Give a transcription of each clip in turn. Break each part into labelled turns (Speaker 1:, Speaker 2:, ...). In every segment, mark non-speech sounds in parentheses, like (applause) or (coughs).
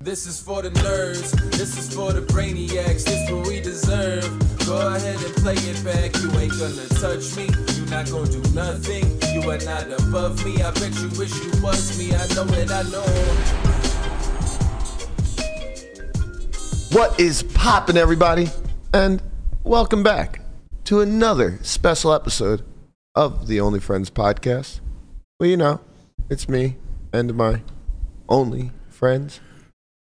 Speaker 1: This is for the nerds, this is for the brainiacs, this what we deserve. Go ahead and play it back, you ain't gonna touch me, you not gonna do nothing, you are not above me, I bet you wish you was me, I know it, I know.
Speaker 2: What is poppin', everybody? And welcome back to another special episode of the Only Friends podcast. Well, you know, it's me and my only friends.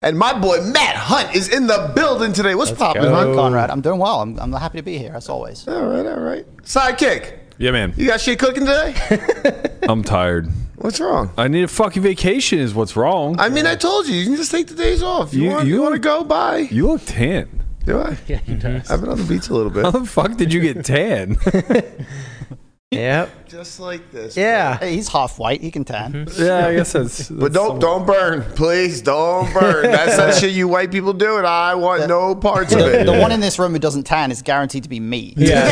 Speaker 2: And my boy Matt Hunt is in the building today. What's poppin',
Speaker 3: go.
Speaker 2: Hunt?
Speaker 4: Conrad, I'm doing well. I'm, I'm happy to be here as always.
Speaker 2: All right, all right. Sidekick,
Speaker 3: Yeah, man.
Speaker 2: you got shit cooking (laughs) today?
Speaker 3: I'm tired.
Speaker 2: What's wrong?
Speaker 3: I need a fucking vacation. Is what's wrong.
Speaker 2: I mean, I told you, you can just take the days off. You,
Speaker 3: You-
Speaker 2: want,
Speaker 3: you-
Speaker 2: you want to go? Bye.
Speaker 3: you look tan.
Speaker 2: Do I? Yeah, he does. I've been on the beach a little bit. (laughs)
Speaker 3: How the fuck did you get
Speaker 5: (laughs)
Speaker 3: tan?
Speaker 5: Yep.
Speaker 2: just like this.
Speaker 4: (laughs)
Speaker 5: Yeah.
Speaker 4: Hey, he's half white. He can tan.
Speaker 3: yeah, I guess
Speaker 5: (laughs)
Speaker 3: that's.
Speaker 2: But don't don't burn, please don't
Speaker 3: (laughs)
Speaker 2: burn. That's that shit you white people do, and I want no parts of
Speaker 4: The,
Speaker 2: it.
Speaker 4: the one in this room who doesn't tan is guaranteed to be me.
Speaker 5: Yeah.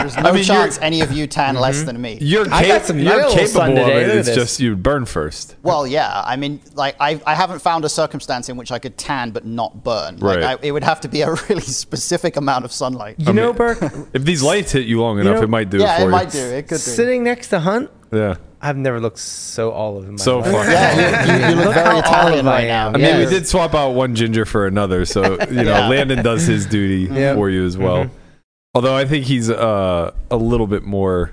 Speaker 4: There's no
Speaker 3: mean, you're- Mm-hmm.
Speaker 4: chance any of you tan less than me.
Speaker 3: You're,
Speaker 5: I
Speaker 3: cap-
Speaker 5: got some
Speaker 3: you're
Speaker 5: real sun
Speaker 3: capable of
Speaker 5: today.
Speaker 3: it.
Speaker 5: Look at
Speaker 3: It's
Speaker 5: this.
Speaker 3: just you burn first.
Speaker 4: Well, yeah. I mean, like, I, I haven't found a circumstance in which I could tan but not burn. Like,
Speaker 3: Right.
Speaker 4: I, it would have to be a (laughs) really specific amount of sunlight.
Speaker 5: (laughs) You know, Burke,
Speaker 3: If these lights hit you long enough,
Speaker 5: know-
Speaker 3: it might do it
Speaker 4: yeah,
Speaker 3: for
Speaker 4: it
Speaker 3: you.
Speaker 4: might do. It could do.
Speaker 5: sitting next to Hunt,
Speaker 3: Yeah.
Speaker 5: I've never looked so olive in my
Speaker 3: So
Speaker 5: life. (laughs)
Speaker 3: fuck.
Speaker 4: Yeah, you, you look
Speaker 5: Look how
Speaker 4: very Italian
Speaker 5: olive I
Speaker 4: right now.
Speaker 5: am.
Speaker 3: I mean,
Speaker 5: Yeah.
Speaker 3: we did swap out one ginger for another,
Speaker 5: (laughs)
Speaker 3: so you know,
Speaker 4: Yeah.
Speaker 3: Landon does his duty
Speaker 5: Yeah. Mm-hmm.
Speaker 3: for you as well. Although I think he's uh, a little bit more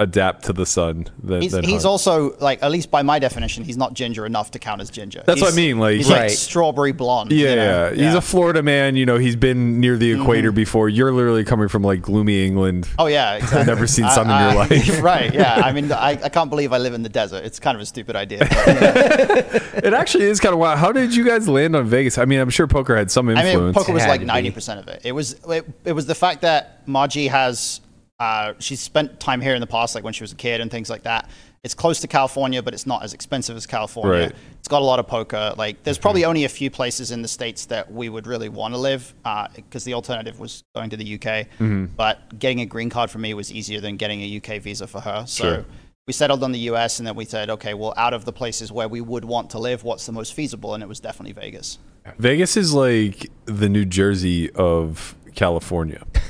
Speaker 3: adapt to the sun than
Speaker 4: He's,
Speaker 3: than
Speaker 4: he's
Speaker 3: Hunt.
Speaker 4: also like at least by my definition, he's not ginger enough to count as ginger.
Speaker 3: That's what I
Speaker 4: He's-
Speaker 3: mean, like-
Speaker 4: he's like
Speaker 5: Right.
Speaker 4: strawberry blonde. you
Speaker 3: Yeah,
Speaker 4: know?
Speaker 3: yeah, he's a Florida man. You know, he's been near
Speaker 4: Mm-hmm.
Speaker 3: the equator before. You're literally coming from like gloomy England.
Speaker 4: Oh
Speaker 3: (laughs)
Speaker 4: yeah, exactly. (laughs)
Speaker 3: never seen sun in your life. (laughs)
Speaker 4: right? Yeah, I mean, I, I can't believe I live in the desert. It's kind of a stupid idea.
Speaker 3: It actually is kind of wild. How did you guys land on Vegas? I mean, I'm sure poker had some
Speaker 4: I mean,
Speaker 3: influence.
Speaker 4: poker was
Speaker 5: Had
Speaker 4: like
Speaker 5: to be.
Speaker 4: ninety percent of it. It was it, it was the fact that Margie has uh, she's spent time here in the past, like when she was a kid and things like that. It's close to California, but it's not as expensive as California.
Speaker 3: Right. Mm-hmm.
Speaker 4: It's got a lot of poker. Like, there's probably only a few places in the states that we would really want to live, because the alternative was going to the UK.
Speaker 3: Mm-hmm.
Speaker 4: But getting a green card for me was easier than getting a UK visa for her. So
Speaker 3: Sure.
Speaker 4: we settled on the US, and then we said, okay, well, out of the places where we would want to live, what's the most feasible? And it was definitely Vegas.
Speaker 3: Vegas is like the New Jersey of California.
Speaker 4: (laughs)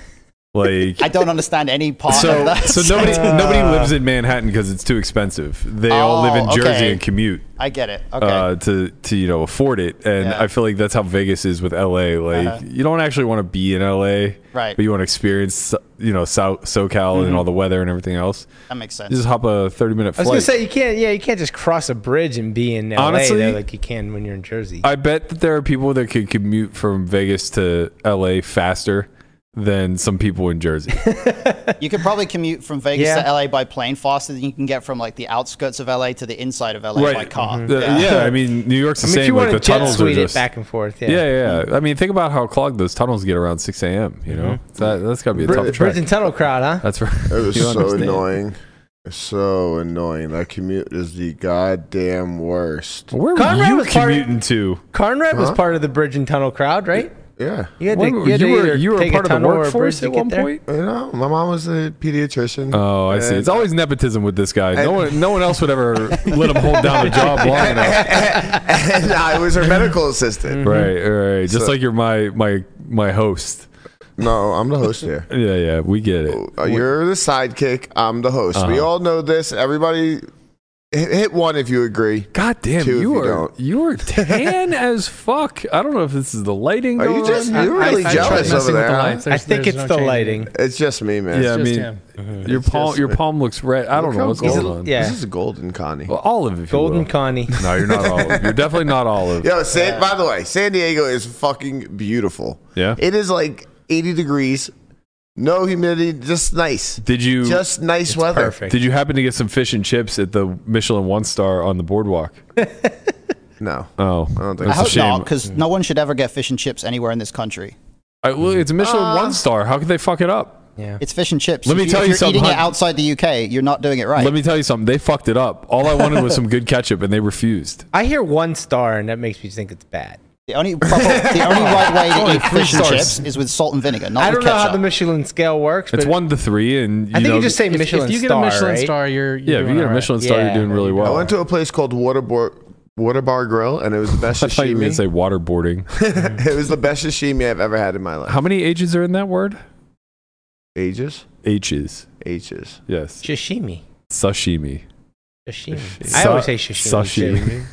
Speaker 3: Like
Speaker 4: I don't understand any part of
Speaker 3: so,
Speaker 4: that. (laughs)
Speaker 3: so nobody nobody lives in Manhattan because it's too expensive. They all live in
Speaker 4: Oh,
Speaker 3: Jersey
Speaker 4: okay.
Speaker 3: and commute.
Speaker 4: I get it. Okay.
Speaker 3: uh, to to you know afford it. And
Speaker 4: Yeah. Uh-huh.
Speaker 3: I feel like that's how Vegas is with LA. Like you don't actually want to be in LA,
Speaker 4: Right. Mm-hmm.
Speaker 3: But you want to experience you know South SoCal and all the weather and everything else.
Speaker 4: that makes sense.
Speaker 3: You just hop a thirty minute
Speaker 5: I was
Speaker 3: flight.
Speaker 5: gonna say you can't. Yeah, you can't just cross a bridge and be in LA
Speaker 3: Honestly-
Speaker 5: though, like you can when you're in Jersey.
Speaker 3: I bet that there are people that could commute from Vegas to LA faster than some people
Speaker 4: (laughs)
Speaker 3: in Jersey.
Speaker 4: Oh You could probably commute from Vegas
Speaker 5: Yeah.
Speaker 4: to LA by plane faster than you can get from like the outskirts of LA to the inside of LA by car.
Speaker 3: Uh, Yeah. I mean New York's
Speaker 5: Mm-hmm. I
Speaker 3: the
Speaker 5: mean, if you
Speaker 3: same. Like
Speaker 5: want
Speaker 3: the
Speaker 5: to jet
Speaker 3: tunnels are
Speaker 5: suite
Speaker 3: just
Speaker 5: it back Mm-hmm. and forth, yeah.
Speaker 3: Yeah, yeah, yeah. I mean, think about how clogged those tunnels get around 6 a.m. You know,
Speaker 4: Mm-hmm.
Speaker 3: that, that's got to be a tough
Speaker 5: Bridge,
Speaker 3: trip.
Speaker 5: bridge and tunnel crowd, huh?
Speaker 3: That's right.
Speaker 2: It was
Speaker 3: (laughs) You
Speaker 2: so
Speaker 3: understand.
Speaker 2: annoying. It's so annoying. That commute is the goddamn worst.
Speaker 3: Where were
Speaker 5: Conrad
Speaker 3: you
Speaker 5: was part of-
Speaker 3: commuting to?
Speaker 5: Conrad was part of the bridge and tunnel crowd, right?
Speaker 2: Yeah.
Speaker 5: You had
Speaker 3: When were- you were-
Speaker 5: either
Speaker 3: you were
Speaker 5: take a
Speaker 3: part of the
Speaker 5: tunnel or a bridge
Speaker 3: workforce
Speaker 5: to
Speaker 3: at
Speaker 5: get
Speaker 3: one
Speaker 5: there.
Speaker 3: point?
Speaker 2: You know, my mom was a pediatrician.
Speaker 3: Oh, I see.
Speaker 2: And-
Speaker 3: It's always nepotism with this guy. No one, no one else would ever let him hold down a job long
Speaker 2: (laughs)
Speaker 3: enough.
Speaker 2: (laughs) and I was her medical assistant.
Speaker 3: Right, right. Just
Speaker 2: So-
Speaker 3: like you're my my my host.
Speaker 2: No, I'm the host here.
Speaker 3: Yeah, yeah. We get it.
Speaker 2: Uh, You're the sidekick. I'm the host. We
Speaker 3: Uh-huh.
Speaker 2: all know this. Everybody, hit hit one if you agree.
Speaker 3: God damn,
Speaker 2: Two if
Speaker 3: you
Speaker 2: you
Speaker 3: are
Speaker 2: don't.
Speaker 3: you are tan as fuck. I don't know if this is the lighting.
Speaker 2: Are you
Speaker 3: going
Speaker 2: just
Speaker 3: on.
Speaker 2: you're really
Speaker 6: I tried
Speaker 2: jealous
Speaker 6: messing
Speaker 2: over
Speaker 6: with
Speaker 2: there?
Speaker 6: the
Speaker 2: huh?
Speaker 6: lights.
Speaker 5: I
Speaker 6: There's-
Speaker 5: think
Speaker 6: there's
Speaker 5: it's
Speaker 6: no
Speaker 5: the
Speaker 6: changing.
Speaker 5: lighting.
Speaker 2: It's just me, man.
Speaker 3: yeah, I
Speaker 6: just
Speaker 3: mean,
Speaker 6: him.
Speaker 3: your
Speaker 2: It's
Speaker 3: palm
Speaker 2: just
Speaker 3: your
Speaker 2: me.
Speaker 3: palm looks red. I don't
Speaker 2: Look
Speaker 3: know
Speaker 2: how
Speaker 3: what's
Speaker 2: gold-
Speaker 3: going on.
Speaker 5: yeah.
Speaker 2: This is golden, Connie.
Speaker 3: Well, olive. If you
Speaker 5: Golden
Speaker 3: will.
Speaker 5: Connie.
Speaker 3: No, you're not olive. You're definitely not olive.
Speaker 2: Yo, San, by the way, San Diego is fucking beautiful.
Speaker 3: Yeah?
Speaker 2: It is like 80 degrees, no humidity, just nice.
Speaker 3: Did you
Speaker 2: Just nice weather.
Speaker 5: Perfect.
Speaker 3: did you happen to get some fish and chips at the Michelin one star on the boardwalk?
Speaker 2: No.
Speaker 3: Oh,
Speaker 2: don't think
Speaker 4: I
Speaker 3: that's a
Speaker 4: hope
Speaker 3: shame. Mm.
Speaker 4: not, because no one should ever get fish and chips anywhere in this country.
Speaker 3: I, well, it's a Michelin one star. How could they fuck it up?
Speaker 5: Yeah.
Speaker 4: It's fish and chips.
Speaker 3: Let
Speaker 4: If
Speaker 3: me
Speaker 4: you,
Speaker 3: tell
Speaker 4: if
Speaker 3: you
Speaker 4: you're
Speaker 3: something,
Speaker 4: eating it
Speaker 3: hun.
Speaker 4: outside the UK, you're not doing it right.
Speaker 3: Let me tell you something. They fucked it up. All I wanted was some good ketchup, and they refused.
Speaker 5: I hear one star, and that makes me think it's bad.
Speaker 4: the only proper, the
Speaker 3: (laughs)
Speaker 4: only right way to
Speaker 3: Only
Speaker 4: eat
Speaker 3: three
Speaker 4: fish and
Speaker 3: stars.
Speaker 4: chips is with salt and vinegar, not
Speaker 5: I don't
Speaker 4: with
Speaker 5: know
Speaker 4: ketchup.
Speaker 5: how the Michelin scale works, but
Speaker 3: It's one to three, and you
Speaker 5: I think
Speaker 3: know,
Speaker 5: you just say
Speaker 6: If,
Speaker 5: Michelin
Speaker 6: if you get
Speaker 5: star,
Speaker 6: a Michelin
Speaker 5: right?
Speaker 6: star, you're, you're
Speaker 3: yeah. If you
Speaker 6: doing
Speaker 3: get a
Speaker 6: all right.
Speaker 3: Michelin star,
Speaker 5: Yeah,
Speaker 3: you're doing
Speaker 5: there
Speaker 3: really
Speaker 5: you go.
Speaker 2: I
Speaker 3: well.
Speaker 2: went to a place called Waterboard Water Bar Grill, and it was the best
Speaker 3: (laughs) I thought you were
Speaker 2: sashimi.
Speaker 3: going to say waterboarding.
Speaker 2: (laughs) it was the best sashimi I've ever had in my life.
Speaker 3: How many H's are in that word?
Speaker 2: Ages,
Speaker 3: H's.
Speaker 2: ages.
Speaker 3: Yes.
Speaker 5: Sashimi.
Speaker 3: Sashimi.
Speaker 5: Sashimi.
Speaker 3: Sa-
Speaker 5: I always say sashimi.
Speaker 3: sashimi.
Speaker 5: too.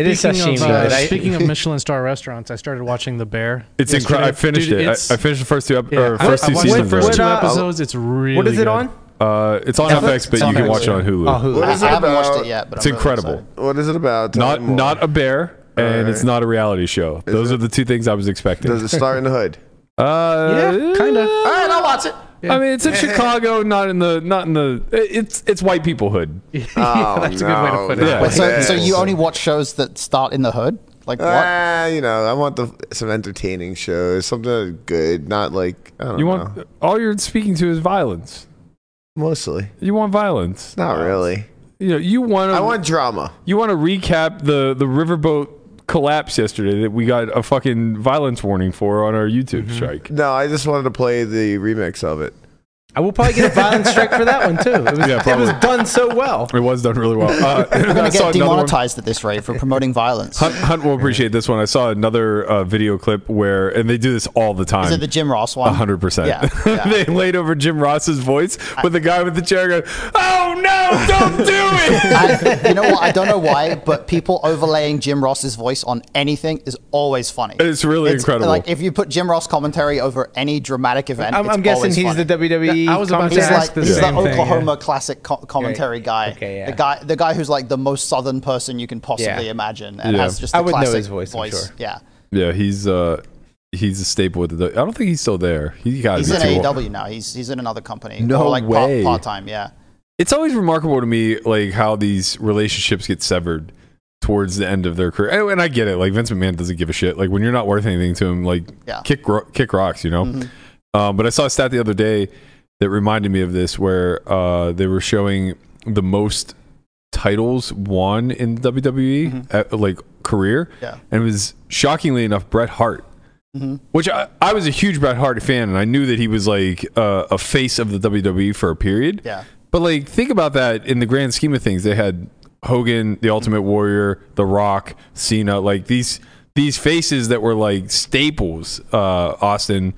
Speaker 5: It is sashimi,
Speaker 6: Of, uh,
Speaker 5: but I-
Speaker 6: speaking of Michelin star restaurants, I started watching The Bear.
Speaker 3: It's incredible.
Speaker 6: yesterday.
Speaker 3: I finished
Speaker 6: Dude,
Speaker 3: it. I,
Speaker 6: it's-
Speaker 3: I finished the first two, ep-
Speaker 6: yeah.
Speaker 3: or first
Speaker 6: I,
Speaker 3: two
Speaker 6: I watched
Speaker 3: seasons.
Speaker 6: the
Speaker 3: of
Speaker 6: first
Speaker 3: it.
Speaker 5: What,
Speaker 6: two
Speaker 5: uh,
Speaker 6: episodes. It's really
Speaker 5: What is it
Speaker 6: good.
Speaker 5: on?
Speaker 3: Uh, it's on
Speaker 4: Netflix?
Speaker 3: FX, but
Speaker 4: It's
Speaker 3: you
Speaker 4: on
Speaker 3: can
Speaker 4: Netflix,
Speaker 3: watch it on
Speaker 5: yeah.
Speaker 3: Hulu.
Speaker 5: Oh, Hulu.
Speaker 2: What
Speaker 4: I, I
Speaker 5: (laughs)
Speaker 2: is it
Speaker 4: haven't watched
Speaker 2: about?
Speaker 4: it yet, but
Speaker 3: It's
Speaker 4: I'm really
Speaker 3: incredible.
Speaker 4: excited.
Speaker 2: What is it about? Tell
Speaker 3: Not
Speaker 2: me more.
Speaker 3: not a bear, and
Speaker 2: Alright.
Speaker 3: it's not a reality show. Those
Speaker 2: it?
Speaker 3: are the two things I was expecting.
Speaker 2: (laughs) Does it start in the
Speaker 3: (laughs)
Speaker 2: hood?
Speaker 3: uh,
Speaker 6: Yeah, kinda.
Speaker 2: All right, I'll watch it.
Speaker 3: I
Speaker 2: (laughs)
Speaker 3: mean, it's in Chicago, not in the not in the. It's it's white people hood.
Speaker 5: (laughs)
Speaker 2: Oh,
Speaker 6: That's a good way to put it.
Speaker 3: Yeah.
Speaker 4: Wait, so, so
Speaker 2: Yeah.
Speaker 4: you only watch shows that start in the hood? Like what?
Speaker 2: Ah, you know, I want the some entertaining shows, something good, not like I don't
Speaker 3: You
Speaker 2: know.
Speaker 3: want all you're speaking to is violence.
Speaker 2: mostly,
Speaker 3: You want violence.
Speaker 2: not really.
Speaker 3: You know, you want
Speaker 2: I
Speaker 3: to
Speaker 2: want drama.
Speaker 3: you want to recap the the riverboat collapse yesterday that we got a fucking violence warning for on our YouTube
Speaker 2: Mm-hmm.
Speaker 3: strike.
Speaker 2: No, I just wanted to play the remix of it.
Speaker 5: I will probably get a violent strike for that one
Speaker 6: (laughs)
Speaker 5: too. It was,
Speaker 3: Yeah,
Speaker 5: it was
Speaker 3: probably.
Speaker 5: done so well.
Speaker 3: It was done really well. (laughs) Uh,
Speaker 4: We're
Speaker 3: I
Speaker 4: gonna
Speaker 3: saw
Speaker 4: get
Speaker 3: another one.
Speaker 4: demonetized at this rate for promoting violence.
Speaker 3: Hunt, Hunt will appreciate this one. I saw another uh, video clip where, and they do this all the time.
Speaker 4: Is it the Jim Ross one?
Speaker 3: hundred percent.
Speaker 4: Yeah, yeah.
Speaker 3: (laughs) They laid over Jim Ross's voice with the guy with the chair going, "Oh no, don't do
Speaker 4: (laughs)
Speaker 3: it!"
Speaker 4: I, you know what? I don't know why, but people overlaying Jim Ross's voice on anything is always funny.
Speaker 3: It's really incredible.
Speaker 4: Like if you put Jim Ross commentary over any dramatic event,
Speaker 5: I'm,
Speaker 4: it's
Speaker 5: I'm guessing
Speaker 4: always
Speaker 5: he's
Speaker 4: funny.
Speaker 5: the E WWE.
Speaker 6: I was about to
Speaker 4: He's
Speaker 5: commentator.
Speaker 6: ask
Speaker 4: like
Speaker 6: the
Speaker 4: he's the
Speaker 6: same thing,
Speaker 4: Oklahoma classic co- commentary guy.
Speaker 5: Okay, yeah.
Speaker 4: The guy, the guy who's like the most southern person you can possibly
Speaker 5: Yeah.
Speaker 4: imagine, and
Speaker 3: Yeah.
Speaker 4: has just the
Speaker 5: I would know
Speaker 4: classic
Speaker 5: his voice, I'm sure.
Speaker 4: Yeah,
Speaker 3: yeah, he's uh, he's a staple. With the, I don't think he's still there. He got to
Speaker 4: he's
Speaker 3: be
Speaker 4: in
Speaker 3: too old.
Speaker 4: AEW now. He's he's in another company.
Speaker 3: No
Speaker 4: or like
Speaker 3: way.
Speaker 4: Part time. Yeah.
Speaker 3: It's always remarkable to me, like how these relationships get severed towards the end of their career. And, and I get it. Like Vince McMahon doesn't give a shit. Like when you're not worth anything to him, like
Speaker 4: Yeah. Mm-hmm.
Speaker 3: kick ro- kick rocks, you know. Um, but I saw a stat the other day that reminded me of this, where uh, they were showing the most titles won in WWE, at, uh, like career,
Speaker 4: Mm-hmm. Yeah. Mm-hmm.
Speaker 3: and it was shockingly enough Bret Hart. Which I, I was a huge Bret Hart fan, and I knew that he was like uh, a face of the WWE for a period.
Speaker 4: Yeah.
Speaker 3: But like, think about that in the grand scheme of things. They had Hogan, The Ultimate Warrior, The Rock, Cena, like these these faces that were like staples. Uh, Austin,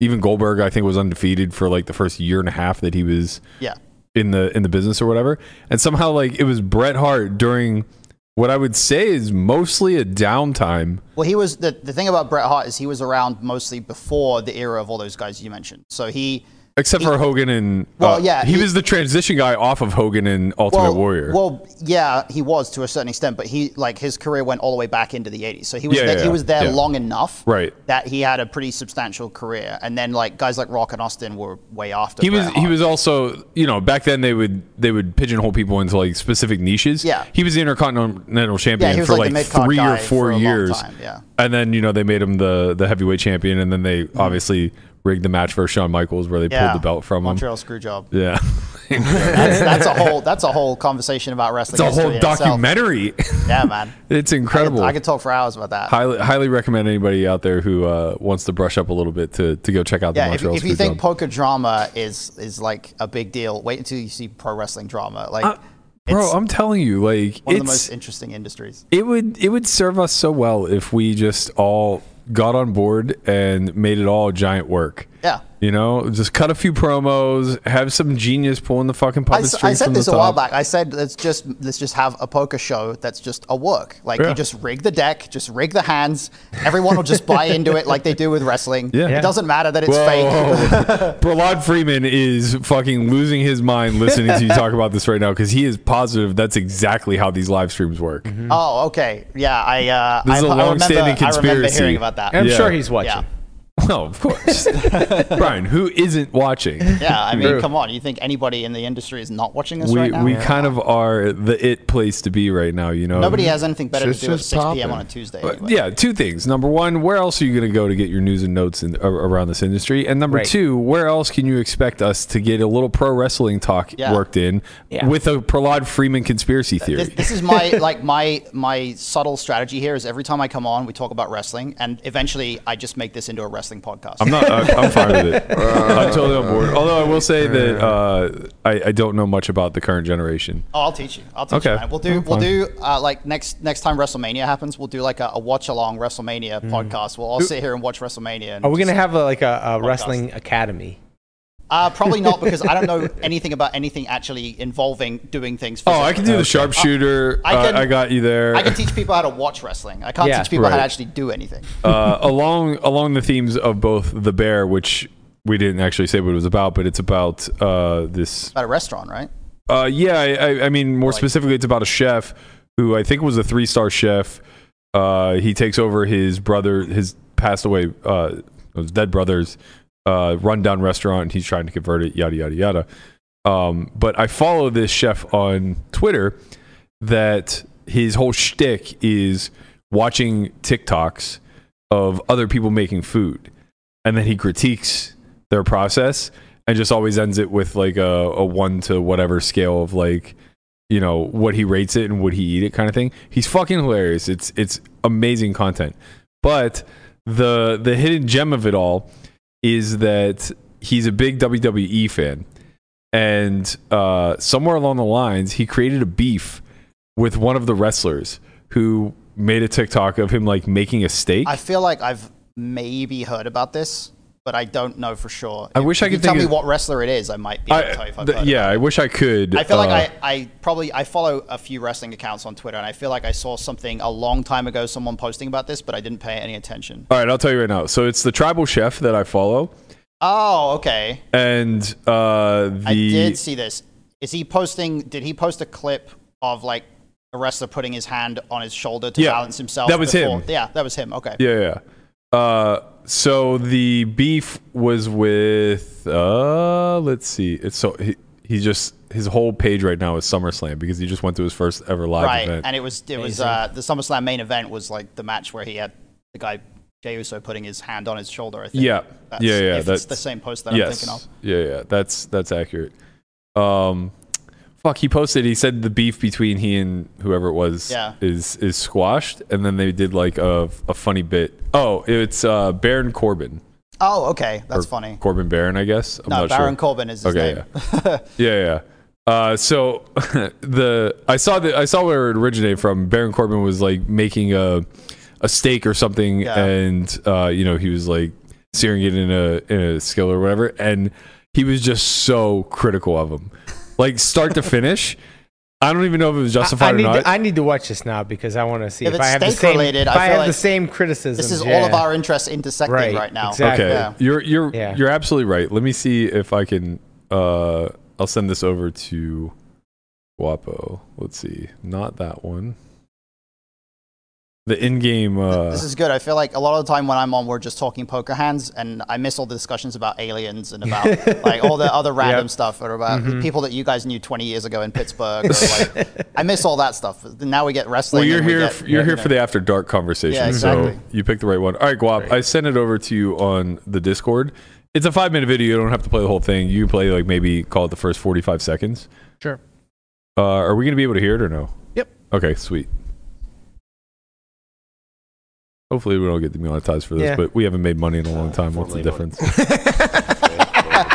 Speaker 3: even Goldberg, I think was undefeated for like the first year and a half that he was
Speaker 4: Yeah.
Speaker 3: in the in the business or whatever. And somehow like it was Bret Hart during what I would say is mostly a downtime.
Speaker 4: Well, he was the, the thing about Bret Hart is he was around mostly before the era of all those guys you mentioned. So he
Speaker 3: Except for Hogan and
Speaker 4: Well,
Speaker 3: uh,
Speaker 4: yeah,
Speaker 3: he,
Speaker 4: he-
Speaker 3: was the transition guy off of Hogan and Ultimate
Speaker 4: well,
Speaker 3: Warrior.
Speaker 4: Well, yeah, he was to a certain extent, but he like his career went all the way back into the 80s. So he was
Speaker 3: Yeah,
Speaker 4: there,
Speaker 3: yeah,
Speaker 4: he was there
Speaker 3: yeah.
Speaker 4: long enough
Speaker 3: Right.
Speaker 4: that he had a pretty substantial career. And then like guys like Rock and Austin were way after.
Speaker 3: he
Speaker 4: Bret
Speaker 3: was he
Speaker 4: Hart.
Speaker 3: was also you know back then they would they would pigeonhole people into like specific niches.
Speaker 4: Yeah.
Speaker 3: he was the intercontinental champion
Speaker 4: was
Speaker 3: for
Speaker 4: like
Speaker 3: like,
Speaker 4: the mid-card
Speaker 3: three
Speaker 4: guy
Speaker 3: or
Speaker 4: for
Speaker 3: four
Speaker 4: a long
Speaker 3: years.
Speaker 4: time, yeah. Mm.
Speaker 3: and then you know they made him the the heavyweight champion, and then they obviously rigged the match for Shawn Michaels where they
Speaker 4: Yeah.
Speaker 3: pulled the belt from him.
Speaker 4: Montreal Screwjob.
Speaker 3: Yeah, (laughs)
Speaker 4: That's, (laughs) that's a whole that's a whole conversation about wrestling.
Speaker 3: it's a
Speaker 4: history
Speaker 3: whole
Speaker 4: in itself.
Speaker 3: documentary. (laughs)
Speaker 4: Yeah, man.
Speaker 3: it's
Speaker 4: I could,
Speaker 3: incredible.
Speaker 4: I could talk for hours about that.
Speaker 3: highly highly recommend anybody out there who uh, wants to brush up a little bit to to go check out the
Speaker 4: Yeah, if,
Speaker 3: Montreal
Speaker 4: if you think
Speaker 3: Screwjob.
Speaker 4: poker drama is is like a big deal, wait until you see pro wrestling drama. Like
Speaker 3: Uh, Bro,
Speaker 4: it's
Speaker 3: I'm telling you, like
Speaker 4: one of the
Speaker 3: it's
Speaker 4: most interesting industries.
Speaker 3: It would it would serve us so well if we just all got on board and made it all giant work.
Speaker 4: Yeah.
Speaker 3: You know, just cut a few promos, have some genius pulling the fucking
Speaker 4: I,
Speaker 3: puppet
Speaker 4: s-
Speaker 3: strings
Speaker 4: I
Speaker 3: from
Speaker 4: said
Speaker 3: the
Speaker 4: this a while
Speaker 3: top.
Speaker 4: back. I said let's just let's just have a poker show that's just a work. Like
Speaker 3: Yeah.
Speaker 4: you just rig the deck, just rig the hands. Everyone will just buy into it like they do with wrestling.
Speaker 3: Yeah. Yeah.
Speaker 4: It doesn't matter that it's fake. (laughs)
Speaker 3: Whoa. Bralad Freeman is fucking losing his mind listening to you talk about this right now because he is positive that's exactly how these live streams work.
Speaker 4: Oh, okay. Yeah, I uh
Speaker 3: This
Speaker 4: I,
Speaker 3: is a
Speaker 4: I
Speaker 3: long-standing
Speaker 4: remember, I remember
Speaker 3: conspiracy.
Speaker 4: hearing about that.
Speaker 5: I'm
Speaker 3: Yeah.
Speaker 5: sure he's watching.
Speaker 4: Yeah.
Speaker 3: No, of course.
Speaker 4: (laughs)
Speaker 3: Brian, who isn't watching?
Speaker 4: Yeah, I mean,
Speaker 5: True.
Speaker 4: come on. You think anybody in the industry is not watching this
Speaker 3: We,
Speaker 4: right now?
Speaker 3: we kind of are the it place to be right now, you know.
Speaker 4: Nobody has anything better
Speaker 2: Shit's
Speaker 4: to do at
Speaker 2: just
Speaker 4: 6 p.m. on a
Speaker 2: popping.
Speaker 4: Tuesday.
Speaker 3: But
Speaker 4: anyway.
Speaker 3: yeah, two things. Number one, where else are you going to go to get your news and notes in, ar- around this industry? And number
Speaker 5: Right.
Speaker 3: two, where else can you expect us to get a little pro wrestling talk
Speaker 4: Yeah.
Speaker 3: worked in
Speaker 5: Yeah.
Speaker 3: with a Prahlad Freeman conspiracy theory?
Speaker 4: This, this is my like my my subtle strategy here is every time I come on, we talk about wrestling, and eventually I just make this into a wrestling wrestling podcast.
Speaker 3: I'm not. I, I'm fine with it. I'm totally on board. Although I will say that uh, I, I don't know much about the current generation.
Speaker 4: Oh, (laughs) I'll teach you. I'll teach
Speaker 3: Okay.
Speaker 4: you. Man. We'll do.
Speaker 3: I'm
Speaker 4: We'll
Speaker 3: fine.
Speaker 4: do uh, like next next time WrestleMania happens. We'll do like a, a watch along WrestleMania
Speaker 3: Hmm.
Speaker 4: podcast. We'll all sit here and watch WrestleMania. And
Speaker 5: Are we
Speaker 4: just-
Speaker 5: gonna have a, like a, a wrestling academy?
Speaker 4: Uh, probably not because I don't know anything about anything actually involving doing things.
Speaker 3: Oh, I can do
Speaker 4: physically.
Speaker 3: the sharpshooter.
Speaker 4: I
Speaker 3: I,
Speaker 4: can-
Speaker 3: Uh, I got you there.
Speaker 4: I can teach people how to watch wrestling. I can't
Speaker 5: Yeah.
Speaker 4: teach people how
Speaker 3: Right.
Speaker 4: to actually do anything.
Speaker 3: uh, along along the themes of both the bear, which we didn't actually say what it was about, but it's about uh, this.
Speaker 4: At a restaurant, right?
Speaker 3: Uh, yeah, I, I, I mean, more specifically, it's about a chef who I think was a three star chef. Uh, he takes over his brother, his passed away, uh, his dead brother's uh, rundown restaurant. And he's trying to convert it, yada yada yada. Um, but I follow this chef on Twitter that his whole shtick is watching TikToks of other people making food, and then he critiques their process, and just always ends it with like a, a one to whatever scale of like, you know, what he rates it and would he eat it kind of thing. He's fucking hilarious. It's it's amazing content, but the the hidden gem of it all is that he's a big WWE fan, and uh, somewhere along the lines, he created a beef with one of the wrestlers who made a TikTok of him like making a steak.
Speaker 4: I feel like I've maybe heard about this, but I don't know for sure.
Speaker 3: I wish I
Speaker 4: if you
Speaker 3: could
Speaker 4: tell
Speaker 3: think
Speaker 4: me
Speaker 3: of-
Speaker 4: what wrestler it is. I might be able to tell you if
Speaker 3: I-
Speaker 4: I've
Speaker 3: th-
Speaker 4: heard
Speaker 3: yeah, I wish I could.
Speaker 4: I feel
Speaker 3: uh,
Speaker 4: like I, I probably I follow a few wrestling accounts on Twitter, and I feel like I saw something a long time ago, someone posting about this, but I didn't pay any attention.
Speaker 3: All right, I'll tell you right now. So it's the tribal chef that I follow,
Speaker 4: Oh, okay.
Speaker 3: and uh, the
Speaker 4: I did see this. Is he posting? Did he post a clip of like a wrestler putting his hand on his shoulder to
Speaker 3: Yeah,
Speaker 4: balance himself?
Speaker 3: that was
Speaker 4: before-
Speaker 3: him.
Speaker 4: Yeah, that was him. Okay.
Speaker 3: yeah, yeah. Uh, so the beef was with uh, let's see. It's so he, he just his whole page right now is SummerSlam because he just went to his first ever live
Speaker 4: right.
Speaker 3: event.
Speaker 4: And it was it was uh, the SummerSlam main event was like the match where he had the guy Jey Uso putting his hand on his shoulder. I think.
Speaker 3: Yeah.
Speaker 4: That's,
Speaker 3: Yeah, yeah,
Speaker 4: If
Speaker 3: that's-
Speaker 4: it's the same post that I'm
Speaker 3: yes.
Speaker 4: thinking of.
Speaker 3: Yeah, yeah. That's that's accurate. Um, fuck. He posted. He said the beef between he and whoever it was
Speaker 4: Yeah.
Speaker 3: is is squashed, and then they did like a a funny bit. Oh, it's uh, Baron Corbin.
Speaker 4: Oh, okay. That's
Speaker 3: or
Speaker 4: funny.
Speaker 3: Corbin Baron, I guess. I'm
Speaker 4: No,
Speaker 3: not
Speaker 4: Baron
Speaker 3: sure.
Speaker 4: Corbin is his
Speaker 3: Okay,
Speaker 4: name.
Speaker 3: Yeah, yeah. Uh, so (laughs) the I saw that I saw where it originated from. Baron Corbin was like making a a steak or something,
Speaker 4: Yeah.
Speaker 3: and uh, you know he was like searing it in a in a skillet or whatever, and he was just so critical of him, like start to finish. I don't even know if it was justified
Speaker 5: (laughs) I, I
Speaker 3: or
Speaker 5: need
Speaker 3: not.
Speaker 5: to, I need to watch this now because I want to see
Speaker 4: If
Speaker 5: if,
Speaker 4: it's
Speaker 5: I have the
Speaker 4: steak
Speaker 5: same
Speaker 4: related,
Speaker 5: if
Speaker 4: I
Speaker 5: I,
Speaker 4: feel
Speaker 5: have
Speaker 4: like
Speaker 5: the same criticism.
Speaker 4: This is all of our interests intersecting right,
Speaker 5: Right,
Speaker 4: now.
Speaker 5: exactly.
Speaker 3: okay,
Speaker 4: Yeah.
Speaker 3: you're you're
Speaker 5: Yeah.
Speaker 3: you're absolutely right. Let me see if I can. Uh, I'll send this over to Guapo. Let's see, not that one. The in-game. Uh,
Speaker 4: This is good. I feel like a lot of the time when I'm on, we're just talking poker hands, and I miss all the discussions about aliens and
Speaker 5: (laughs)
Speaker 4: about like all the other random stuff, or about
Speaker 5: Mm-hmm.
Speaker 4: people that you guys knew 20 years ago in Pittsburgh. Or, like,
Speaker 5: (laughs)
Speaker 4: I miss all that stuff. Now we get wrestling.
Speaker 3: well, you're
Speaker 4: and we
Speaker 3: here.
Speaker 4: get-
Speaker 3: f- you're here
Speaker 4: you
Speaker 3: for
Speaker 4: know.
Speaker 3: the after dark conversation.
Speaker 4: Yeah, exactly.
Speaker 3: So you picked the right one. All right, Guap. I sent it over to you on the Discord. It's a five minute video. You don't have to play the whole thing. You can play like maybe call it the first forty five seconds.
Speaker 6: Sure.
Speaker 3: Uh, are we gonna be able to hear it or no?
Speaker 6: Yep.
Speaker 3: Okay, sweet. Hopefully we don't get demonetized for this,
Speaker 5: Yeah.
Speaker 3: but we haven't made money in a long time. What's the difference?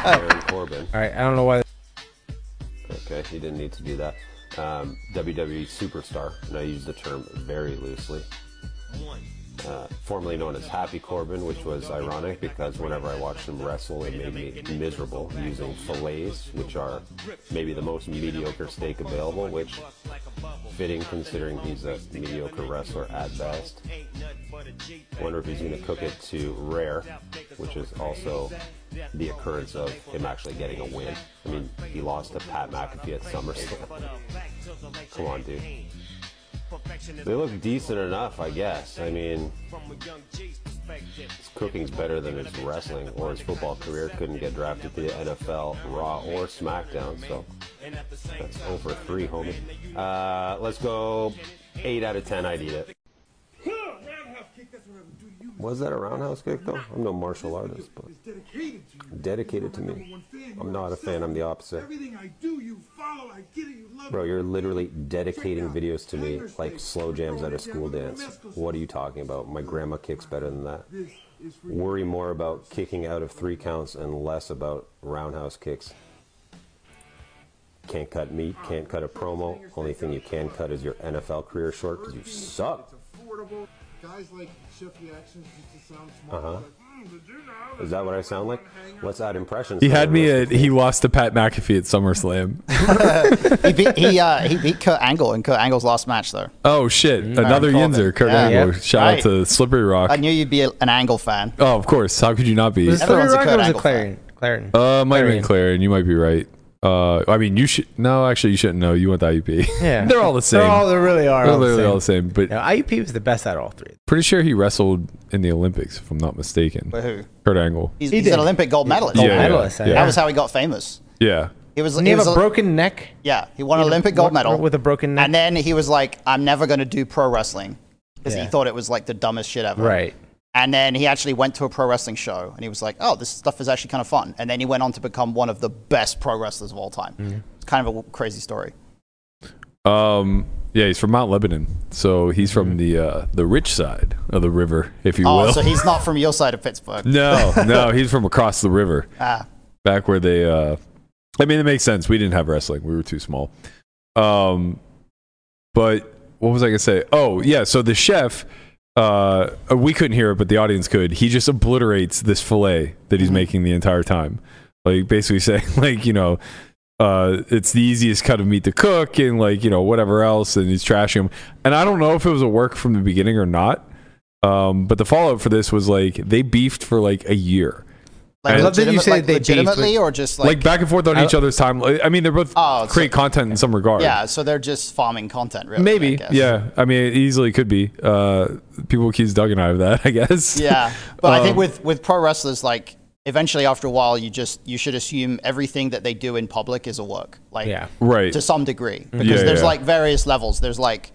Speaker 7: Baron Corbin.
Speaker 5: All right, I don't know why.
Speaker 7: Okay, he didn't need to do that. Um, WWE superstar, and I use the term very loosely. Uh, formerly known as Happy Corbin, which was ironic because whenever I watched him wrestle, it made me miserable using fillets, which are maybe the most mediocre steak available, which fitting considering he's a mediocre wrestler at best. Wonder if he's going to cook it to rare, which is also the occurrence of him actually getting a win. I mean, he lost to Pat McAfee at SummerSlam. Come on, dude. They look decent enough, I guess. I mean, his cooking's better than his wrestling or his football career. Couldn't get drafted to the NFL, Raw, or SmackDown, so that's over three, homie. Uh, let's go eight out of ten. I need it. Was that a roundhouse kick though? I'm no martial artist, but
Speaker 8: dedicated to you.
Speaker 7: dedicated to
Speaker 8: You're my
Speaker 7: me.
Speaker 8: number one fan.
Speaker 7: I'm
Speaker 8: You're
Speaker 7: not a
Speaker 8: obsessed.
Speaker 7: fan. I'm the opposite.
Speaker 8: Everything I do, you follow. I get it. You love
Speaker 7: Bro,
Speaker 8: it.
Speaker 7: you're literally dedicating
Speaker 8: Check it out.
Speaker 7: videos to me like slow jams at a school dance. What are you talking about? My grandma kicks better than that.
Speaker 8: This is for you.
Speaker 7: Worry more about kicking out of three counts and less about roundhouse kicks. Can't cut meat, can't cut a promo. Only thing you can cut is your NFL career short because you suck.
Speaker 8: It's affordable. Guys like Chef Reactions just to sound smart.
Speaker 7: Uh-huh.
Speaker 8: Like, mm, did you know
Speaker 7: Is that what I sound like? Let's add impressions.
Speaker 3: He
Speaker 7: for
Speaker 3: had
Speaker 7: the
Speaker 3: me
Speaker 7: rest
Speaker 3: at
Speaker 7: of the-
Speaker 3: he lost to Pat McAfee at SummerSlam.
Speaker 4: he beat he uh, he beat Kurt Angle in Kurt Angle's last match though.
Speaker 3: Oh shit!
Speaker 4: Mm,
Speaker 3: Another
Speaker 4: Aaron Corbin.
Speaker 3: Yinzer, Kurt
Speaker 4: Yeah.
Speaker 3: Angle.
Speaker 4: Yep.
Speaker 3: Shout out
Speaker 4: Right.
Speaker 3: to Slippery Rock.
Speaker 4: I knew you'd be a, an Angle fan.
Speaker 3: oh, of course. How could you not be?
Speaker 5: Was it
Speaker 4: Everyone's a
Speaker 5: Rock
Speaker 4: Kurt
Speaker 5: or was it
Speaker 4: Angle fan.
Speaker 5: Clarion? Clarion.
Speaker 3: Uh, might have been
Speaker 5: Clarion.
Speaker 3: Clarion. You might be right. Uh, I mean, you should. No, actually, you shouldn't know. You went to IUP.
Speaker 5: Yeah.
Speaker 3: (laughs) they're all the same.
Speaker 5: They're all, they really are.
Speaker 3: They're
Speaker 5: all the
Speaker 3: literally
Speaker 5: same.
Speaker 3: all the same. But
Speaker 5: No, IUP was the best out of all three.
Speaker 3: pretty sure he wrestled in the Olympics, if I'm not mistaken.
Speaker 4: But who?
Speaker 3: Kurt Angle.
Speaker 4: He's,
Speaker 5: He
Speaker 4: he's an
Speaker 5: did.
Speaker 4: Olympic gold medalist.
Speaker 5: Gold
Speaker 3: yeah,
Speaker 5: medalist.
Speaker 3: yeah.
Speaker 5: I think.
Speaker 4: That was how he got famous.
Speaker 3: Yeah.
Speaker 4: He was.
Speaker 5: Didn't
Speaker 4: he
Speaker 5: he have
Speaker 4: was
Speaker 5: a
Speaker 4: a-
Speaker 5: broken neck?
Speaker 4: Yeah, he won an Olympic
Speaker 5: Wa-
Speaker 4: gold medal
Speaker 5: with a broken neck.
Speaker 4: and then he was like, "I'm never going to do pro wrestling," because he
Speaker 5: Yeah.
Speaker 4: thought it was like the dumbest shit ever.
Speaker 5: right.
Speaker 4: And then he actually went to a pro wrestling show, and he was like, "Oh, this stuff is actually kind of fun." And then he went on to become one of the best pro wrestlers of all time.
Speaker 3: Mm-hmm.
Speaker 4: It's kind of a w- crazy story.
Speaker 3: Um. Yeah, he's from Mount Lebanon, so he's from the uh, the rich side of the river, if you
Speaker 4: Mm-hmm. Oh,
Speaker 3: will.
Speaker 4: so he's not from your side of Pittsburgh.
Speaker 3: (laughs) no, no, he's from across the river.
Speaker 4: Ah,
Speaker 3: back where they uh I mean it makes sense. We didn't have wrestling. We were too small. Um but what was I gonna say? Oh yeah, so the chef uh we couldn't hear it, but the audience could. He just obliterates this fillet that he's making the entire time. Like basically (laughs) saying, like, you know, uh, it's the easiest cut of meat to cook and like, you know, whatever else, and he's trashing him. And I don't know if it was a work from the beginning or not. Um, but the follow up for this was like they beefed for like a year.
Speaker 4: like
Speaker 3: I
Speaker 5: love that you
Speaker 4: legitimate-
Speaker 5: said
Speaker 4: like
Speaker 5: they beefed,
Speaker 4: legitimately or just
Speaker 3: like,
Speaker 4: like,
Speaker 3: back and forth on each other's time. Like, I mean, they're both
Speaker 4: Oh,
Speaker 3: create content in some regard.
Speaker 4: yeah. So they're just farming content, really. I
Speaker 3: maybe.
Speaker 4: guess.
Speaker 3: yeah, I mean, it easily could be. Uh, people accuse Doug and I of that. (laughs) I guess.
Speaker 4: Yeah, but I think
Speaker 3: Um,
Speaker 4: with with pro wrestlers, like eventually after a while, you just you should assume everything that they do in public is a work, like
Speaker 5: Yeah.
Speaker 3: Right.
Speaker 4: to some degree, because
Speaker 3: Yeah,
Speaker 4: there's
Speaker 3: yeah.
Speaker 4: like various levels. There's like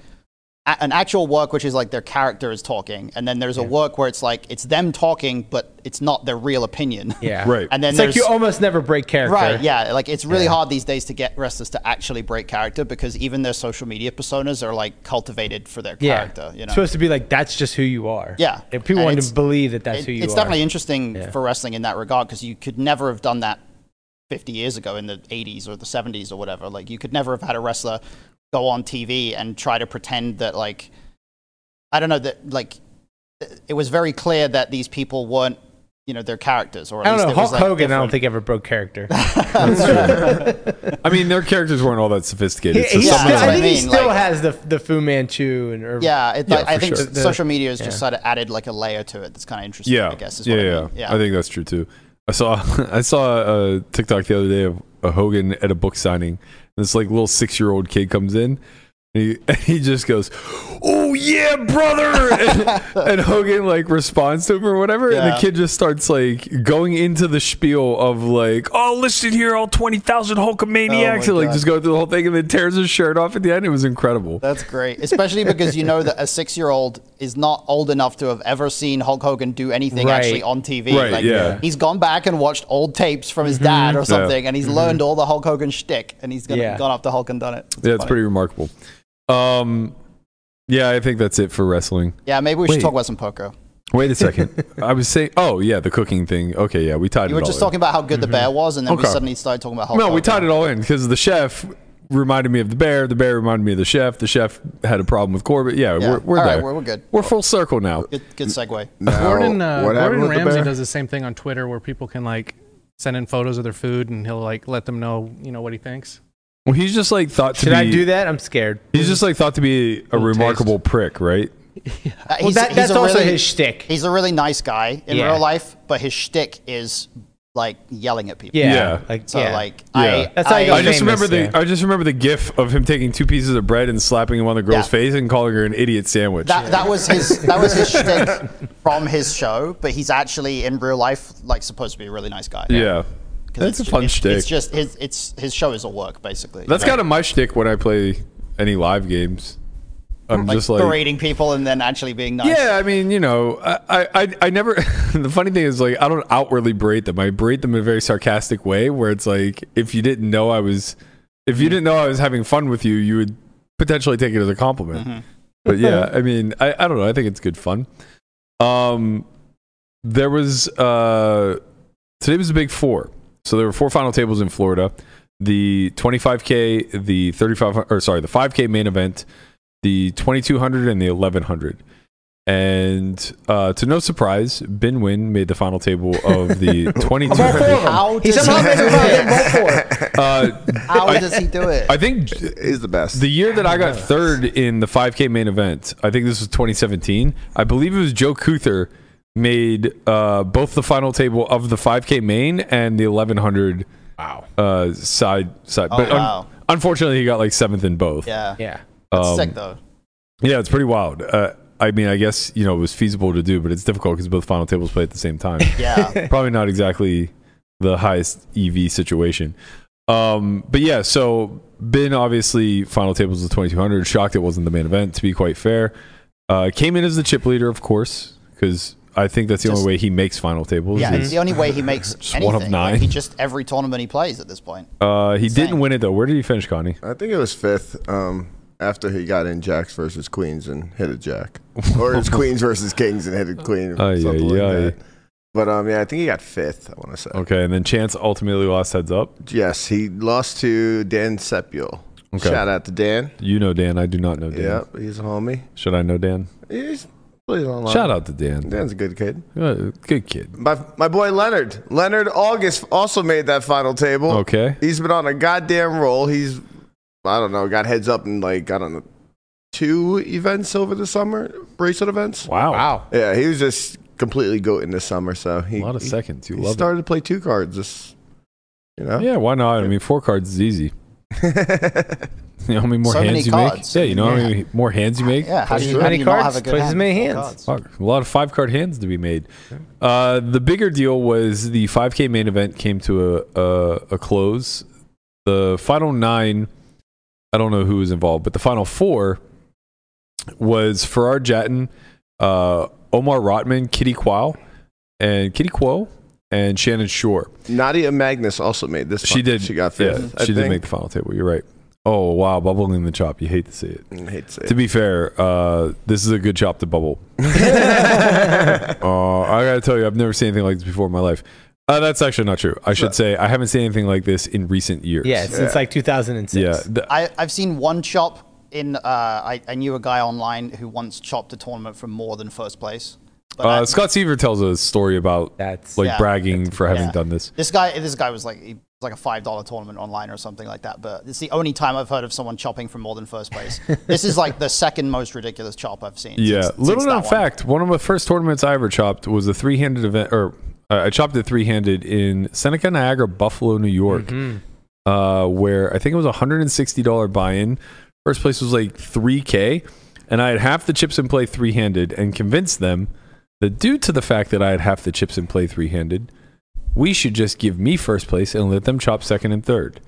Speaker 4: a- an actual work which is like their character is talking, and then there's a work where it's like it's them talking, but it's not their real opinion.
Speaker 5: Yeah.
Speaker 3: Right.
Speaker 4: (laughs) and then
Speaker 5: it's
Speaker 4: there's
Speaker 5: like you almost never break character.
Speaker 4: Right, yeah. Like it's really hard these days to get wrestlers to actually break character because even their social media personas are like cultivated for their
Speaker 5: Yeah.
Speaker 4: character. You know,
Speaker 5: Supposed to be like that's just who you are.
Speaker 4: Yeah.
Speaker 5: If people
Speaker 4: And
Speaker 5: want
Speaker 4: it's-
Speaker 5: to believe that that's
Speaker 4: it-
Speaker 5: who you
Speaker 4: it's
Speaker 5: are.
Speaker 4: definitely interesting
Speaker 5: Yeah.
Speaker 4: for wrestling in that regard because you could never have done that 50 years ago in the 80s or the 70s or whatever. Like you could never have had a wrestler go on TV and try to pretend that like I don't know that like it was very clear that these people weren't you know their characters or at
Speaker 5: I don't
Speaker 4: least
Speaker 5: know.
Speaker 4: it was,
Speaker 5: Hulk
Speaker 4: like,
Speaker 5: Hogan, I don't
Speaker 4: different.
Speaker 5: think ever broke character.
Speaker 3: I mean, their characters weren't all that sophisticated. so
Speaker 5: He- he
Speaker 4: Yeah,
Speaker 3: some of
Speaker 5: still-
Speaker 4: that's
Speaker 5: I
Speaker 4: what I
Speaker 5: think he
Speaker 4: mean,
Speaker 5: still
Speaker 4: like-
Speaker 5: has the the Fu Manchu and or,
Speaker 4: yeah, it, like,
Speaker 3: for
Speaker 4: I think
Speaker 3: sure.
Speaker 4: s-
Speaker 5: The-
Speaker 4: social media has just
Speaker 5: yeah.
Speaker 4: sort of added like a layer to it that's kind of interesting.
Speaker 3: yeah,
Speaker 4: I guess is
Speaker 3: yeah,
Speaker 4: what
Speaker 3: yeah.
Speaker 4: I mean.
Speaker 3: I think that's true too. I saw (laughs) I saw a TikTok the other day of a Hogan at a book signing. And this like little six year old kid comes in. And he, (laughs) and he just goes, "Oh yeah, brother!" (laughs) and, and Hogan like responds to him or whatever, and the
Speaker 4: Yeah.
Speaker 3: kid just starts like going into the spiel of like, "Oh, listen here, all twenty thousand Hulkamaniacs,"
Speaker 4: Oh,
Speaker 3: and
Speaker 4: my
Speaker 3: like
Speaker 4: God.
Speaker 3: just go through the whole thing, and then tears his shirt off at the end. It was incredible.
Speaker 4: That's great, especially because you know that a six-year-old is not old enough to have ever seen Hulk Hogan do anything
Speaker 5: Right. Mm-hmm.
Speaker 4: actually on TV.
Speaker 3: Right,
Speaker 4: Like,
Speaker 3: yeah.
Speaker 4: He's gone back and watched old tapes from his dad or something, and he's learned all the Hulk Hogan shtick, and he's gonna,
Speaker 5: Yeah.
Speaker 4: gone up to Hulk and done it.
Speaker 3: yeah, it's
Speaker 4: funny.
Speaker 3: pretty remarkable. Um, yeah, I think that's it for wrestling.
Speaker 4: Yeah, maybe we should
Speaker 3: Wait.
Speaker 4: talk about some poker.
Speaker 3: Wait a second. (laughs) I was saying, oh yeah, the cooking thing. Okay, yeah, we tied
Speaker 4: You were
Speaker 3: it all.
Speaker 4: just talking about how good the
Speaker 5: Mm-hmm.
Speaker 4: bear was, and then we
Speaker 3: Okay.
Speaker 4: suddenly started talking about Hulk.
Speaker 3: in. No,
Speaker 4: Hogan.
Speaker 3: we tied it all in because the chef reminded me of the bear. The bear reminded me of the chef. The chef had a problem with Corbett. Yeah,
Speaker 4: Yeah.
Speaker 3: we're we're
Speaker 4: All
Speaker 3: there.
Speaker 4: right, we're- we're good.
Speaker 3: We're full circle now.
Speaker 4: Good, good
Speaker 5: Mm.
Speaker 4: segue.
Speaker 2: Now,
Speaker 6: Gordon, uh,
Speaker 2: what
Speaker 6: Gordon
Speaker 2: happened with the
Speaker 6: Ramsay
Speaker 2: bear?
Speaker 6: does the same thing on Twitter where people can like send in photos of their food and he'll like let them know, you know, what he thinks.
Speaker 3: Well, he's just like thought to
Speaker 5: Should
Speaker 3: be.
Speaker 5: I do that? I'm scared.
Speaker 3: He's just like thought to be a
Speaker 6: Little
Speaker 3: remarkable prick, right?
Speaker 4: Uh,
Speaker 5: Well,
Speaker 4: he's-
Speaker 5: that,
Speaker 4: he's
Speaker 5: that's
Speaker 4: a
Speaker 5: also
Speaker 4: really-
Speaker 5: his shtick.
Speaker 4: He's a really nice guy in
Speaker 5: Yeah.
Speaker 4: real life, but his shtick is like yelling at people.
Speaker 5: yeah,
Speaker 3: Yeah.
Speaker 5: Like
Speaker 4: So
Speaker 5: yeah.
Speaker 4: like,
Speaker 3: Yeah.
Speaker 4: I,
Speaker 5: That's how you
Speaker 4: I-
Speaker 5: got
Speaker 3: I just
Speaker 5: famous,
Speaker 3: remember the
Speaker 5: yeah.
Speaker 3: I just remember the gif of him taking two pieces of bread and slapping him on the girl's
Speaker 4: Yeah.
Speaker 3: face and calling her an idiot sandwich.
Speaker 4: That, that was
Speaker 5: (laughs)
Speaker 4: his that was his shtick from his show, but he's actually in real life like supposed to be a really nice guy.
Speaker 3: yeah.
Speaker 4: 'Cause
Speaker 3: That's a
Speaker 4: ju-
Speaker 3: fun
Speaker 4: it's,
Speaker 3: shtick.
Speaker 4: It's just his it's his show is a work basically.
Speaker 3: That's kind of my shtick when I play any live games. I'm
Speaker 4: like,
Speaker 3: just like
Speaker 4: berating people and then actually being nice.
Speaker 3: Yeah, I mean, you know, I, I- I, I never. (laughs) the funny thing is, like, I don't outwardly berate them. I berate them in a very sarcastic way, where it's like, if you didn't know I was, if you didn't know I was having fun with you, you would potentially take it as a compliment. But yeah, I mean, I, I don't know. I think it's good fun. Um, there was uh, today was the big four. So there were four final tables in Florida: the 25k, the 35, or sorry, the 5k main event, the 2200, and the 1100. And uh, to no surprise, Bin Win made the final table of the 2200.
Speaker 4: How
Speaker 5: He
Speaker 4: does,
Speaker 5: somehow made it about
Speaker 4: (laughs)
Speaker 5: him both for it.
Speaker 3: Uh,
Speaker 4: how does he do it?
Speaker 3: I think
Speaker 2: He's the best.
Speaker 3: the year that I got third in the 5K main event, I think this was 2017. I believe it was Joe Couther made uh, both the final table of the 5K main and the 1100
Speaker 6: Wow.
Speaker 3: uh, side side.
Speaker 4: Oh,
Speaker 3: but un-
Speaker 4: wow.
Speaker 3: unfortunately, he got like seventh in both.
Speaker 4: yeah.
Speaker 3: (laughs)
Speaker 5: Yeah.
Speaker 4: That's
Speaker 3: Um,
Speaker 4: sick though.
Speaker 3: yeah, it's pretty wild. Uh, I mean, I guess you know it was feasible to do, but it's difficult because both final tables play at the same time.
Speaker 4: Yeah.
Speaker 3: (laughs) Probably not exactly the highest EV situation. Um, but yeah, so Ben obviously final tables with 2200. Shocked it wasn't the main event. To be quite fair, uh, came in as the chip leader, of course, because I think that's the
Speaker 4: Just-
Speaker 3: only way he makes final tables.
Speaker 4: Yeah, it's
Speaker 3: is-
Speaker 4: the only way he makes
Speaker 3: Just
Speaker 4: anything.
Speaker 3: one of
Speaker 4: Like,
Speaker 3: nine.
Speaker 4: he just every tournament he plays at this point.
Speaker 3: uh, he didn't
Speaker 4: insane.
Speaker 3: win it though. Where did he finish, Connie?
Speaker 2: I think it was fifth um, after he got in jacks versus queens and hit a
Speaker 3: (laughs)
Speaker 2: jack, or it was queens versus kings and hit a queen, or
Speaker 3: Ay,
Speaker 2: something
Speaker 3: ay,
Speaker 2: like
Speaker 3: ay.
Speaker 2: that. But um, yeah, I think he got fifth. I want to say
Speaker 3: Okay, and then Chance ultimately lost heads up.
Speaker 2: yes, he lost to Dan Sepul.
Speaker 3: Okay.
Speaker 2: Shout out to Dan.
Speaker 3: You know Dan. I do not know Dan.
Speaker 2: Yep, he's a homie.
Speaker 3: Should I know Dan?
Speaker 2: He's he's online.
Speaker 3: Shout out to Dan.
Speaker 2: Dan's a good kid.
Speaker 3: Uh, good kid.
Speaker 2: My my boy Leonard. Leonard August also made that final table.
Speaker 3: Okay.
Speaker 2: He's been on a goddamn roll. He's I don't know, got heads up in like, I don't know, two events over the summer, bracelet events.
Speaker 3: Oh, Wow.
Speaker 5: Wow.
Speaker 2: Yeah, he was just completely goating this summer, so
Speaker 3: A
Speaker 2: he
Speaker 3: lot of
Speaker 2: he-
Speaker 3: seconds. You
Speaker 2: he
Speaker 3: love
Speaker 2: started to play two cards this you know?
Speaker 3: it. Yeah, why not? I mean, four cards is easy. You know how many more
Speaker 4: So
Speaker 3: hands
Speaker 4: many
Speaker 3: you
Speaker 4: cards.
Speaker 3: make? Yeah, you know how
Speaker 4: Yeah.
Speaker 3: many more hands you make?
Speaker 4: Yeah, how do you,
Speaker 5: as
Speaker 4: how do
Speaker 5: many
Speaker 4: you not have
Speaker 5: cards,
Speaker 4: a good
Speaker 5: plays as
Speaker 4: hand?
Speaker 5: many
Speaker 4: Four cards.
Speaker 5: hands.
Speaker 3: Fuck, a lot of five card hands to be made. Uh, the bigger deal was the 5K main event came to a, a, a close. The final nine, I don't know who was involved, but the final four was Farrar Jatin, uh, Omar Rotman, Kitty Quow, and Kitty Quo, and Shannon Shore.
Speaker 2: Nadia Magnus also made this
Speaker 3: She
Speaker 2: one.
Speaker 3: did.
Speaker 2: she got fifth.
Speaker 3: Yeah, she did make the final table. You're right. Oh wow, bubbling in the chop. You hate to see it.
Speaker 2: make hate to say
Speaker 3: To be fair, uh, this is a good chop
Speaker 2: (laughs)
Speaker 3: to bubble. Uh, I gotta tell you, I've never seen anything like this before in my life. Uh, that's actually not true. I should say I haven't seen anything like this in recent years.
Speaker 5: Yeah, since like 2006.
Speaker 3: yeah. th-
Speaker 4: I, I've seen one chop in. Uh, I, I knew a guy online who once chopped a tournament for more than first place. But
Speaker 3: uh,
Speaker 4: I-
Speaker 3: Scott Seaver tells a story about
Speaker 5: That's-
Speaker 3: like
Speaker 4: Yeah.
Speaker 3: bragging for having
Speaker 4: Yeah.
Speaker 3: done this.
Speaker 4: this guy, this guy was like he was like a five dollar tournament online or something like that. But it's the only time I've heard of someone chopping for more than first
Speaker 3: (laughs)
Speaker 4: place. this is like the second most ridiculous chop I've seen.
Speaker 3: Yeah.
Speaker 4: since-
Speaker 3: Little
Speaker 4: since
Speaker 3: known
Speaker 4: that one.
Speaker 3: fact, one of the first tournaments I ever chopped was a three handed event, or uh, I chopped it three handed in Seneca, Niagara, Buffalo, New York, uh, where I think it was a $160 buy in. First place was like 3K. And I had half the chips in play three handed and convinced them that due to the fact that I had half the chips in play three handed, we should just give me first place and let them chop second and third.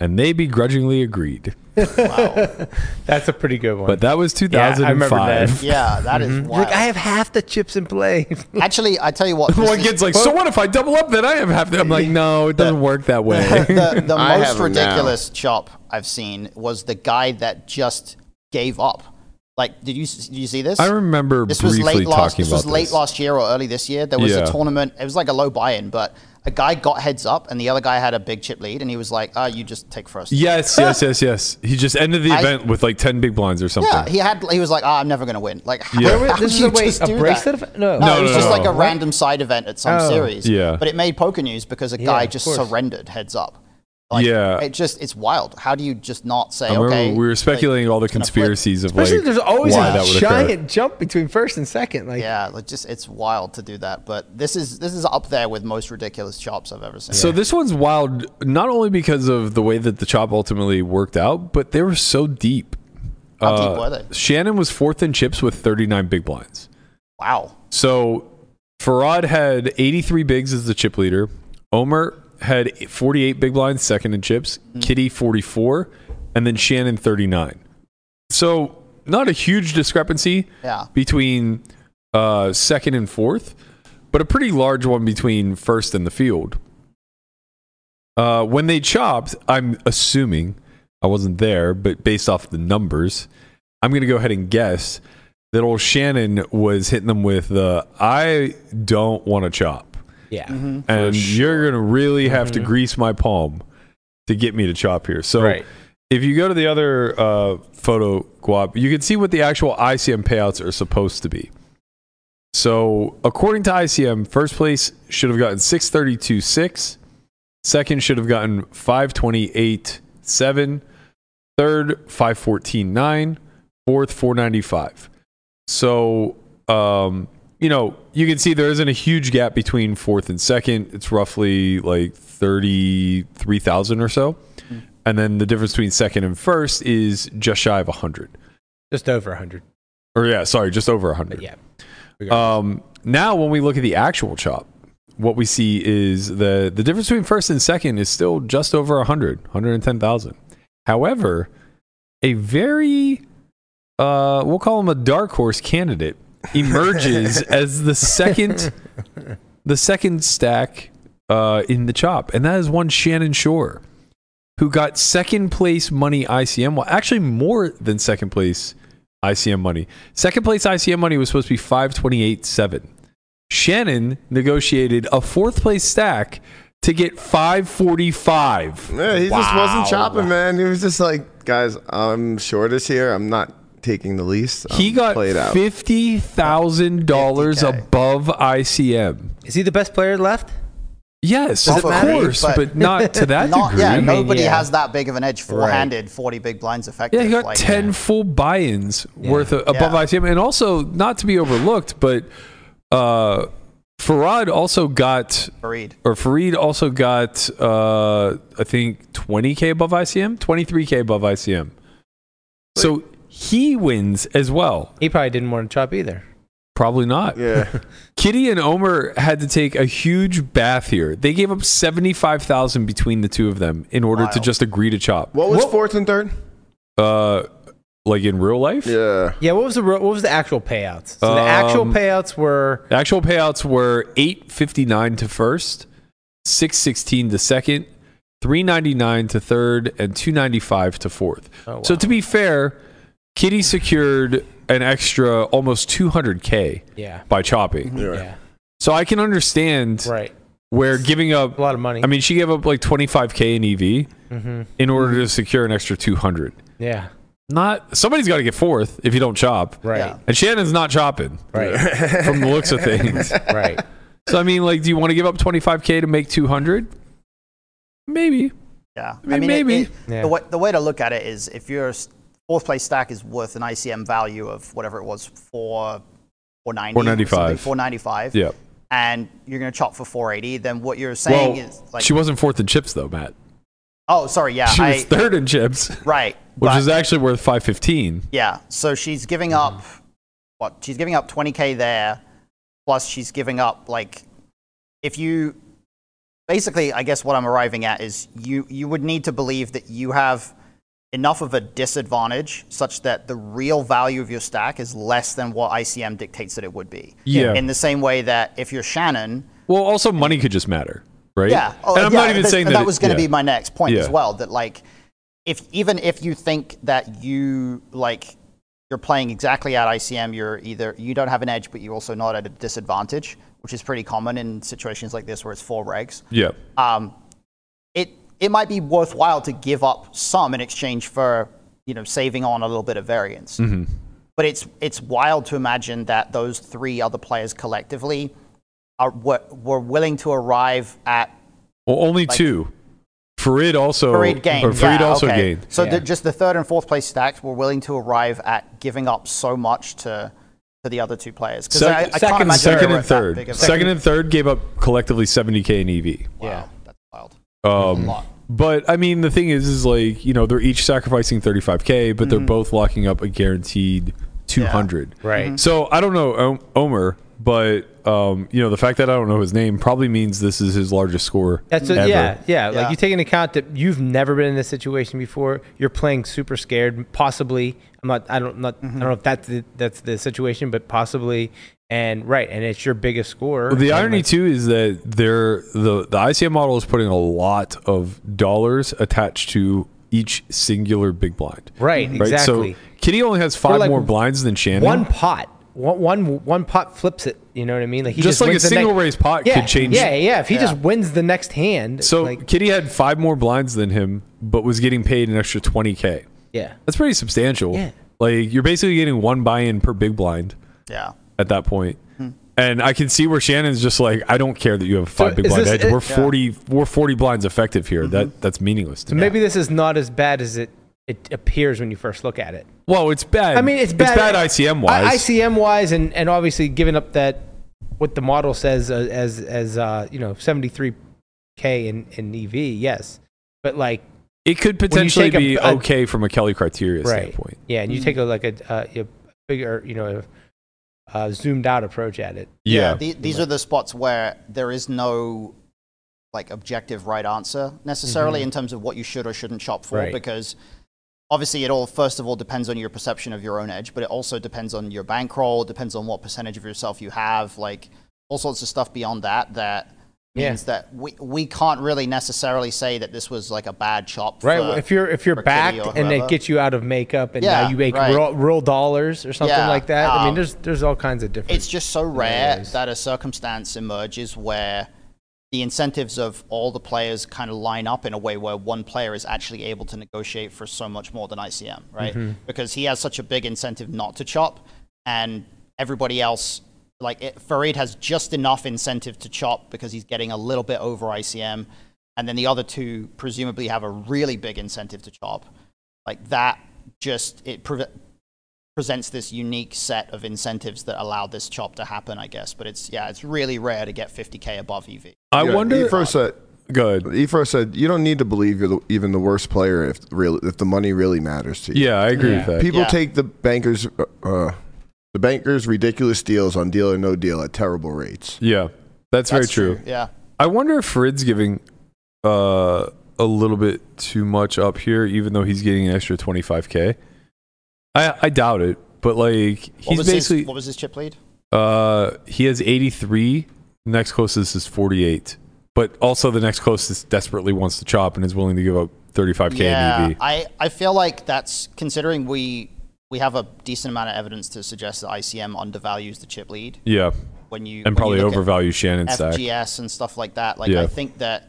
Speaker 3: and they begrudgingly agreed. (laughs)
Speaker 5: That's a pretty good one.
Speaker 3: But that was
Speaker 5: Yeah, I
Speaker 3: 2005.
Speaker 5: remember that.
Speaker 4: Yeah, that is
Speaker 3: Mhm.
Speaker 5: You're
Speaker 4: wild.
Speaker 5: like, I have half the chips in play. (laughs)
Speaker 4: Actually, I tell you what. this
Speaker 3: (laughs) One
Speaker 4: is-
Speaker 3: kid's like, so what if I double up? Then I have half. The-" I'm like, no, it doesn't work
Speaker 4: (laughs)
Speaker 3: that way.
Speaker 4: the,
Speaker 3: (laughs)
Speaker 4: the
Speaker 2: I
Speaker 4: most
Speaker 2: have 'em now.
Speaker 4: ridiculous chop I've seen was the guy that just gave up. Like, did you s- did you see this?
Speaker 3: I remember
Speaker 4: this was late
Speaker 3: briefly talking
Speaker 4: last. This
Speaker 3: about
Speaker 4: was late
Speaker 3: this.
Speaker 4: last year or early this year. There was
Speaker 3: Yeah.
Speaker 4: a tournament. It was like a low buy-in, but a guy got heads up, and the other guy had a big chip lead, and he was like, "Ah, you just take first.
Speaker 3: Yes, yes, yes, yes. He just ended the
Speaker 4: I-
Speaker 3: event with like ten big blinds or something.
Speaker 4: Yeah, he had. He was like, "Ah, I'm never gonna win." Like, how,
Speaker 3: Yeah.
Speaker 4: how
Speaker 5: This
Speaker 4: do
Speaker 5: is
Speaker 4: you
Speaker 5: a wait,
Speaker 4: just
Speaker 5: a
Speaker 4: do
Speaker 5: bracelet
Speaker 4: that?
Speaker 5: event? No.
Speaker 4: No,
Speaker 3: No,
Speaker 4: it was
Speaker 3: no,
Speaker 4: just
Speaker 3: no.
Speaker 4: like a random side event at some
Speaker 5: Oh.
Speaker 4: series.
Speaker 3: Yeah.
Speaker 4: But it made poker news because a
Speaker 5: Yeah,
Speaker 4: guy
Speaker 5: of
Speaker 4: just
Speaker 5: course.
Speaker 4: surrendered heads up.
Speaker 3: Yeah.
Speaker 4: It just it's wild. How do you just not say
Speaker 3: I remember
Speaker 4: okay?
Speaker 3: we were
Speaker 4: like,
Speaker 3: speculating all the
Speaker 4: it's gonna flip?
Speaker 3: conspiracies of like
Speaker 5: Especially there's always
Speaker 3: why
Speaker 5: a
Speaker 3: that would
Speaker 5: giant
Speaker 3: occur.
Speaker 5: jump between first and second. Like,
Speaker 4: Yeah, like just it's wild to do that. But this is this is up there with most ridiculous chops I've ever seen.
Speaker 3: So this one's wild, not only because of the way that the chop ultimately worked out, but they were so deep. Uh,
Speaker 4: how deep were they?
Speaker 3: Shannon was fourth in chips with 39 big blinds.
Speaker 4: Wow.
Speaker 3: So Farad had 83 bigs as the chip leader. Omer had 48 big blinds, second in chips. Kitty 44, and then Shannon 39. So not a huge discrepancy
Speaker 4: Yeah.
Speaker 3: between uh, second and fourth, but a pretty large one between first and the field. Uh, when they chopped, I'm assuming I wasn't there, but based off the numbers, I'm going to go ahead and guess that old Shannon was hitting them with the I don't want to chop.
Speaker 5: Yeah.
Speaker 4: Mm-hmm.
Speaker 3: And you're going to really have to grease my palm to get me to chop here. So
Speaker 5: Right.
Speaker 3: if you go to the other uh, photo guap, you can see what the actual ICM payouts are supposed to be. So according to ICM, first place should have gotten 632.6. Second should have gotten 528.7. Third, 514.9. Fourth, 495. So, um, you know, you can see there isn't a huge gap between fourth and second. It's roughly like 33,000 or so. And then the difference between second and first is just shy of 100.
Speaker 5: Just over 100.
Speaker 3: Or, yeah, sorry, just over 100.
Speaker 5: But yeah.
Speaker 3: Um, now, when we look at the actual chop, what we see is the the difference between first and second is still just over 100, 110,000. However, a very, uh, we'll call him a dark horse candidate, emerges as the second, the second stack uh, in the chop, and that is one Shannon Shore, who got second place money ICM. Well, actually, more than second place ICM money. Second place ICM money was supposed to be five twenty eight seven. Shannon negotiated a fourth place stack to get five forty five.
Speaker 2: Yeah, he just wasn't chopping, man. He was just like, guys, I'm shortest here. I'm not taking the least. I'm
Speaker 3: He
Speaker 4: um,
Speaker 3: got
Speaker 2: played out.
Speaker 3: fifty thousand dollars
Speaker 4: 50K.
Speaker 3: above ICM.
Speaker 5: Is he the best player left?
Speaker 3: Yes,
Speaker 4: Does
Speaker 3: of
Speaker 4: it matter?
Speaker 3: course, but,
Speaker 4: But- (laughs)
Speaker 3: not to that
Speaker 4: Not,
Speaker 3: degree.
Speaker 4: yeah,
Speaker 3: Yeah,
Speaker 4: nobody
Speaker 5: yeah.
Speaker 4: has that big of an edge four-handed, 40 big blinds effective.
Speaker 3: he got
Speaker 4: like-
Speaker 3: ten full buy-ins worth of, above
Speaker 4: Yeah.
Speaker 3: ICM, and also not to be overlooked, but uh, Farad also got
Speaker 4: Fareed.
Speaker 3: or Farid also got uh, I think 20k above ICM, 23k above ICM. So he wins as well.
Speaker 5: He probably didn't want to chop either.
Speaker 3: Probably not.
Speaker 2: yeah.
Speaker 3: Kitty and Omer had to take a huge bath here. They gave up 75,000 between the two of them in order to
Speaker 4: Wild.
Speaker 3: just agree to chop.
Speaker 2: What was fourth and third?
Speaker 3: Uh like in real life?
Speaker 2: Yeah.
Speaker 5: Yeah, what was the ro- what was the actual payouts? So the actual
Speaker 3: Um,
Speaker 5: payouts were
Speaker 3: The actual payouts were 859 to first, 616 to second, 399 to third, and 295 to fourth.
Speaker 5: Oh,
Speaker 3: So
Speaker 5: wow.
Speaker 3: to be fair, Kitty secured an extra almost 200k
Speaker 5: yeah,
Speaker 3: by chopping.
Speaker 5: yeah,
Speaker 3: So I can understand
Speaker 5: right.
Speaker 3: where giving up
Speaker 5: A lot of money.
Speaker 3: I mean she gave up like 25k in EV
Speaker 4: Mm-hmm.
Speaker 5: hmm
Speaker 3: in order to secure an extra 200.
Speaker 5: yeah,
Speaker 3: Not somebody's got to get fourth if you don't chop.
Speaker 5: right,
Speaker 4: Yeah.
Speaker 3: And Shannon's not chopping
Speaker 5: right,
Speaker 3: from the looks of
Speaker 4: (laughs)
Speaker 3: things.
Speaker 5: (laughs) right.
Speaker 3: So I mean, like, do you want to give up 25k to make 200? Maybe.
Speaker 4: Yeah,
Speaker 3: mean,
Speaker 4: it-
Speaker 3: maybe.
Speaker 4: it-
Speaker 5: Yeah.
Speaker 4: the, way, the way to look at it is if your s- fourth place stack is worth an ICM value of whatever it was, four, 490,
Speaker 3: 495.
Speaker 4: 495,
Speaker 3: Yeah.
Speaker 4: and you're going to chop for 480, then what you're
Speaker 3: Well,
Speaker 4: saying is like,
Speaker 3: she wasn't fourth in chips though, Matt.
Speaker 4: oh, sorry, yeah,
Speaker 3: She was
Speaker 4: I,
Speaker 3: third in chips, which
Speaker 4: right, but-
Speaker 3: is actually worth 515.
Speaker 4: yeah, so she's giving up what she's giving up 20k there, plus she's giving up like if you basically, I guess what I'm arriving at is you you would need to believe that you have enough of a disadvantage such that the real value of your stack is less than what ICM dictates that it would be.
Speaker 3: Yeah.
Speaker 4: In the same way that if you're Shannon,
Speaker 3: Well, also money could just matter, right?
Speaker 4: yeah. Oh,
Speaker 3: and I'm
Speaker 4: yeah,
Speaker 3: not even
Speaker 4: that,
Speaker 3: saying that
Speaker 4: that, was going to be my next point as
Speaker 3: Yeah.
Speaker 4: well. That like, if even if you think that you like, you're playing exactly at ICM, you're either you don't have an edge, but you're also not at a disadvantage, which is pretty common in situations like this where it's four regs.
Speaker 3: Yeah.
Speaker 4: Um, it it might be worthwhile to give up some in exchange for you know saving on a little bit of variance.
Speaker 3: Mm-hmm.
Speaker 4: But it's it's wild to imagine that those three other players collectively are were, were willing to arrive at
Speaker 3: Well, only two. Farid also.
Speaker 4: Farid gained.
Speaker 3: Or Farid
Speaker 4: Yeah,
Speaker 3: also
Speaker 4: okay.
Speaker 3: gained.
Speaker 4: So the, just the third and fourth place stacks were willing to arrive at giving up so much to to the other two players. 'Cause
Speaker 3: Sec-
Speaker 4: I, I can't
Speaker 5: second-
Speaker 4: imagine
Speaker 3: Second
Speaker 4: they were
Speaker 3: and
Speaker 4: that
Speaker 3: third.
Speaker 4: big of a-
Speaker 3: Second and third gave up collectively 70k in EV.
Speaker 4: Wow, that's wild.
Speaker 3: Um,
Speaker 4: lot.
Speaker 3: but I mean, the thing is, is like you know they're each sacrificing 35k, but they're both locking up a guaranteed 200.
Speaker 5: Mm-hmm.
Speaker 4: Mm-hmm.
Speaker 5: Right.
Speaker 3: So I don't know, o- Omer. But um, you know, the fact that I don't know his name probably means this is his largest score.
Speaker 5: That's
Speaker 3: ever.
Speaker 5: what, yeah, yeah,
Speaker 4: Yeah.
Speaker 5: Like you take into account that you've never been in this situation before. You're playing super scared, possibly. I'm not. I don't. Not. I don't know if that's the, that's the situation, but possibly. And right, and it's your biggest score.
Speaker 3: The
Speaker 5: And,
Speaker 3: irony
Speaker 5: like,
Speaker 3: too is that they're the the ICM model is putting a lot of dollars attached to each singular big blind.
Speaker 5: Right,
Speaker 3: Right.
Speaker 5: exactly.
Speaker 3: So Kitty only has five
Speaker 5: like
Speaker 3: more blinds than Shannon.
Speaker 5: one pot. One, one one pot flips it. You know what I mean? Like he
Speaker 3: Just
Speaker 5: just
Speaker 3: like
Speaker 5: wins
Speaker 3: a
Speaker 5: the
Speaker 3: single
Speaker 5: next-
Speaker 3: raise pot could
Speaker 5: yeah,
Speaker 3: change-
Speaker 5: Yeah, yeah. If he just wins the next hand,
Speaker 3: so
Speaker 5: like,
Speaker 3: Kitty had five more blinds than him, but was getting paid an extra twenty k.
Speaker 5: yeah,
Speaker 3: That's pretty substantial.
Speaker 5: Yeah.
Speaker 3: Like you're basically getting one buy-in per big blind
Speaker 4: Yeah.
Speaker 3: at that point.
Speaker 5: Hmm.
Speaker 3: And I can see where Shannon's just like, I don't care that you have five
Speaker 5: So
Speaker 3: big
Speaker 5: is
Speaker 3: blind
Speaker 5: this
Speaker 3: edge.
Speaker 5: it? Mm-hmm.
Speaker 3: We're forty, we're forty blinds effective here. That that's meaningless to me.
Speaker 5: maybe this is not as bad as it it appears when you first look at it.
Speaker 3: Well, it's bad.
Speaker 5: I mean, it's bad.
Speaker 3: ICM wise.
Speaker 5: I- ICM wise, and, and obviously giving up that what the model says uh, as as uh, you know seventy three k in in EV. Yes, but like
Speaker 3: It could
Speaker 5: you
Speaker 3: potentially
Speaker 5: take a-
Speaker 3: be
Speaker 5: a-
Speaker 3: okay from a Kelly criteria
Speaker 5: right,
Speaker 3: standpoint.
Speaker 5: yeah, and you take a like a, uh, a bigger you know uh, zoomed out approach at it.
Speaker 3: Yeah.
Speaker 4: the- these are the spots where there is no like objective right answer necessarily in terms of what you should or shouldn't shop for
Speaker 5: Mm-hmm. Right.
Speaker 4: because obviously it all first of all depends on your perception of your own edge but it also depends on your bankroll it depends on what percentage of yourself you have like all sorts of stuff beyond that that
Speaker 5: Yeah.
Speaker 4: means that we, we can't really necessarily say that this was like a bad shop
Speaker 5: Right,
Speaker 3: uh,
Speaker 4: for,
Speaker 5: if you're if you're
Speaker 4: for Kitty
Speaker 5: backed
Speaker 4: or
Speaker 5: and it
Speaker 4: whoever.
Speaker 5: gets you out of makeup and now
Speaker 4: Yeah,
Speaker 5: you make
Speaker 4: right.
Speaker 5: real, real dollars or something
Speaker 4: Yeah,
Speaker 5: like that. I mean,
Speaker 4: um,
Speaker 5: there's there's all kinds of different.
Speaker 4: it's just so rare
Speaker 5: ways.
Speaker 4: that a circumstance emerges where the incentives of all the players kind of line up in a way where one player is actually able to negotiate for so much more than ICM, right? Because he has such a big incentive not to chop, and everybody else, like it, Farid, has just enough incentive to chop because he's getting a little bit over ICM, and then the other two presumably have a really big incentive to chop. Like that, just it preve- presents this unique set of incentives that allow this chop to happen, I guess. But it's yeah, it's really rare to get 50k above E EV.
Speaker 3: I
Speaker 2: Yeah,
Speaker 3: wonder.
Speaker 2: Ifro said,
Speaker 3: go ahead.
Speaker 2: Ifro said, you don't need to believe you're the, even the worst player if real, if the money really matters to you.
Speaker 3: Yeah, I agree with that.
Speaker 2: People
Speaker 4: Yeah.
Speaker 2: take the bankers, uh, uh, the bankers' ridiculous deals on Deal or No Deal at terrible rates.
Speaker 3: Yeah, that's, very true.
Speaker 4: Yeah.
Speaker 3: I wonder if Frid's giving uh, a little bit too much up here, even though he's getting an extra 25k. I I doubt it, but like
Speaker 4: What
Speaker 3: he's
Speaker 4: was, his,
Speaker 3: basically
Speaker 4: what was his chip lead?
Speaker 3: uh, he has 83. Next closest is 48, but also the next closest desperately wants to chop and is willing to give up 35k in EV.
Speaker 4: I, I feel like that's considering we we have a decent amount of evidence to suggest that ICM undervalues the chip lead
Speaker 3: Yeah,
Speaker 4: when you
Speaker 3: and
Speaker 4: when
Speaker 3: probably
Speaker 4: you look at
Speaker 3: overvalue Shannon's stack.
Speaker 4: FGS and stuff like that. Like
Speaker 3: Yeah.
Speaker 4: I think that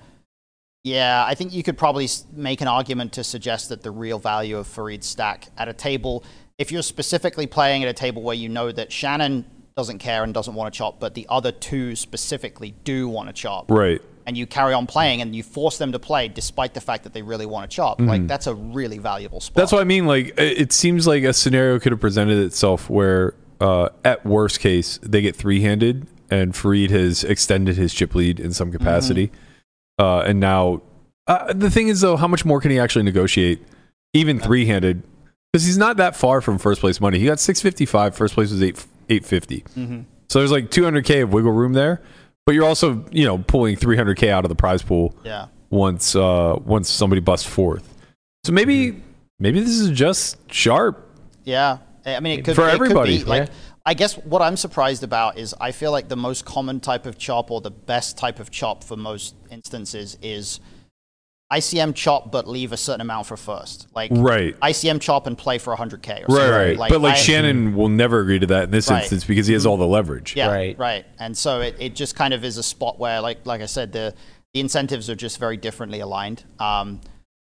Speaker 4: yeah, I think you could probably s- make an argument to suggest that the real value of Farid's stack at a table, if you're specifically playing at a table where you know that Shannon doesn't care and doesn't want to chop, but the other two specifically do want to chop,
Speaker 3: Right.
Speaker 4: and you carry on playing and you force them to play despite the fact that they really want to chop, like that's a really valuable spot.
Speaker 3: Mm-hmm. That's what I mean. Like, i- it seems like a scenario could have presented itself where, uh, at worst case, they get three handed, and Farid has extended his chip lead in some capacity.
Speaker 4: Mm-hmm.
Speaker 3: Uh, and now, uh, the thing is, though, how much more can he actually negotiate, even three handed? Because he's not that far from first place money. He got 655, first place was 8 850.
Speaker 4: Mm-hmm.
Speaker 3: So there's like 200K of wiggle room there. But you're also, you know, pulling 300K out of the prize pool
Speaker 4: yeah.
Speaker 3: once uh once somebody busts fourth. So maybe maybe this is just sharp.
Speaker 4: Yeah, I mean, it could
Speaker 3: For
Speaker 4: it could
Speaker 3: everybody,
Speaker 4: be, like, I guess what I'm surprised about is I feel like the most common type of chop or the best type of chop for most instances is ICM chop, but leave a certain amount for first, like
Speaker 3: Right.
Speaker 4: ICM chop and play for 100k. Or
Speaker 3: Right,
Speaker 4: something.
Speaker 3: right. but like
Speaker 4: I-
Speaker 3: Shannon will never agree to that in this
Speaker 4: Right.
Speaker 3: instance because he has all the leverage.
Speaker 4: yeah, right,
Speaker 5: Right.
Speaker 4: right. And so it, it just kind of is a spot where, like like I said, the the incentives are just very differently aligned. Um,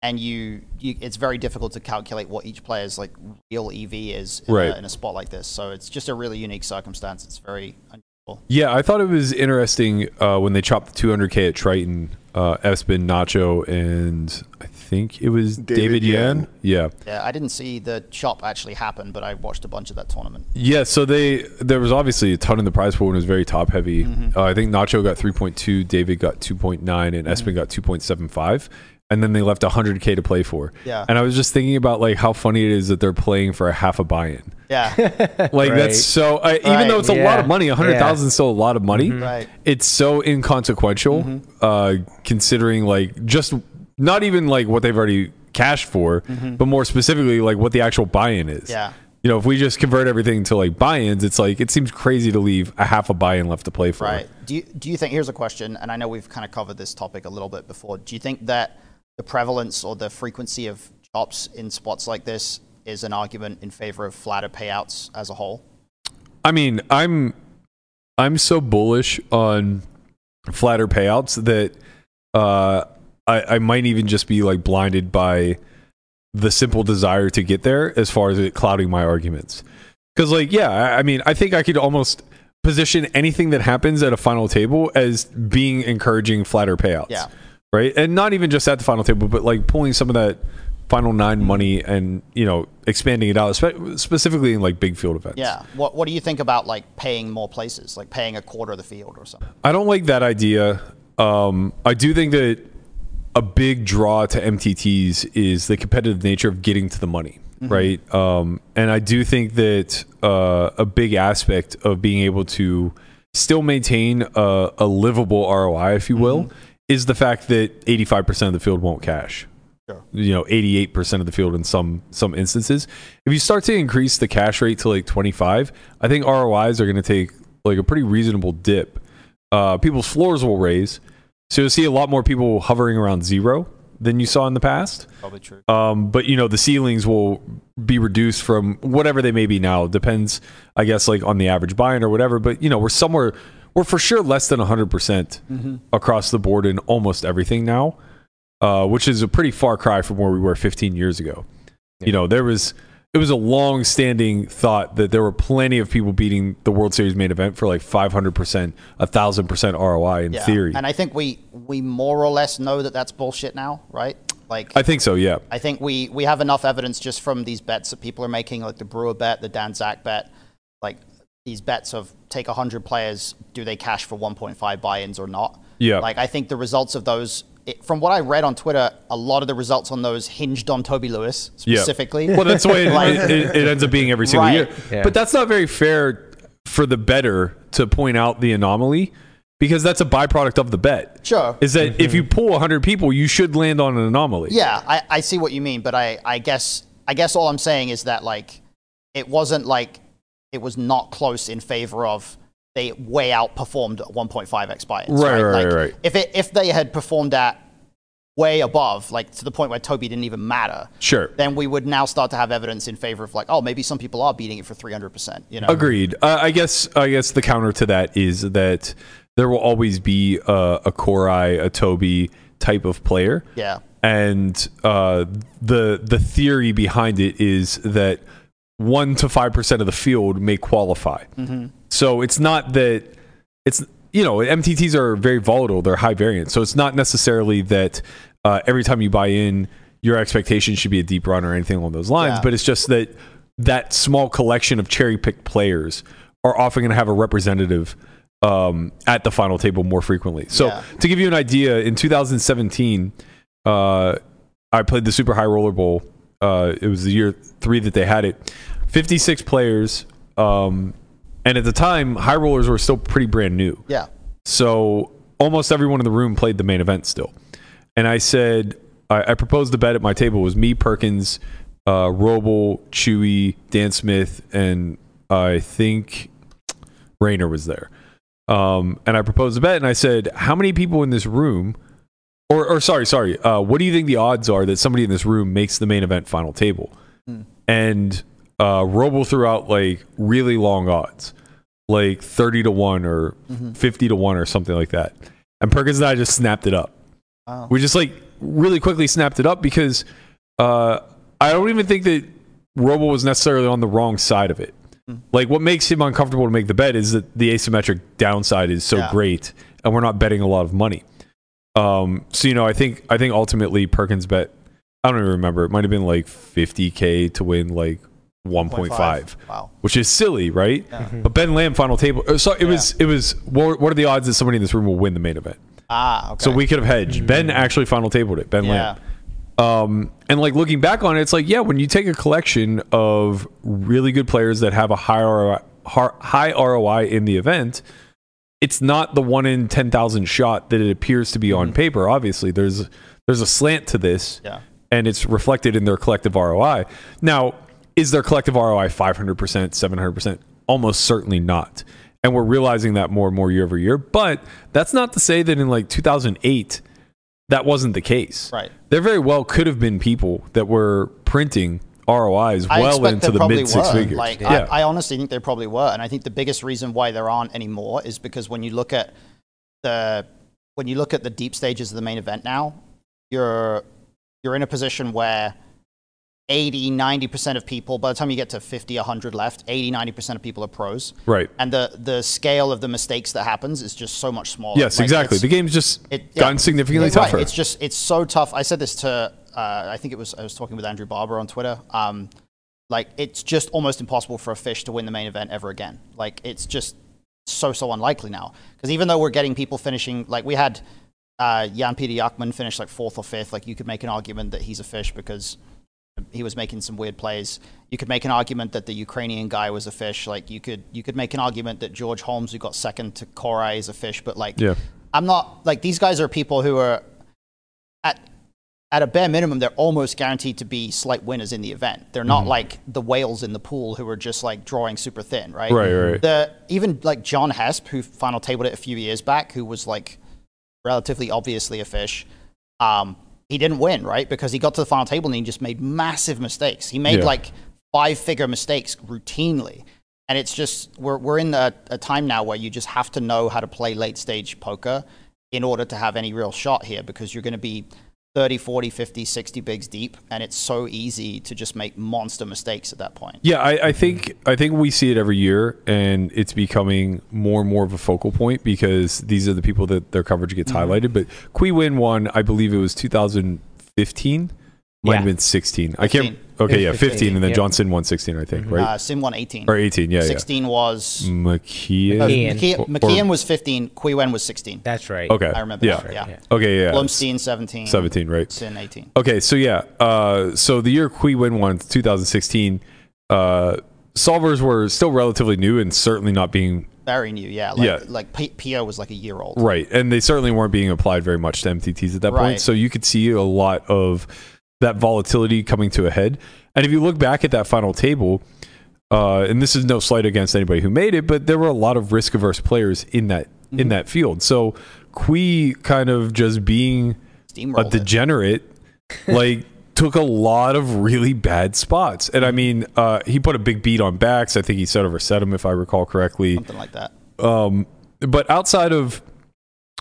Speaker 4: and you, you, it's very difficult to calculate what each player's like real EV is in,
Speaker 3: Right.
Speaker 4: a, in a spot like this. So it's just a really unique circumstance. It's very unusual.
Speaker 3: Yeah, I thought it was interesting uh, when they chopped the 200k at Triton, uh, Espen, Nacho, and I think it was David,
Speaker 2: David
Speaker 3: Yan.
Speaker 2: Yan.
Speaker 3: Yeah,
Speaker 4: Yeah, I didn't see the chop actually happen, but I watched a bunch of that tournament.
Speaker 3: yeah. So they there was obviously a ton in the prize pool and it was very top heavy. Uh, I think Nacho got 3.2, David got 2.9, and Espen got 2.75. and then they left 100k to play for.
Speaker 4: Yeah.
Speaker 3: And I was just thinking about like how funny it is that they're playing for a half a buy-in.
Speaker 4: Yeah.
Speaker 3: (laughs) Like
Speaker 5: Right.
Speaker 3: that's so uh, even
Speaker 4: Right,
Speaker 3: though it's a lot of
Speaker 5: yeah, Mm-hmm.
Speaker 3: money, 100,000 is still a lot of money.
Speaker 4: Right.
Speaker 3: It's so inconsequential uh considering like just not even like what they've already cashed for,
Speaker 5: Mm-hmm.
Speaker 3: but more specifically like what the actual buy-in is.
Speaker 4: Yeah.
Speaker 3: You know, if we just convert everything to like buy-ins, it's like it seems crazy to leave a half a buy-in left to play for.
Speaker 4: Right. Do you, do you think, here's a question, and I know we've kind of covered this topic a little bit before. Do you think that the prevalence or the frequency of chops in spots like this is an argument in favor of flatter payouts as a whole?
Speaker 3: I mean, I'm I'm so bullish on flatter payouts that uh, I, I might even just be like blinded by the simple desire to get there as far as it clouding my arguments. Because, like, yeah, I, I mean, I think I could almost position anything that happens at a final table as being encouraging flatter payouts.
Speaker 4: Yeah.
Speaker 3: Right. And not even just at the final table, but like pulling some of that final nine money and, you know, expanding it out, spe- specifically in like big field events.
Speaker 4: Yeah. What, what do you think about like paying more places, like paying a quarter of the field or something?
Speaker 3: I don't like that idea. Um, I do think that a big draw to MTTs is the competitive nature of getting to the money, right? Um, and I do think that uh, a big aspect of being able to still maintain a, a livable ROI, if you will, is the fact that 85% of the field won't cash. You know, 88% of the field in some some instances. If you start to increase the cash rate to like 25, I think ROIs are going to take like a pretty reasonable dip uh, people's floors will raise. So you'll see a lot more people hovering around zero than you saw in the past.
Speaker 4: Probably true.
Speaker 3: Um, but you know, the ceilings will be reduced from whatever they may be now. Depends, I guess, like on the average buy-in or whatever. But you know, we're somewhere, we're for sure less than 100 percent
Speaker 4: Mm-hmm.
Speaker 3: across the board in almost everything now, uh, which is a pretty far cry from where we were 15 years ago. You know, there was it was a long-standing thought that there were plenty of people beating the World Series main event for like 500 percent, a thousand percent ROI in
Speaker 4: Yeah.
Speaker 3: theory.
Speaker 4: And I think we, we more or less know that that's bullshit now, right? Like,
Speaker 3: I think so. Yeah.
Speaker 4: I think we we have enough evidence just from these bets that people are making, like the Brewer bet, the Dan Zach bet, like these bets of take 100 players, do they cash for 1.5 buy-ins or not?
Speaker 3: Yeah.
Speaker 4: Like I think the results of those, it, from what I read on Twitter, a lot of the results on those hinged on Toby Lewis
Speaker 3: Yeah.
Speaker 4: specifically.
Speaker 3: Well, that's the way
Speaker 4: (laughs)
Speaker 3: it,
Speaker 4: Like-
Speaker 3: it, it- it ends up being every single
Speaker 4: Right.
Speaker 3: year.
Speaker 5: Yeah.
Speaker 3: But that's not very fair for the better to point out the anomaly because that's a byproduct of the bet.
Speaker 4: Sure.
Speaker 3: Is that if you pull 100 people, you should land on an anomaly.
Speaker 4: Yeah, I, I see what you mean, but I, I guess I guess all I'm saying is that like it wasn't like it was not close in favor of they way outperformed 1.5x buy-ins. Right,
Speaker 3: Right, right,
Speaker 4: Like,
Speaker 3: right.
Speaker 4: If it, if they had performed at way above, like to the point where Toby didn't even matter,
Speaker 3: Sure.
Speaker 4: then we would now start to have evidence in favor of like, oh, maybe some people are beating it for 300. percent You know,
Speaker 3: Agreed. Uh, I guess I guess the counter to that is that there will always be uh, a Korai, a Toby type of player.
Speaker 4: Yeah.
Speaker 3: And uh, the the theory behind it is that one to five percent of the field may qualify.
Speaker 4: Mm.
Speaker 3: So it's not that it's you know MTTs are very volatile. They're high variance. So it's not necessarily that uh, every time you buy in, your expectation should be a deep run or anything along those lines.
Speaker 4: Yeah.
Speaker 3: But it's just that that small collection of cherry picked players are often going to have a representative um, at the final table more frequently. So
Speaker 4: Yeah.
Speaker 3: to give you an idea, in 2017, uh, I played the Super High Roller Bowl. Uh, it was the year three that they had it. 56 players. Um, and at the time, high rollers were still pretty brand new.
Speaker 4: yeah,
Speaker 3: So almost everyone in the room played the main event still. And I said, I, I proposed the bet at my table It was me, Perkins, uh, Roble, Chewy, Dan Smith, and I think Rayner was there. Um, and I proposed the bet and I said, how many people in this room, or, or sorry, sorry, uh, what do you think the odds are that somebody in this room makes the main event final table? And uh, Roble threw out like really long odds like 30 to 1 or 50 to 1 or something like that. And Perkins and I just snapped it up. We just like really quickly snapped it up because uh, I don't even think that Robo was necessarily on the wrong side of it. Like what makes him uncomfortable to make the bet is that the asymmetric downside is so
Speaker 4: Yeah.
Speaker 3: great and we're not betting a lot of money. Um, so you know, I think I think ultimately Perkins bet I don't even remember. It might have been like 50k to win like 1.5
Speaker 4: Wow. Mm-hmm.
Speaker 3: which is silly, right? But Ben Lamb final table. uh, So it was it was. What, what are the odds that somebody in this room will win the main event?
Speaker 4: Ah, okay.
Speaker 3: So we could have hedged. Ben actually final tabled it. Ben
Speaker 4: Yeah.
Speaker 3: Lamb. Um, and like looking back on it, it's like yeah, when you take a collection of really good players that have a high ROI, har- high ROI in the event, it's not the one in ten thousand shot that it appears to be on paper. Obviously, there's there's a slant to this,
Speaker 4: Mm-hmm. Yeah.
Speaker 3: and it's reflected in their collective ROI. Now, is their collective ROI five hundred percent, seven hundred percent? Almost certainly not. And we're realizing that more and more year over year. But that's not to say that in like two thousand eight, that wasn't the case.
Speaker 4: Right.
Speaker 3: There very well could have been people that were printing ROIs
Speaker 4: I
Speaker 3: well
Speaker 4: expect
Speaker 3: into
Speaker 4: there
Speaker 3: the
Speaker 4: probably
Speaker 3: mid six
Speaker 4: were.
Speaker 3: figures.
Speaker 4: Like,
Speaker 3: yeah.
Speaker 4: I, I honestly think there probably were, and I think the biggest reason why there aren't anymore is because when you look at the when you look at the deep stages of the main event now, you're you're in a position where 80 90% of people by the time you get to 50 100 left 80 90% of people are pros
Speaker 3: Right.
Speaker 4: and the the scale of the mistakes that happens is just so much smaller
Speaker 3: yes,
Speaker 4: Like,
Speaker 3: exactly.
Speaker 4: it's-
Speaker 3: The game's just
Speaker 4: it- yeah.
Speaker 3: gotten significantly
Speaker 4: Yeah, right.
Speaker 3: tougher.
Speaker 4: It's just it's so tough. I said this to uh, I think it was I was talking with Andrew Barber on Twitter. Um, like it's just almost impossible for a fish to win the main event ever again. Like it's just so so unlikely now because even though we're getting people finishing like we had uh, Jan Peter Jakman finish like fourth or fifth. Like you could make an argument that he's a fish because he was making some weird plays. You could make an argument that the Ukrainian guy was a fish. Like you could you could make an argument that George Holmes, who got second to Korai, is a fish. But like
Speaker 3: Yeah.
Speaker 4: I'm not like these guys are people who are at at a bare minimum they're almost guaranteed to be slight winners in the event. They're
Speaker 3: Mm-hmm.
Speaker 4: not like the whales in the pool who are just like drawing super thin, right?
Speaker 3: Right, right.
Speaker 4: The even like John Hesp, who final tabled it a few years back, who was like relatively obviously a fish. Um, he didn't win, right? Because he got to the final table and he just made massive mistakes. He made
Speaker 3: Yeah.
Speaker 4: like five figure mistakes routinely. And it's just, we're, we're in a, a time now where you just have to know how to play late stage poker in order to have any real shot here because you're going to be 30, 40, 50, 60 bigs deep. And it's so easy to just make monster mistakes at that point.
Speaker 3: Yeah, I, I think I think we see it every year, and it's becoming more and more of a focal point because these are the people that their coverage gets
Speaker 4: Mm-hmm.
Speaker 3: highlighted. But Kui Win won, I believe it was 2015, might have
Speaker 5: Yeah.
Speaker 3: been 16. I can't.
Speaker 4: 15.
Speaker 3: Okay,
Speaker 5: It
Speaker 3: yeah,
Speaker 5: was
Speaker 3: 15,
Speaker 5: 15,
Speaker 3: and then
Speaker 5: yeah.
Speaker 3: Johnson won 16, I think, right
Speaker 4: Uh, Sim won 18.
Speaker 3: or 18. Yeah,
Speaker 4: 16 was.
Speaker 3: yeah. McKeon.
Speaker 5: McKeon.
Speaker 4: McKeon,
Speaker 3: Or-
Speaker 4: McKeon was 15. Wen was 16.
Speaker 5: That's right.
Speaker 3: Okay,
Speaker 4: I remember
Speaker 3: Yeah,
Speaker 4: that, yeah.
Speaker 3: Okay, yeah.
Speaker 4: Blumstein 17.
Speaker 3: 17, right?
Speaker 4: Sin 18.
Speaker 3: Okay, so yeah, uh, so the year Kui Win won, 2016, uh, solvers were still relatively new and certainly not being
Speaker 4: Very new, yeah. Like,
Speaker 3: Yeah.
Speaker 4: like P- PO was like a year old.
Speaker 3: right, and they certainly weren't being applied very much to MTTs at that
Speaker 4: Right.
Speaker 3: point. So you could see a lot of that volatility coming to a head. And if you look back at that final table, uh, and this is no slight against anybody who made it, but there were a lot of risk averse players in that
Speaker 4: Mm-hmm.
Speaker 3: in that field. So Kui kind of just being a
Speaker 4: Steamrolled. it. (laughs)
Speaker 3: degenerate like took a lot of really bad spots and i mean uh, he put a big beat on backs i think he set over set him if i recall correctly
Speaker 4: Something like that.
Speaker 3: but outside of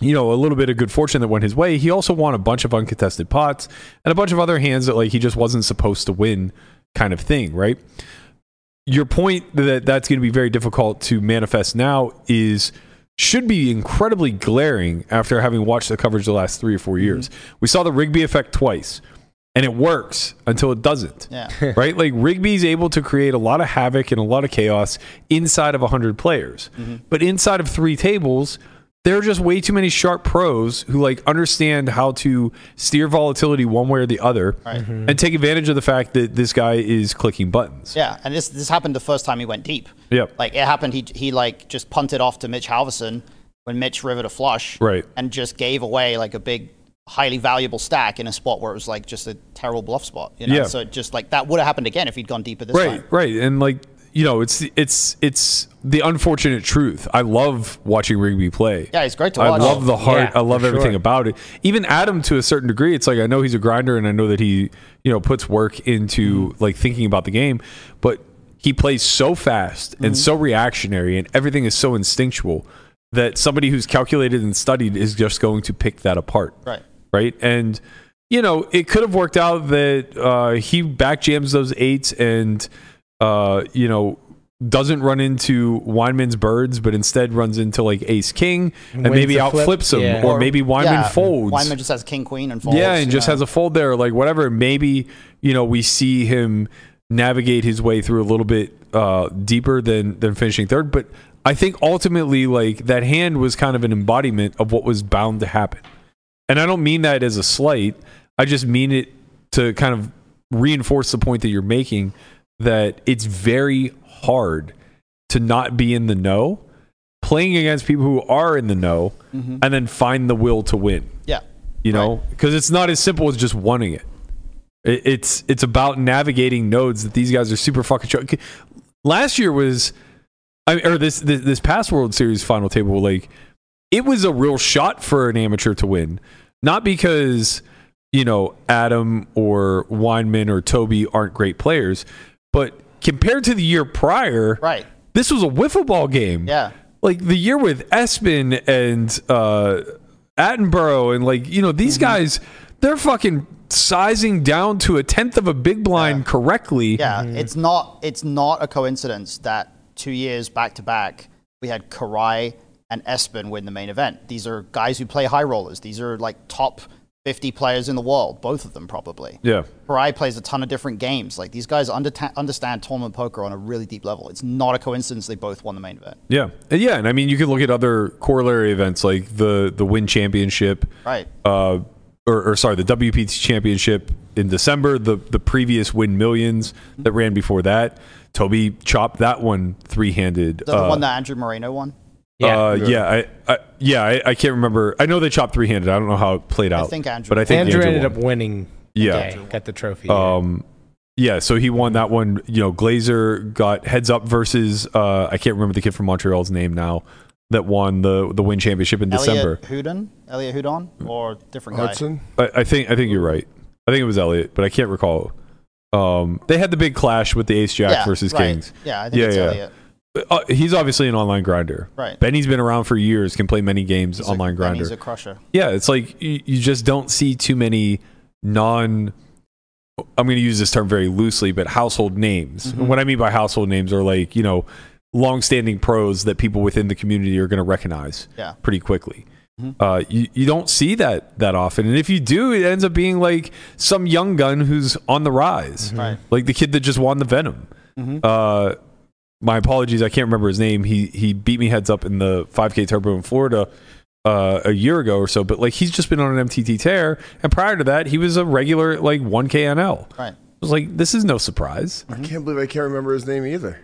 Speaker 3: you know a little bit of good fortune that went his way he also won a bunch of uncontested pots and a bunch of other hands that like he just wasn't supposed to win kind of thing right your point that that's going to be very difficult to manifest now is should be incredibly glaring after having watched the coverage the last three or four years we saw the rigby effect twice and it works until it doesn't
Speaker 4: Yeah.
Speaker 3: (laughs) right? Like Rigby's able to create a lot of havoc and a lot of chaos inside of 100 players. But inside of three tables, there are just way too many sharp pros who like understand how to steer volatility one way or the other and take advantage of the fact that this guy is clicking buttons.
Speaker 4: Yeah. And this this happened the first time he went deep.
Speaker 3: Yep.
Speaker 4: Like it happened he he like just punted off to Mitch Halverson when Mitch rivered a flush.
Speaker 3: Right.
Speaker 4: And just gave away like a big highly valuable stack in a spot where it was like just a terrible bluff spot. You know?
Speaker 3: Yeah.
Speaker 4: So it just like that would have happened again if he'd gone deeper this
Speaker 3: right
Speaker 4: time.
Speaker 3: right and like you know it's it's it's the unfortunate truth i love watching rigby play
Speaker 4: Yeah, it's great to watch.
Speaker 3: i love the heart i
Speaker 5: Yeah,
Speaker 3: love
Speaker 5: for
Speaker 3: everything
Speaker 5: sure.
Speaker 3: about it even adam to a certain degree it's like i know he's a grinder and i know that he you know puts work into
Speaker 4: Mm-hmm.
Speaker 3: like thinking about the game but he plays so fast
Speaker 4: Mm-hmm.
Speaker 3: and so reactionary and everything is so instinctual that somebody who's calculated and studied is just going to pick that apart
Speaker 4: Right.
Speaker 3: right? And you know, it could have worked out that uh, he back jams those eights and uh, you know doesn't run into Weinman's birds, but instead runs into like Ace King and
Speaker 5: Wins
Speaker 3: maybe
Speaker 5: the flip.
Speaker 3: outflips him,
Speaker 5: Yeah.
Speaker 3: or, maybe Weinman
Speaker 4: yeah,
Speaker 3: folds.
Speaker 4: Weinman just has king queen and folds.
Speaker 3: Yeah,
Speaker 4: you
Speaker 3: and just
Speaker 4: know.
Speaker 3: has a fold there, like whatever. Maybe you know we see him navigate his way through a little bit uh, deeper than than finishing third. But I think ultimately, like that hand was kind of an embodiment of what was bound to happen. And I don't mean that as a slight. I just mean it to kind of reinforce the point that you're making that it's very hard to not be in the know, playing against people who are in the know, and then find the will to win.
Speaker 4: Yeah.
Speaker 3: You know, because it's not as simple as just wanting it. It- It's it's about navigating nodes that these guys are super fucking. Ch- Last year was, I mean, or this, this this past World Series final table, like it was a real shot for an amateur to win, not because you know Adam or Weinman or Toby aren't great players, but compared to the year prior,
Speaker 4: Right.
Speaker 3: this was a wiffle ball game.
Speaker 4: Yeah.
Speaker 3: Like the year with Espin and uh, Attenborough and like, you know, these
Speaker 4: Mm-hmm.
Speaker 3: guys, they're fucking sizing down to a tenth of a big blind correctly.
Speaker 4: Yeah, it's not it's not a coincidence that two years back to back we had Karai and Espen win the main event. These are guys who play high rollers. These are like top 50 players in the world, both of them probably.
Speaker 3: Yeah.
Speaker 4: Karai plays a ton of different games. Like these guys under- understand tournament poker on a really deep level. It's not a coincidence they both won the main event.
Speaker 3: Yeah. And yeah. And I mean, you can look at other corollary events like the, the Win Championship.
Speaker 4: Right.
Speaker 3: uh, or, or sorry, the WPT Championship in December, the the previous Win Millions that ran before that. Toby chopped that one three handed.
Speaker 4: Is that the one that Andrew Moreno won?
Speaker 5: Yeah.
Speaker 3: Uh, yeah, I, I, yeah, I, I can't remember. I know they chopped three handed. I don't know how it played out.
Speaker 4: think Andrew-
Speaker 3: but I think
Speaker 5: Andrew,
Speaker 3: Andrew,
Speaker 5: ended
Speaker 3: won.
Speaker 5: up winning. the
Speaker 3: Yeah.
Speaker 5: day, got the trophy.
Speaker 3: Um, yeah, so he won that one. You know, Glazer got heads up versus uh, I can't remember the kid from Montreal's name now that won the the win championship in December.
Speaker 4: Elliot Houdon? Elliot Houdon? Or different guy?
Speaker 2: Hudson.
Speaker 3: I, I think I think you're right. I think it was Elliot, but I can't recall. Um, they had the big clash with the Ace Jack
Speaker 4: Yeah,
Speaker 3: versus
Speaker 4: right.
Speaker 3: Kings.
Speaker 4: Yeah, I think
Speaker 3: Yeah,
Speaker 4: it's
Speaker 3: yeah.
Speaker 4: Elliot.
Speaker 3: Uh, he's obviously an online grinder.
Speaker 4: Right.
Speaker 3: Benny's been around for years, can play many games,
Speaker 4: He's a-
Speaker 3: online
Speaker 4: and
Speaker 3: grinder.
Speaker 4: He's a crusher.
Speaker 3: yeah, it's like you, you just don't see too many non. I'm going to use this term very loosely, but household names. And what I mean by household names are like you know, long-standing pros that people within the community are going to recognize
Speaker 4: Yeah.
Speaker 3: pretty quickly. Uh, you you don't see that that often, and if you do, it ends up being like some young gun who's on the rise,
Speaker 4: Right.
Speaker 3: like the kid that just won the Venom. Uh, my apologies, I can't remember his name. He he beat me heads up in the 5K Turbo in Florida uh, a year ago or so. But like he's just been on an MTT tear, and prior to that, he was a regular like 1KNL. I
Speaker 4: Right.
Speaker 3: was like, this is no surprise.
Speaker 4: Mm-hmm.
Speaker 2: I can't believe I can't remember his name either.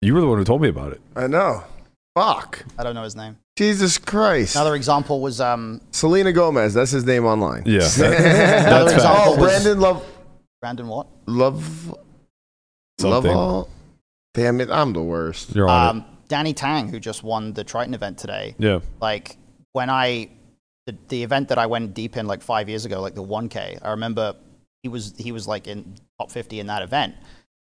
Speaker 3: You were the one who told me about it.
Speaker 2: I know. Fuck.
Speaker 4: I don't know his name.
Speaker 2: Jesus Christ.
Speaker 4: Another example was um,
Speaker 2: Selena Gomez. That's his name online. (laughs)
Speaker 3: Yeah,
Speaker 4: Another
Speaker 3: that's
Speaker 4: example
Speaker 2: oh,
Speaker 4: was-
Speaker 2: Brandon Love.
Speaker 4: Brandon Watt.
Speaker 2: Love.
Speaker 3: Something.
Speaker 2: Love. Damn it. I'm the worst.
Speaker 3: you're on
Speaker 4: Um, Danny Tang, who just won the Triton event today.
Speaker 3: it. Yeah,
Speaker 4: Like when I, the, the event that I went deep in like five years ago, like the 1K. I remember he was he was like in top 50 in that event,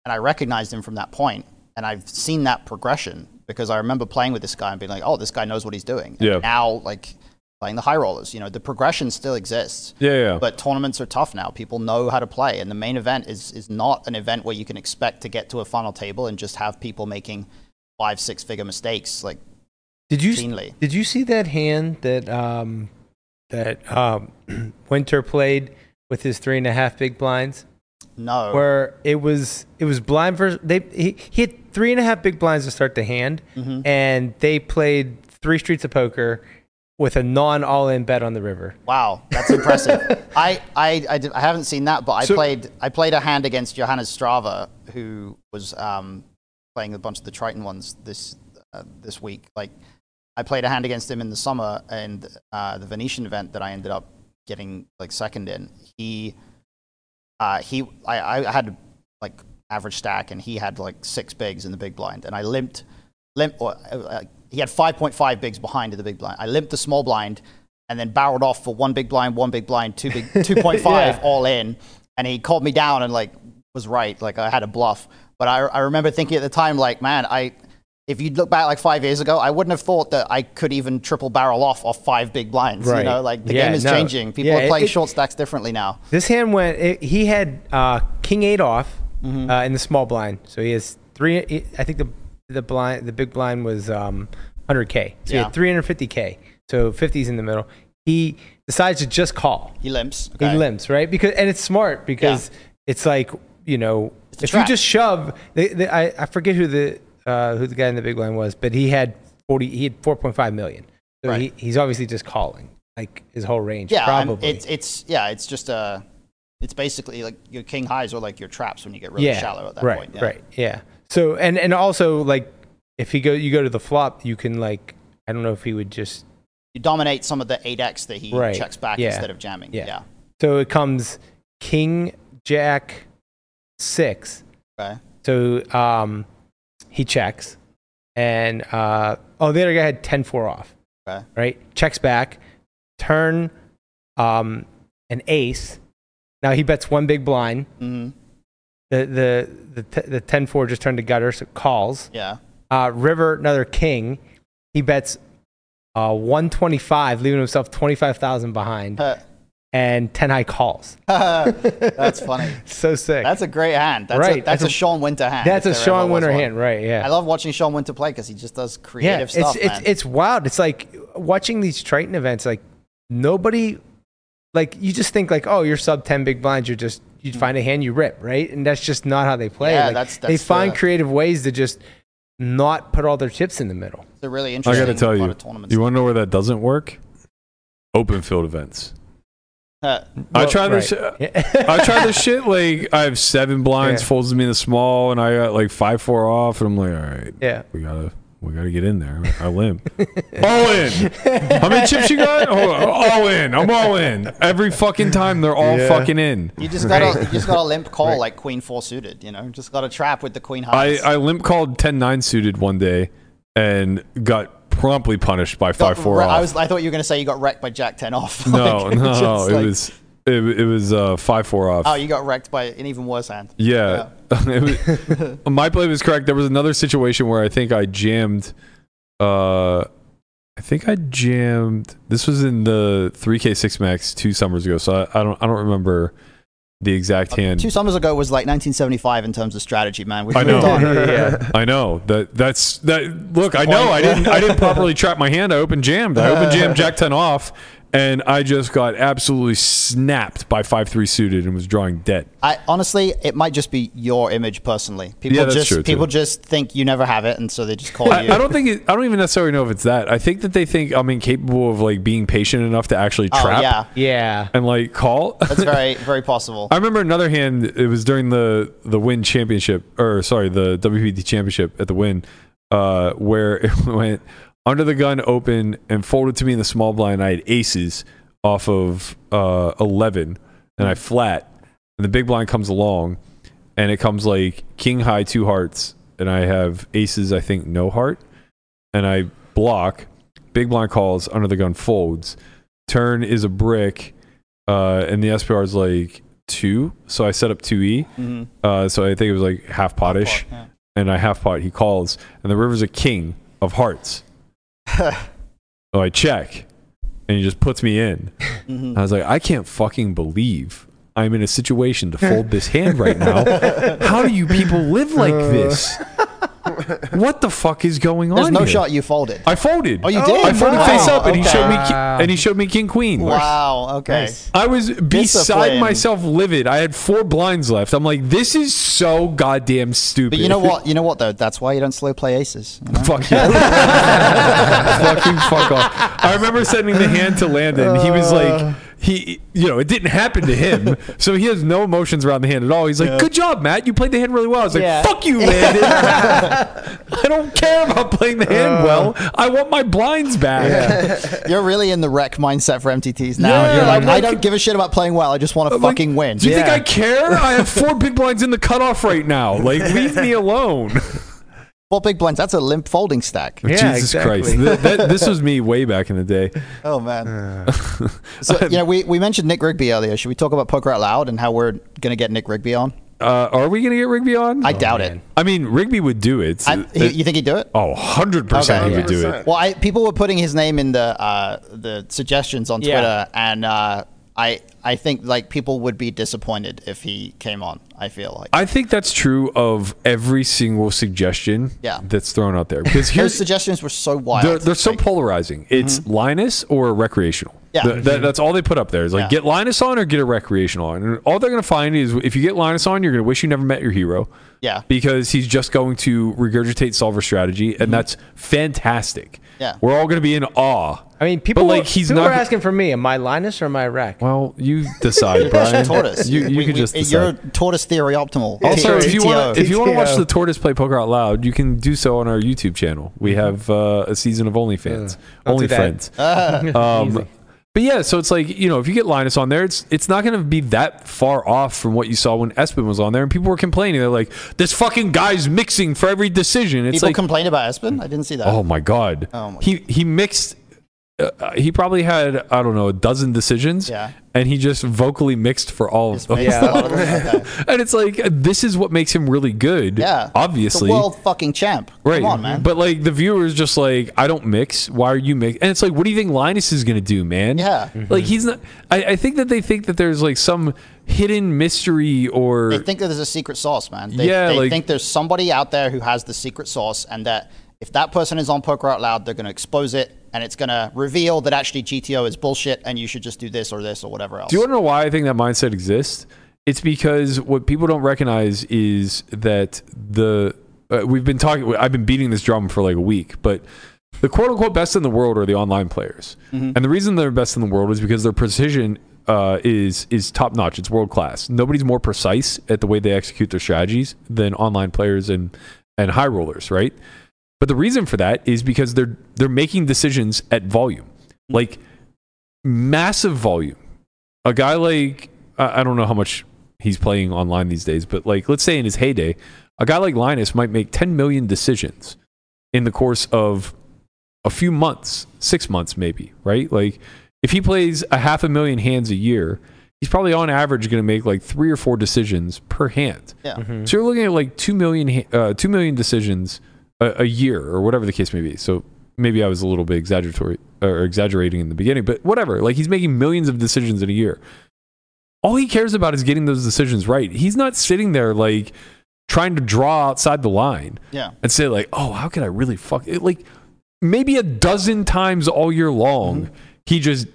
Speaker 4: and I recognized him from that point, and I've seen that progression because I remember playing with this guy and being like, oh, this guy knows what he's doing. And
Speaker 3: Yeah.
Speaker 4: Now like playing the high rollers, you know, the progression still exists.
Speaker 3: yeah, yeah.
Speaker 4: But tournaments are tough now. People know how to play, and the main event is is not an event where you can expect to get to a final table and just have people making five, six figure mistakes. Like,
Speaker 5: Did you
Speaker 4: Greenlee.
Speaker 5: did you see that hand that um that um (clears throat) Winter played with his three and a half big blinds,
Speaker 4: no,
Speaker 5: where it was it was blind versus they he, he had three and a half big blinds to start the hand, and they played three streets of poker with a non all in bet on the river.
Speaker 4: wow, that's impressive. I, I, I, did- I haven't seen that, but I played I played a hand against Johannes Strava, who was um, playing a bunch of the Triton ones this uh, this week. Like, I played a hand against him in the summer, and uh, the Venetian event that I ended up getting like second in. He uh, he I, I had like average stack and he had like six bigs in the big blind and I limped limp or uh, uh, he had 5.5 bigs behind in the big blind I limped the small blind and then barreled off for one big blind one big blind two big
Speaker 5: (laughs)
Speaker 4: 2.5 all in and he called me down and like was right like I had a bluff but I, I remember thinking at the time like man I if you'd look back like five years ago, I wouldn't have thought that I could even triple barrel off off five big blinds. You
Speaker 5: Right.
Speaker 4: know, like the
Speaker 5: Yeah,
Speaker 4: game is
Speaker 5: no.
Speaker 4: changing. People
Speaker 5: Yeah,
Speaker 4: are
Speaker 5: it-
Speaker 4: playing
Speaker 5: it-
Speaker 4: short stacks differently now.
Speaker 5: This hand went. It, he had uh, King eight off
Speaker 4: Mm-hmm.
Speaker 5: uh, in the small blind, so he has three. I think the the blind the big blind was um, 100k, so he
Speaker 4: Yeah.
Speaker 5: had 350k. So 50's in the middle. He decides to just call.
Speaker 4: He limps.
Speaker 5: He
Speaker 4: okay.
Speaker 5: limps right because and it's smart because it's like you know
Speaker 4: a
Speaker 5: if
Speaker 4: trap.
Speaker 5: you just shove. They, they, I I forget who the uh, who the guy in the big blind was, but he had forty. He had four point five million. So
Speaker 4: Right.
Speaker 5: he, he's obviously just calling like his whole range.
Speaker 4: Yeah, I'm-
Speaker 5: probably.
Speaker 4: it's it's yeah, it's just uh it's basically like your king highs or like your traps when you get really shallow at that
Speaker 5: right,
Speaker 4: point. yeah.
Speaker 5: Right. Yeah. So and and also like if he go you go to the flop, you can like I don't know if he would just
Speaker 4: You dominate some of the eight X that he
Speaker 5: Right,
Speaker 4: checks back
Speaker 5: yeah,
Speaker 4: instead of jamming.
Speaker 5: yeah.
Speaker 4: Yeah.
Speaker 5: so it comes king jack six.
Speaker 4: Okay.
Speaker 5: So um he checks and uh oh the other guy had 10 4 off.
Speaker 4: Okay.
Speaker 5: Right? Checks back, turn um an ace. Now he bets one big blind.
Speaker 4: hmm
Speaker 5: The the the t- the 10 4 just turned to gutter so calls.
Speaker 4: Yeah. (laughs)
Speaker 5: Uh, River, another king. He bets uh, 125, leaving himself 25,000 behind, and 10 high calls. (laughs)
Speaker 4: That's funny.
Speaker 5: So sick.
Speaker 4: That's a great hand. That's
Speaker 5: Right,
Speaker 4: a, that's
Speaker 5: that's
Speaker 4: a,
Speaker 5: a-
Speaker 4: Sean Winter hand.
Speaker 5: That's
Speaker 4: if
Speaker 5: a
Speaker 4: there
Speaker 5: Sean
Speaker 4: ever was
Speaker 5: Winter
Speaker 4: one.
Speaker 5: hand, right? Yeah.
Speaker 4: I love watching Sean Winter play because he just does creative
Speaker 5: yeah, it's,
Speaker 4: stuff,
Speaker 5: it's,
Speaker 4: man.
Speaker 5: it's wild. It's like watching these Triton events, like nobody, like you just think like, oh, you're sub 10 big blinds. You're just, you find a hand, you rip, right? And that's just not how they play.
Speaker 4: Yeah,
Speaker 5: Like,
Speaker 4: that's-
Speaker 5: they
Speaker 4: that's
Speaker 5: find
Speaker 4: the-
Speaker 5: creative ways to just not put all their chips in the middle.
Speaker 4: It's a really
Speaker 3: I
Speaker 4: interesting.
Speaker 3: got to tell
Speaker 4: lot
Speaker 3: you,
Speaker 4: of tournaments.
Speaker 3: you want to know where that doesn't work? Open field events.
Speaker 4: Uh,
Speaker 3: I tried
Speaker 4: (laughs)
Speaker 3: this. I tried this shit. Like I have seven blinds,
Speaker 5: Yeah.
Speaker 3: folds me in the small, and I got like five four off, and I'm like, all right,
Speaker 5: Yeah.
Speaker 3: we gotta we gotta get in there. I limp. (laughs) all in. How many chips you got? Hold on. All in. I'm all in. Every fucking time they're all fucking in.
Speaker 4: you just
Speaker 5: (laughs)
Speaker 4: got to you just got to limp call like queen four suited. You know, just got to trap with the queen
Speaker 3: I
Speaker 4: highs.
Speaker 3: I limp called 10-9 suited one day, and got promptly punished by
Speaker 4: Got
Speaker 3: five four
Speaker 4: re-
Speaker 3: off.
Speaker 4: I was I thought you were gonna say you got wrecked by jack ten off. (laughs)
Speaker 3: no,
Speaker 4: Like,
Speaker 3: (laughs) no,
Speaker 4: just
Speaker 3: no. it
Speaker 4: like-
Speaker 3: was it, it was uh, five four off.
Speaker 4: Oh, you got wrecked by an even worse hand.
Speaker 3: Yeah. (laughs) It
Speaker 4: (laughs)
Speaker 3: was- my play was correct. There was another situation where I think I jammed uh I think I jammed this was in the 3K6 Max 2 summers ago. So I, I don't I don't remember the exact hand.
Speaker 4: Uh, Two summers ago was like 1975 in terms of strategy, man. We've
Speaker 3: I
Speaker 4: moved
Speaker 3: know.
Speaker 5: (laughs)
Speaker 3: (laughs)
Speaker 4: on.
Speaker 3: I know. That that's that look,
Speaker 4: Oh,
Speaker 3: I know I didn't
Speaker 4: (laughs)
Speaker 3: I didn't properly trap my hand. I open jammed. I open jammed jack 10 off and I just got absolutely snapped by 5-3 suited and was drawing dead.
Speaker 4: I honestly, it might just be your image personally. People
Speaker 3: Yeah, that's
Speaker 4: just
Speaker 3: true, too.
Speaker 4: people just think you never have it, and so they just call you.
Speaker 3: I, I don't think it, I don't even necessarily know if it's that. I think that they think I'm incapable of like being patient enough to actually
Speaker 4: oh
Speaker 3: trap
Speaker 4: yeah,
Speaker 5: yeah.
Speaker 3: and like call.
Speaker 4: that's very very possible.
Speaker 3: (laughs) I remember another hand. It was during the the Win Championship, or sorry, the WPT Championship at the Win, uh, where (laughs) it went under the gun, open, and folded to me in the small blind. I had aces off of uh, eleven, and I flat, and the big blind comes along, and it comes like king high two hearts, and I have aces. I think no heart, and I block. Big blind calls under the gun folds. Turn is a brick, uh, and the SPR is like two. So I set up two E.
Speaker 4: Mhm.
Speaker 3: Uh, so I think it was like half potish,
Speaker 4: Yeah.
Speaker 3: and I half pot. He calls, and the river's a king
Speaker 4: (laughs)
Speaker 3: of hearts. so I check, and he just puts me in.
Speaker 4: Mm-hmm.
Speaker 3: I was like, I can't fucking believe. I'm in a situation to fold this hand right now. How do you people live like this? What the fuck is going on?
Speaker 4: Uh. There's no
Speaker 3: here?
Speaker 4: shot you folded.
Speaker 3: I folded.
Speaker 4: Oh, you did?
Speaker 3: I folded
Speaker 4: Wow.
Speaker 3: face up, and he
Speaker 4: Okay.
Speaker 3: showed me. ki-
Speaker 5: Wow.
Speaker 3: And he showed me king queen.
Speaker 4: Wow. Okay.
Speaker 5: Nice.
Speaker 3: I was beside
Speaker 4: Discipline.
Speaker 3: myself, livid. I had four blinds left. I'm like, this is so goddamn stupid.
Speaker 4: But you know what? You know what though? That's why you don't slow play aces. you know?
Speaker 3: (laughs) Fuck you.
Speaker 4: (laughs)
Speaker 3: Fucking fuck off. I remember sending the hand to Landon. He
Speaker 4: Uh.
Speaker 3: was like, he, you know, it didn't happen to him. So he has no emotions around the hand at all. He's like, good job, Matt. You played the hand really well. I was like,
Speaker 4: Yeah.
Speaker 3: fuck you, Landon. (laughs) I don't care about playing the
Speaker 4: Uh.
Speaker 3: hand well. I want my blinds back.
Speaker 4: You're really in the wreck mindset for MTTs now.
Speaker 3: Yeah,
Speaker 4: You're like,
Speaker 3: I'm
Speaker 4: I
Speaker 3: like-
Speaker 4: don't give a shit about playing well. I just want to
Speaker 3: Like,
Speaker 4: fucking win.
Speaker 3: Do you
Speaker 5: Yeah.
Speaker 3: think I care? I have four big blinds in the cutoff right now. Like,
Speaker 4: (laughs)
Speaker 3: leave me alone.
Speaker 4: Four big blinds. That's a limp folding
Speaker 3: (laughs)
Speaker 4: stack.
Speaker 5: Yeah,
Speaker 3: Jesus
Speaker 5: exactly.
Speaker 3: Christ. Th- that- this was me way back in the day.
Speaker 4: Oh man. (laughs) so you know, we, we mentioned Nick Rigby earlier. Should we talk about Poker Out Loud and how we're gonna get Nick Rigby on?
Speaker 3: Uh, are we going to get Rigby on?
Speaker 4: I doubt
Speaker 5: Oh,
Speaker 4: it.
Speaker 3: I mean, Rigby would do it.
Speaker 4: I, he, you think he'd do it?
Speaker 3: oh, 100%
Speaker 4: Okay,
Speaker 3: he
Speaker 4: yeah.
Speaker 3: would do it.
Speaker 4: Well, I, people were putting his name in the uh, the suggestions on
Speaker 5: Yeah.
Speaker 4: Twitter, and uh, I I think like people would be disappointed if he came on. I feel like
Speaker 3: I think that's true of every single suggestion
Speaker 4: Yeah.
Speaker 3: that's thrown out there. Because
Speaker 4: his
Speaker 3: here's
Speaker 4: suggestions were so wild.
Speaker 3: they're, they're so
Speaker 4: Like, Mm-hmm.
Speaker 3: polarizing. It's Linus or recreational.
Speaker 4: Yeah.
Speaker 3: Th- that- that's all they put up there. Is like
Speaker 4: Yeah.
Speaker 3: get Linus on or get a recreational on. And all they're gonna find is if you get Linus on, you're gonna wish you never met your hero
Speaker 4: Yeah.
Speaker 3: because he's just going to regurgitate solver strategy, and that's fantastic.
Speaker 4: Mm-hmm. Yeah.
Speaker 3: we're all gonna be in awe.
Speaker 5: I mean, people
Speaker 3: but
Speaker 5: like
Speaker 3: like he's
Speaker 5: people
Speaker 3: not.
Speaker 5: are asking for me. Am I Linus or am I Rack?
Speaker 3: well, you decide, Brian.
Speaker 4: That's (laughs) tortoise.
Speaker 3: You, you
Speaker 4: We-
Speaker 3: could
Speaker 4: we-
Speaker 3: just decide.
Speaker 4: you're tortoise theory optimal.
Speaker 3: Also,
Speaker 4: T-
Speaker 3: if you
Speaker 4: TTO.
Speaker 3: want if you want to watch
Speaker 5: TTO.
Speaker 3: the tortoise play poker out loud, you can do so on our YouTube channel.
Speaker 5: Mm-hmm.
Speaker 3: We have uh, a season of OnlyFans,
Speaker 5: I'll do that.
Speaker 3: OnlyFriends.
Speaker 5: (laughs)
Speaker 3: Um, but yeah, so it's like you know, if you get Linus on there, it's it's not going to be that far off from what you saw when Espen was on there, and people were complaining. They're like, "This fucking guy's mixing for every decision." It's
Speaker 4: people
Speaker 3: like,
Speaker 4: complained about Aspen. I didn't see that. (laughs)
Speaker 3: oh my god,
Speaker 4: Oh my
Speaker 3: he he mixed. Uh, uh, he probably had I don't know a dozen decisions,
Speaker 4: Yeah.
Speaker 3: and he just vocally mixed for all of
Speaker 4: Just
Speaker 3: them.
Speaker 4: mixed a lot of them like that.
Speaker 3: (laughs) And it's like this is what makes him really good.
Speaker 4: Yeah.
Speaker 3: obviously,
Speaker 4: The world fucking champ.
Speaker 3: right?
Speaker 4: Come on, man.
Speaker 3: But like the viewer's just like, I don't mix. Why are you mix? And it's like, what do you think Linus is gonna do, man?
Speaker 4: Yeah.
Speaker 3: like he's not. I, I think that they think that there's like some hidden mystery or
Speaker 4: they think that there's a secret sauce, man. They,
Speaker 3: Yeah,
Speaker 4: they
Speaker 3: like-
Speaker 4: think there's somebody out there who has the secret sauce, and that if that person is on Poker Out Loud, they're going to expose it, and it's going to reveal that actually GTO is bullshit, and you should just do this or this or whatever else.
Speaker 3: Do you want to know why I think that mindset exists? It's because what people don't recognize is that the uh, we've been talking. I've been beating this drum for like a week, but the quote unquote best in the world are the online players, and the reason they're best in the world is because their precision uh, is is top notch. It's world class. Nobody's more precise at the way they execute their strategies than online players and and high rollers, right? But the reason for that is because they're they're making decisions at volume, like massive volume a guy like I I don't know how much he's playing online these days, but like let's say in his heyday, a guy like Linus might make 10 million decisions in the course of a few months, six months maybe, right? Like if he plays a half a million hands a year, he's probably on average going to make like three or four decisions per hand.
Speaker 4: Yeah.
Speaker 3: So you're looking at like two million ha- uh, two million decisions a, a year or whatever the case may be. So maybe I was a little bit exaggeratory or exaggerating in the beginning, but whatever. Like he's making millions of decisions in a year. All he cares about is getting those decisions right. He's not sitting there like trying to draw outside the line
Speaker 4: Yeah.
Speaker 3: and say like, "Oh, how could I really fuck it?" Like maybe a dozen times all year long, he just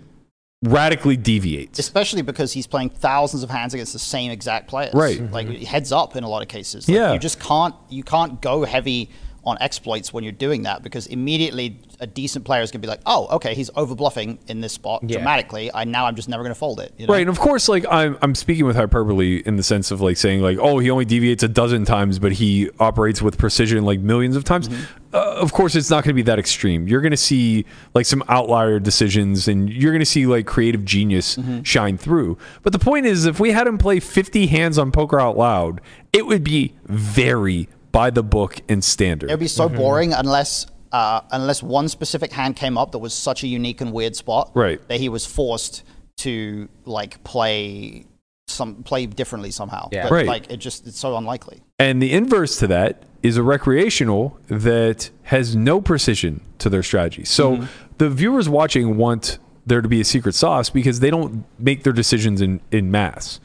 Speaker 3: radically deviates.
Speaker 4: Especially because he's playing thousands of hands against the same exact players.
Speaker 3: Right.
Speaker 4: Like heads up in a lot of cases. Like,
Speaker 3: Yeah.
Speaker 4: You just can't you can't go heavy on exploits when you're doing that because immediately a decent player is gonna be like, Oh, okay, he's over bluffing in this spot dramatically. I now I'm just never gonna fold it. You know?
Speaker 3: Right, and of course, like I'm, I'm speaking with hyperbole in the sense of like saying like, oh, he only deviates a dozen times, but he operates with precision like millions of times. Uh, of course, it's not going to be that extreme. You're going to see like some outlier decisions, and you're going to see like creative genius shine through. But the point is, if we had him play 50 hands on Poker Out Loud, it would be very by the book and standard.
Speaker 4: It would be so boring unless uh, unless one specific hand came up that was such a unique and weird spot
Speaker 3: Right.
Speaker 4: that he was forced to like play some play differently somehow. Yeah.
Speaker 3: Right.
Speaker 4: Like it just it's so unlikely.
Speaker 3: And the inverse to that is a recreational that has no precision to their strategy. So the viewers watching want there to be a secret sauce because they don't make their decisions in, in mass,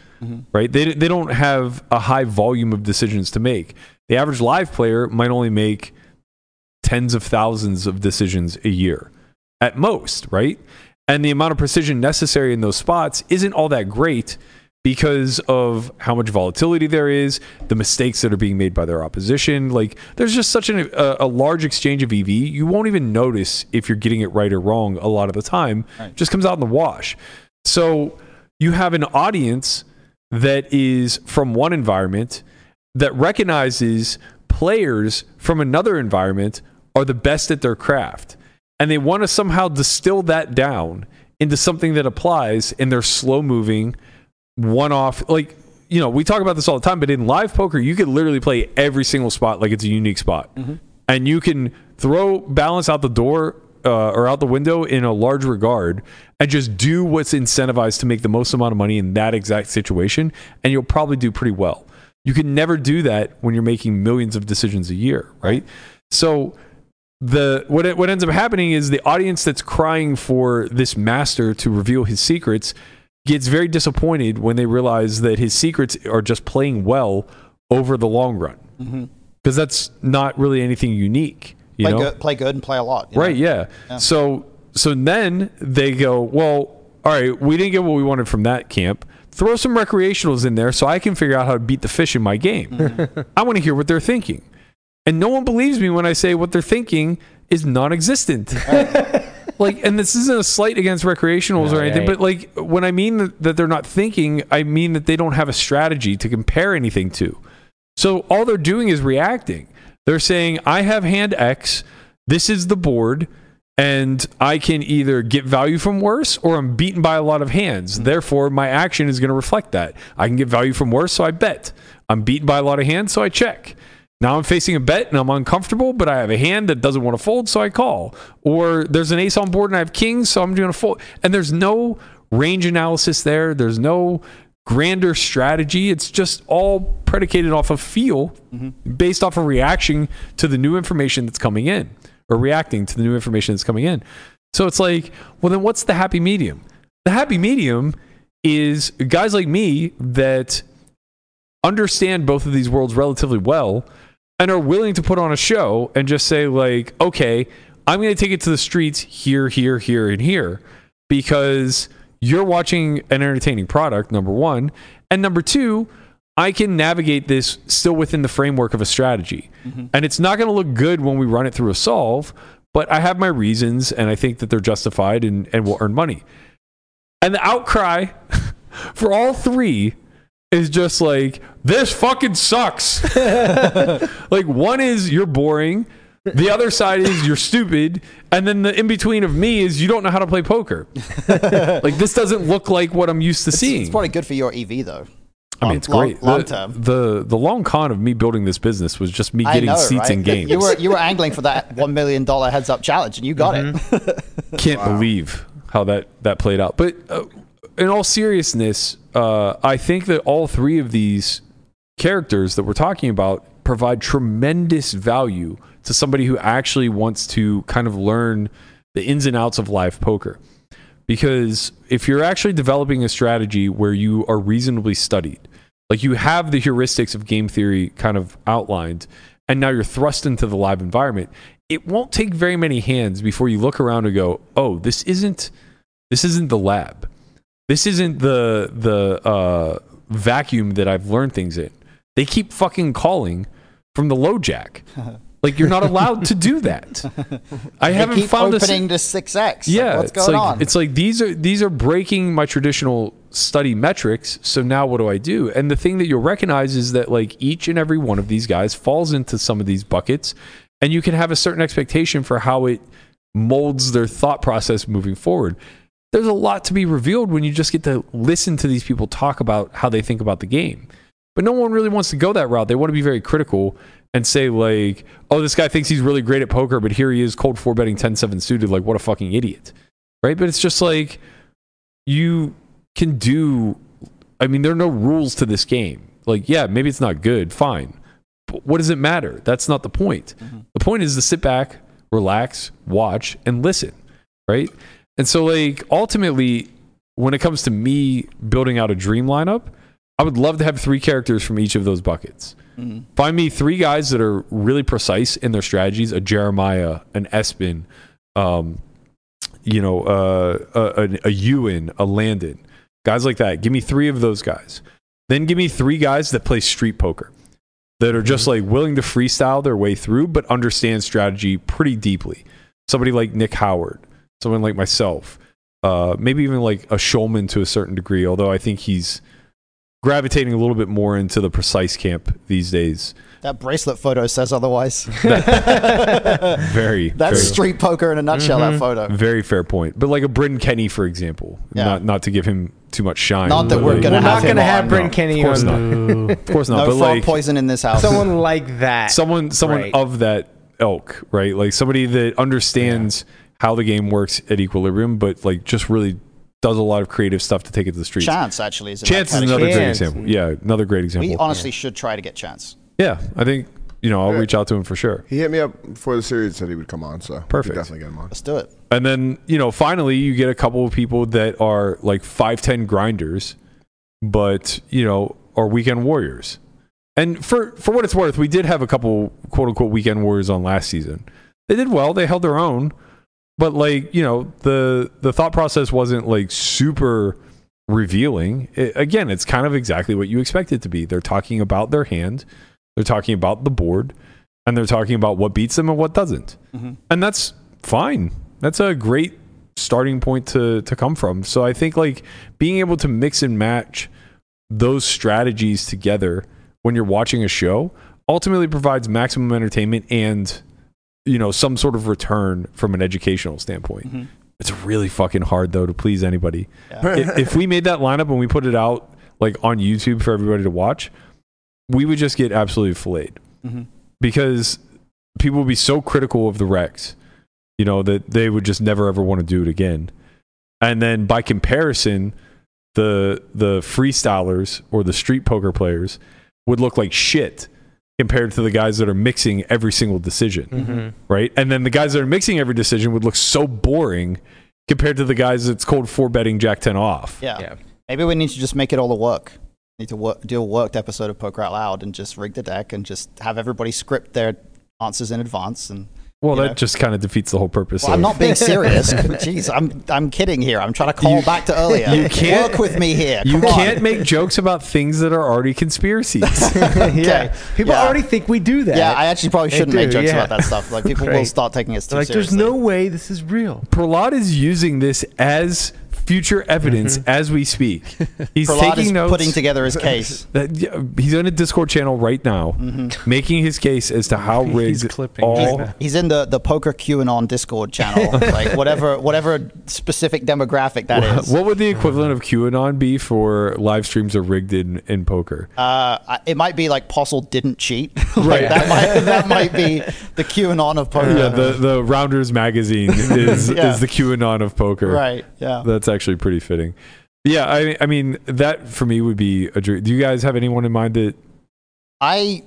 Speaker 3: right? They, they don't have a high volume of decisions to make. The average live player might only make tens of thousands of decisions a year at most, right? And the amount of precision necessary in those spots isn't all that great because of how much volatility there is, the mistakes that are being made by their opposition. Like, there's just such an, a, a large exchange of EV, you won't even notice if you're getting it right or wrong a lot of the time. Just comes out in the wash. So you have an audience that is from one environment that recognizes players from another environment are the best at their craft. And they want to somehow distill that down into something that applies in their slow moving, one off. Like, you know, we talk about this all the time, but in live poker, you could literally play every single spot like it's a unique spot. And you can throw balance out the door uh, or out the window in a large regard and just do what's incentivized to make the most amount of money in that exact situation. And you'll probably do pretty well. You can never do that when you're making millions of decisions a year, right? So the what it, what ends up happening is the audience that's crying for this master to reveal his secrets gets very disappointed when they realize that his secrets are just playing well over the long run. Because that's not really anything unique, you
Speaker 4: Play
Speaker 3: know.
Speaker 4: good play good and play a lot. you know?
Speaker 3: Right, yeah. So so then they go, well, all right, we didn't get what we wanted from that camp. Throw some recreationals in there so I can figure out how to beat the fish in my game. (laughs) I want to hear what they're thinking. And no one believes me when I say what they're thinking is non existent. (laughs) like, and this isn't a slight against recreationals or anything,
Speaker 5: Right.
Speaker 3: but like when I mean that, that they're not thinking, I mean that they don't have a strategy to compare anything to. So all they're doing is reacting. They're saying, I have hand X, this is the board, and I can either get value from worse or I'm beaten by a lot of hands. Therefore, my action is going to reflect that. I can get value from worse, so I bet. I'm beaten by a lot of hands, so I check. Now I'm facing a bet and I'm uncomfortable, but I have a hand that doesn't want to fold, so I call. Or there's an ace on board and I have kings, so I'm going to fold. And there's no range analysis there. There's no grander strategy. It's just all predicated off of feel based off of reaction to the new information that's coming in or reacting to the new information that's coming in. So it's like, well, then what's the happy medium? The happy medium is guys like me that understand both of these worlds relatively well and are willing to put on a show and just say like okay i'm going to take it to the streets here here here and here because you're watching an entertaining product number one and number two i can navigate this still within the framework of a strategy and it's not going to look good when we run it through a solve but i have my reasons and i think that they're justified and, and will earn money and the outcry (laughs) for all three is just like this fucking sucks. (laughs) like one is you're boring, the other side is you're stupid, and then the in between of me is you don't know how to
Speaker 4: (laughs)
Speaker 3: play poker. like this doesn't look like what I'm used to seeing.
Speaker 4: It's probably good for your EV though.
Speaker 3: I mean, it's
Speaker 4: long-
Speaker 3: great.
Speaker 4: Long
Speaker 3: the,
Speaker 4: term.
Speaker 3: the the long con of me building this business was just me
Speaker 4: I
Speaker 3: getting
Speaker 4: know,
Speaker 3: seats
Speaker 4: right?
Speaker 3: in games.
Speaker 4: You were you were angling for that one million dollar heads up challenge, and you got
Speaker 3: Mm-hmm.
Speaker 4: it.
Speaker 3: can't believe how that that played out. But uh, in all seriousness, uh, I think that all three of these characters that we're talking about provide tremendous value to somebody who actually wants to kind of learn the ins and outs of live poker. Because if you're actually developing a strategy where you are reasonably studied, like you have the heuristics of game theory kind of outlined, and now you're thrust into the live environment, it won't take very many hands before you look around and go, "Oh, this isn't this isn't the lab. This isn't the the uh, vacuum that I've learned things in." They keep fucking calling from the
Speaker 4: (laughs)
Speaker 3: low jack. Like you're not allowed to do that. I haven't
Speaker 4: Keep
Speaker 3: found a s-
Speaker 4: opening to six X.
Speaker 3: yeah,
Speaker 4: what's
Speaker 3: it's
Speaker 4: going
Speaker 3: like,
Speaker 4: on?
Speaker 3: It's like these are these are breaking my traditional study metrics. So now what do I do? And the thing that you'll recognize is that like each and every one of these guys falls into some of these buckets, and you can have a certain expectation for how it molds their thought process moving forward. There's a lot to be revealed when you just get to listen to these people talk about how they think about the game. But no one really wants to go that route. They want to be very critical and say like, "Oh, this guy thinks he's really great at poker, but here he is cold four betting 10-7 suited like what a fucking idiot." Right? But it's just like you can do I mean, there are no rules to this game. Like, yeah, maybe it's not good, fine. But what does it matter? That's not the point. The point is to sit back, relax, watch and listen, right? And so like ultimately when it comes to me building out a dream lineup, I would love to have three characters from each of those buckets. Find me three guys that are really precise in their strategies: a Jeremiah, an Espin, um, you know, uh, a, an- a Ewan, a Landon, guys like that. Give me three of those guys. Then give me three guys that play street poker, that are just like willing to freestyle their way through, but understand strategy pretty deeply. Somebody like Nick Howard, someone like myself, uh, maybe even like a Shulman to a certain degree. Although I think he's gravitating a little bit more into the precise camp these days.
Speaker 4: that bracelet photo says
Speaker 3: (laughs)
Speaker 4: otherwise. (laughs)
Speaker 3: Very,
Speaker 4: That's
Speaker 3: very,
Speaker 4: street poker in a nutshell.
Speaker 3: Mm-hmm.
Speaker 4: That photo.
Speaker 3: very fair point. But like a Bryn Kenny, for example,
Speaker 4: Yeah.
Speaker 3: not not to give him too much shine.
Speaker 4: Not that
Speaker 3: but,
Speaker 4: we're
Speaker 3: like-
Speaker 4: gonna
Speaker 5: We're
Speaker 4: have
Speaker 5: not going
Speaker 4: him
Speaker 5: to have
Speaker 4: on.
Speaker 5: Bryn
Speaker 4: No,
Speaker 5: Kenny
Speaker 3: of course
Speaker 5: on
Speaker 3: not. (laughs) Of
Speaker 4: (laughs)
Speaker 3: course not.
Speaker 4: No
Speaker 3: but
Speaker 4: frog
Speaker 3: like
Speaker 4: poison in this house.
Speaker 5: (laughs) someone like that. (laughs)
Speaker 3: someone, someone
Speaker 5: Right.
Speaker 3: of that elk, right? Like somebody that understands how the game works at equilibrium, but like just really does a lot of creative stuff to take it to the
Speaker 4: (laughs)
Speaker 3: streets.
Speaker 4: Chance actually is. in that
Speaker 3: Chance is
Speaker 4: category.
Speaker 3: another great
Speaker 5: Chance.
Speaker 3: example. Yeah, another great example.
Speaker 4: We honestly should try to get Chance.
Speaker 3: yeah, I think you know I'll reach out to him for sure.
Speaker 2: He hit me up before the series said he would come on, so we
Speaker 3: Perfect.
Speaker 2: Definitely get him on.
Speaker 4: Let's do it.
Speaker 3: And then, you know, finally you get a couple of people that are like 5'10 grinders, but, you know, are weekend warriors. And for, for what it's worth, we did have a couple quote unquote weekend warriors on last season. They did well, they held their own, but like you know the the thought process wasn't like super revealing I again it's kind of exactly what you expect it to be they're talking about their hand they're talking about the board and they're talking about what beats them and what doesn't
Speaker 4: Mhm.
Speaker 3: and that's fine that's a great starting point to to come from so i think like being able to mix and match those strategies together when you're watching a show ultimately provides maximum entertainment and you know some sort of return from an educational standpoint
Speaker 4: Mhm.
Speaker 3: it's really fucking hard though to please anybody
Speaker 4: Yeah.
Speaker 3: I- if we made that lineup and we put it out like on youtube for everybody to watch we would just get absolutely filleted
Speaker 4: Mhm.
Speaker 3: because people would be so critical of the Rex, you know, that they would just never ever want to do it again. And then by comparison, the the freestylers or the street poker players would look like shit compared to the guys that are mixing every single decision,
Speaker 4: Mm-hmm.
Speaker 3: right? And then the guys that are mixing every decision would look so boring compared to the guys that's cold four betting jack 10 off.
Speaker 4: yeah.
Speaker 5: Yeah.
Speaker 4: Maybe we need to just make it all a work. Need to work, do a worked episode of Poker Out Loud and just rig the deck and just have everybody script their answers in advance. And
Speaker 3: Well,
Speaker 4: You
Speaker 3: that
Speaker 4: know.
Speaker 3: just kind of defeats the whole purpose.
Speaker 4: well,
Speaker 3: of,
Speaker 4: I'm not being serious.
Speaker 3: (laughs)
Speaker 4: Jeez, I'm I'm kidding here. I'm trying to call back to earlier.
Speaker 3: you can't-
Speaker 4: work with me here.
Speaker 3: You
Speaker 4: Come on.
Speaker 3: can't make jokes about things that are already
Speaker 4: (laughs)
Speaker 3: conspiracies.
Speaker 5: yeah. People
Speaker 4: Yeah.
Speaker 5: already think we do that.
Speaker 4: Yeah, I actually probably
Speaker 5: They
Speaker 4: shouldn't make
Speaker 5: do,
Speaker 4: jokes
Speaker 5: yeah.
Speaker 4: about that stuff. Like people will
Speaker 5: Great.
Speaker 4: start taking us too
Speaker 5: They're like,
Speaker 4: seriously.
Speaker 5: there's no way this is real.
Speaker 3: Prahlad is using this as future evidence as we speak. He's
Speaker 4: Prahlad
Speaker 3: taking
Speaker 4: Mm-hmm. is
Speaker 3: notes.
Speaker 4: putting together
Speaker 3: (laughs)
Speaker 4: his case.
Speaker 3: that, yeah, he's on a Discord channel right now,
Speaker 4: Mm-hmm.
Speaker 3: making his case as to how rigged
Speaker 6: He's clipping
Speaker 3: all.
Speaker 6: right now.
Speaker 4: He's in the, the poker QAnon Discord channel,
Speaker 3: (laughs)
Speaker 4: like whatever whatever specific demographic that is.
Speaker 3: What would the equivalent of QAnon be for live streams of rigged in, in poker?
Speaker 4: Uh, I- it might be like Postle didn't cheat. Like,
Speaker 3: (laughs) Right.
Speaker 4: that might that might be the QAnon of poker.
Speaker 3: yeah, the, the Rounders
Speaker 4: (laughs)
Speaker 3: magazine is,
Speaker 4: Yeah.
Speaker 3: is the QAnon of poker.
Speaker 4: right. Yeah.
Speaker 3: That's actually pretty fitting. Yeah, I, I mean, that for me would be a dream. Do you guys have anyone in mind that
Speaker 4: I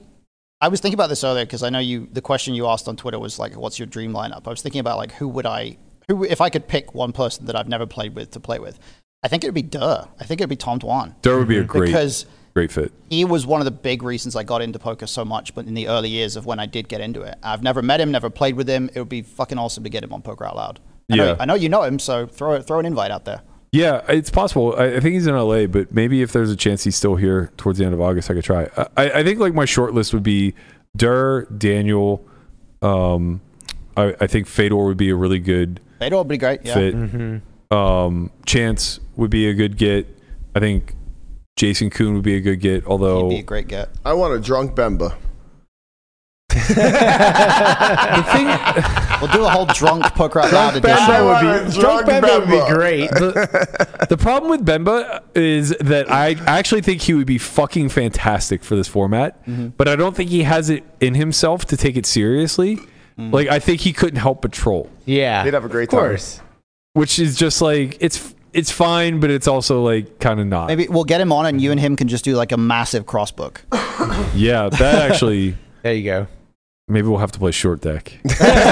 Speaker 4: I was thinking about this earlier because I know you. The question you asked on Twitter was like, "What's your dream lineup?" I was thinking about like, who would I, who if I could pick one person that I've never played with to play with. I think it'd be Durr. I think it'd be Tom Dwan
Speaker 3: there would be a great,
Speaker 4: Mm-hmm. because
Speaker 3: great fit?
Speaker 4: he was one of the big reasons I got into poker so much. But in the early years of when I did get into it, I've never met him, never played with him. It would be fucking awesome to get him on Poker Out Loud. I know,
Speaker 3: Yeah.
Speaker 4: I know you know him, so throw throw an invite out there.
Speaker 3: Yeah, it's possible. I, I think he's in LA, but maybe if there's a chance he's still here towards the end of August, I could try. I, I think like my short list would be Durr, Daniel. Um, I, I think Fedor would be a really good
Speaker 4: They'd all be great. Yeah.
Speaker 3: fit.
Speaker 5: Mm-hmm.
Speaker 3: Um, Chance would be a good get. I think Jason Kuhn would be a good get.
Speaker 4: He'd
Speaker 3: Although
Speaker 4: be a great get.
Speaker 2: I want a drunk Bemba.
Speaker 4: We'll do a whole drunk poker out loud edition.
Speaker 2: Bemba would be,
Speaker 5: Drunk Bemba would be great.
Speaker 3: the, the problem with Bemba is that I actually think he would be fucking fantastic for this format,
Speaker 4: Mm-hmm.
Speaker 3: but I don't think he has it in himself to take it seriously.
Speaker 4: Mm.
Speaker 3: Like I think he couldn't help but troll,
Speaker 5: Yeah.
Speaker 2: They'd have a great
Speaker 5: Of course.
Speaker 3: which is just like it's it's fine, but it's also like kind of not.
Speaker 4: Maybe we'll get him on, and you and him can just do like a massive cross book.
Speaker 3: Yeah, (laughs) that actually.
Speaker 5: There you go.
Speaker 3: Maybe we'll have to play short deck.
Speaker 4: Short deck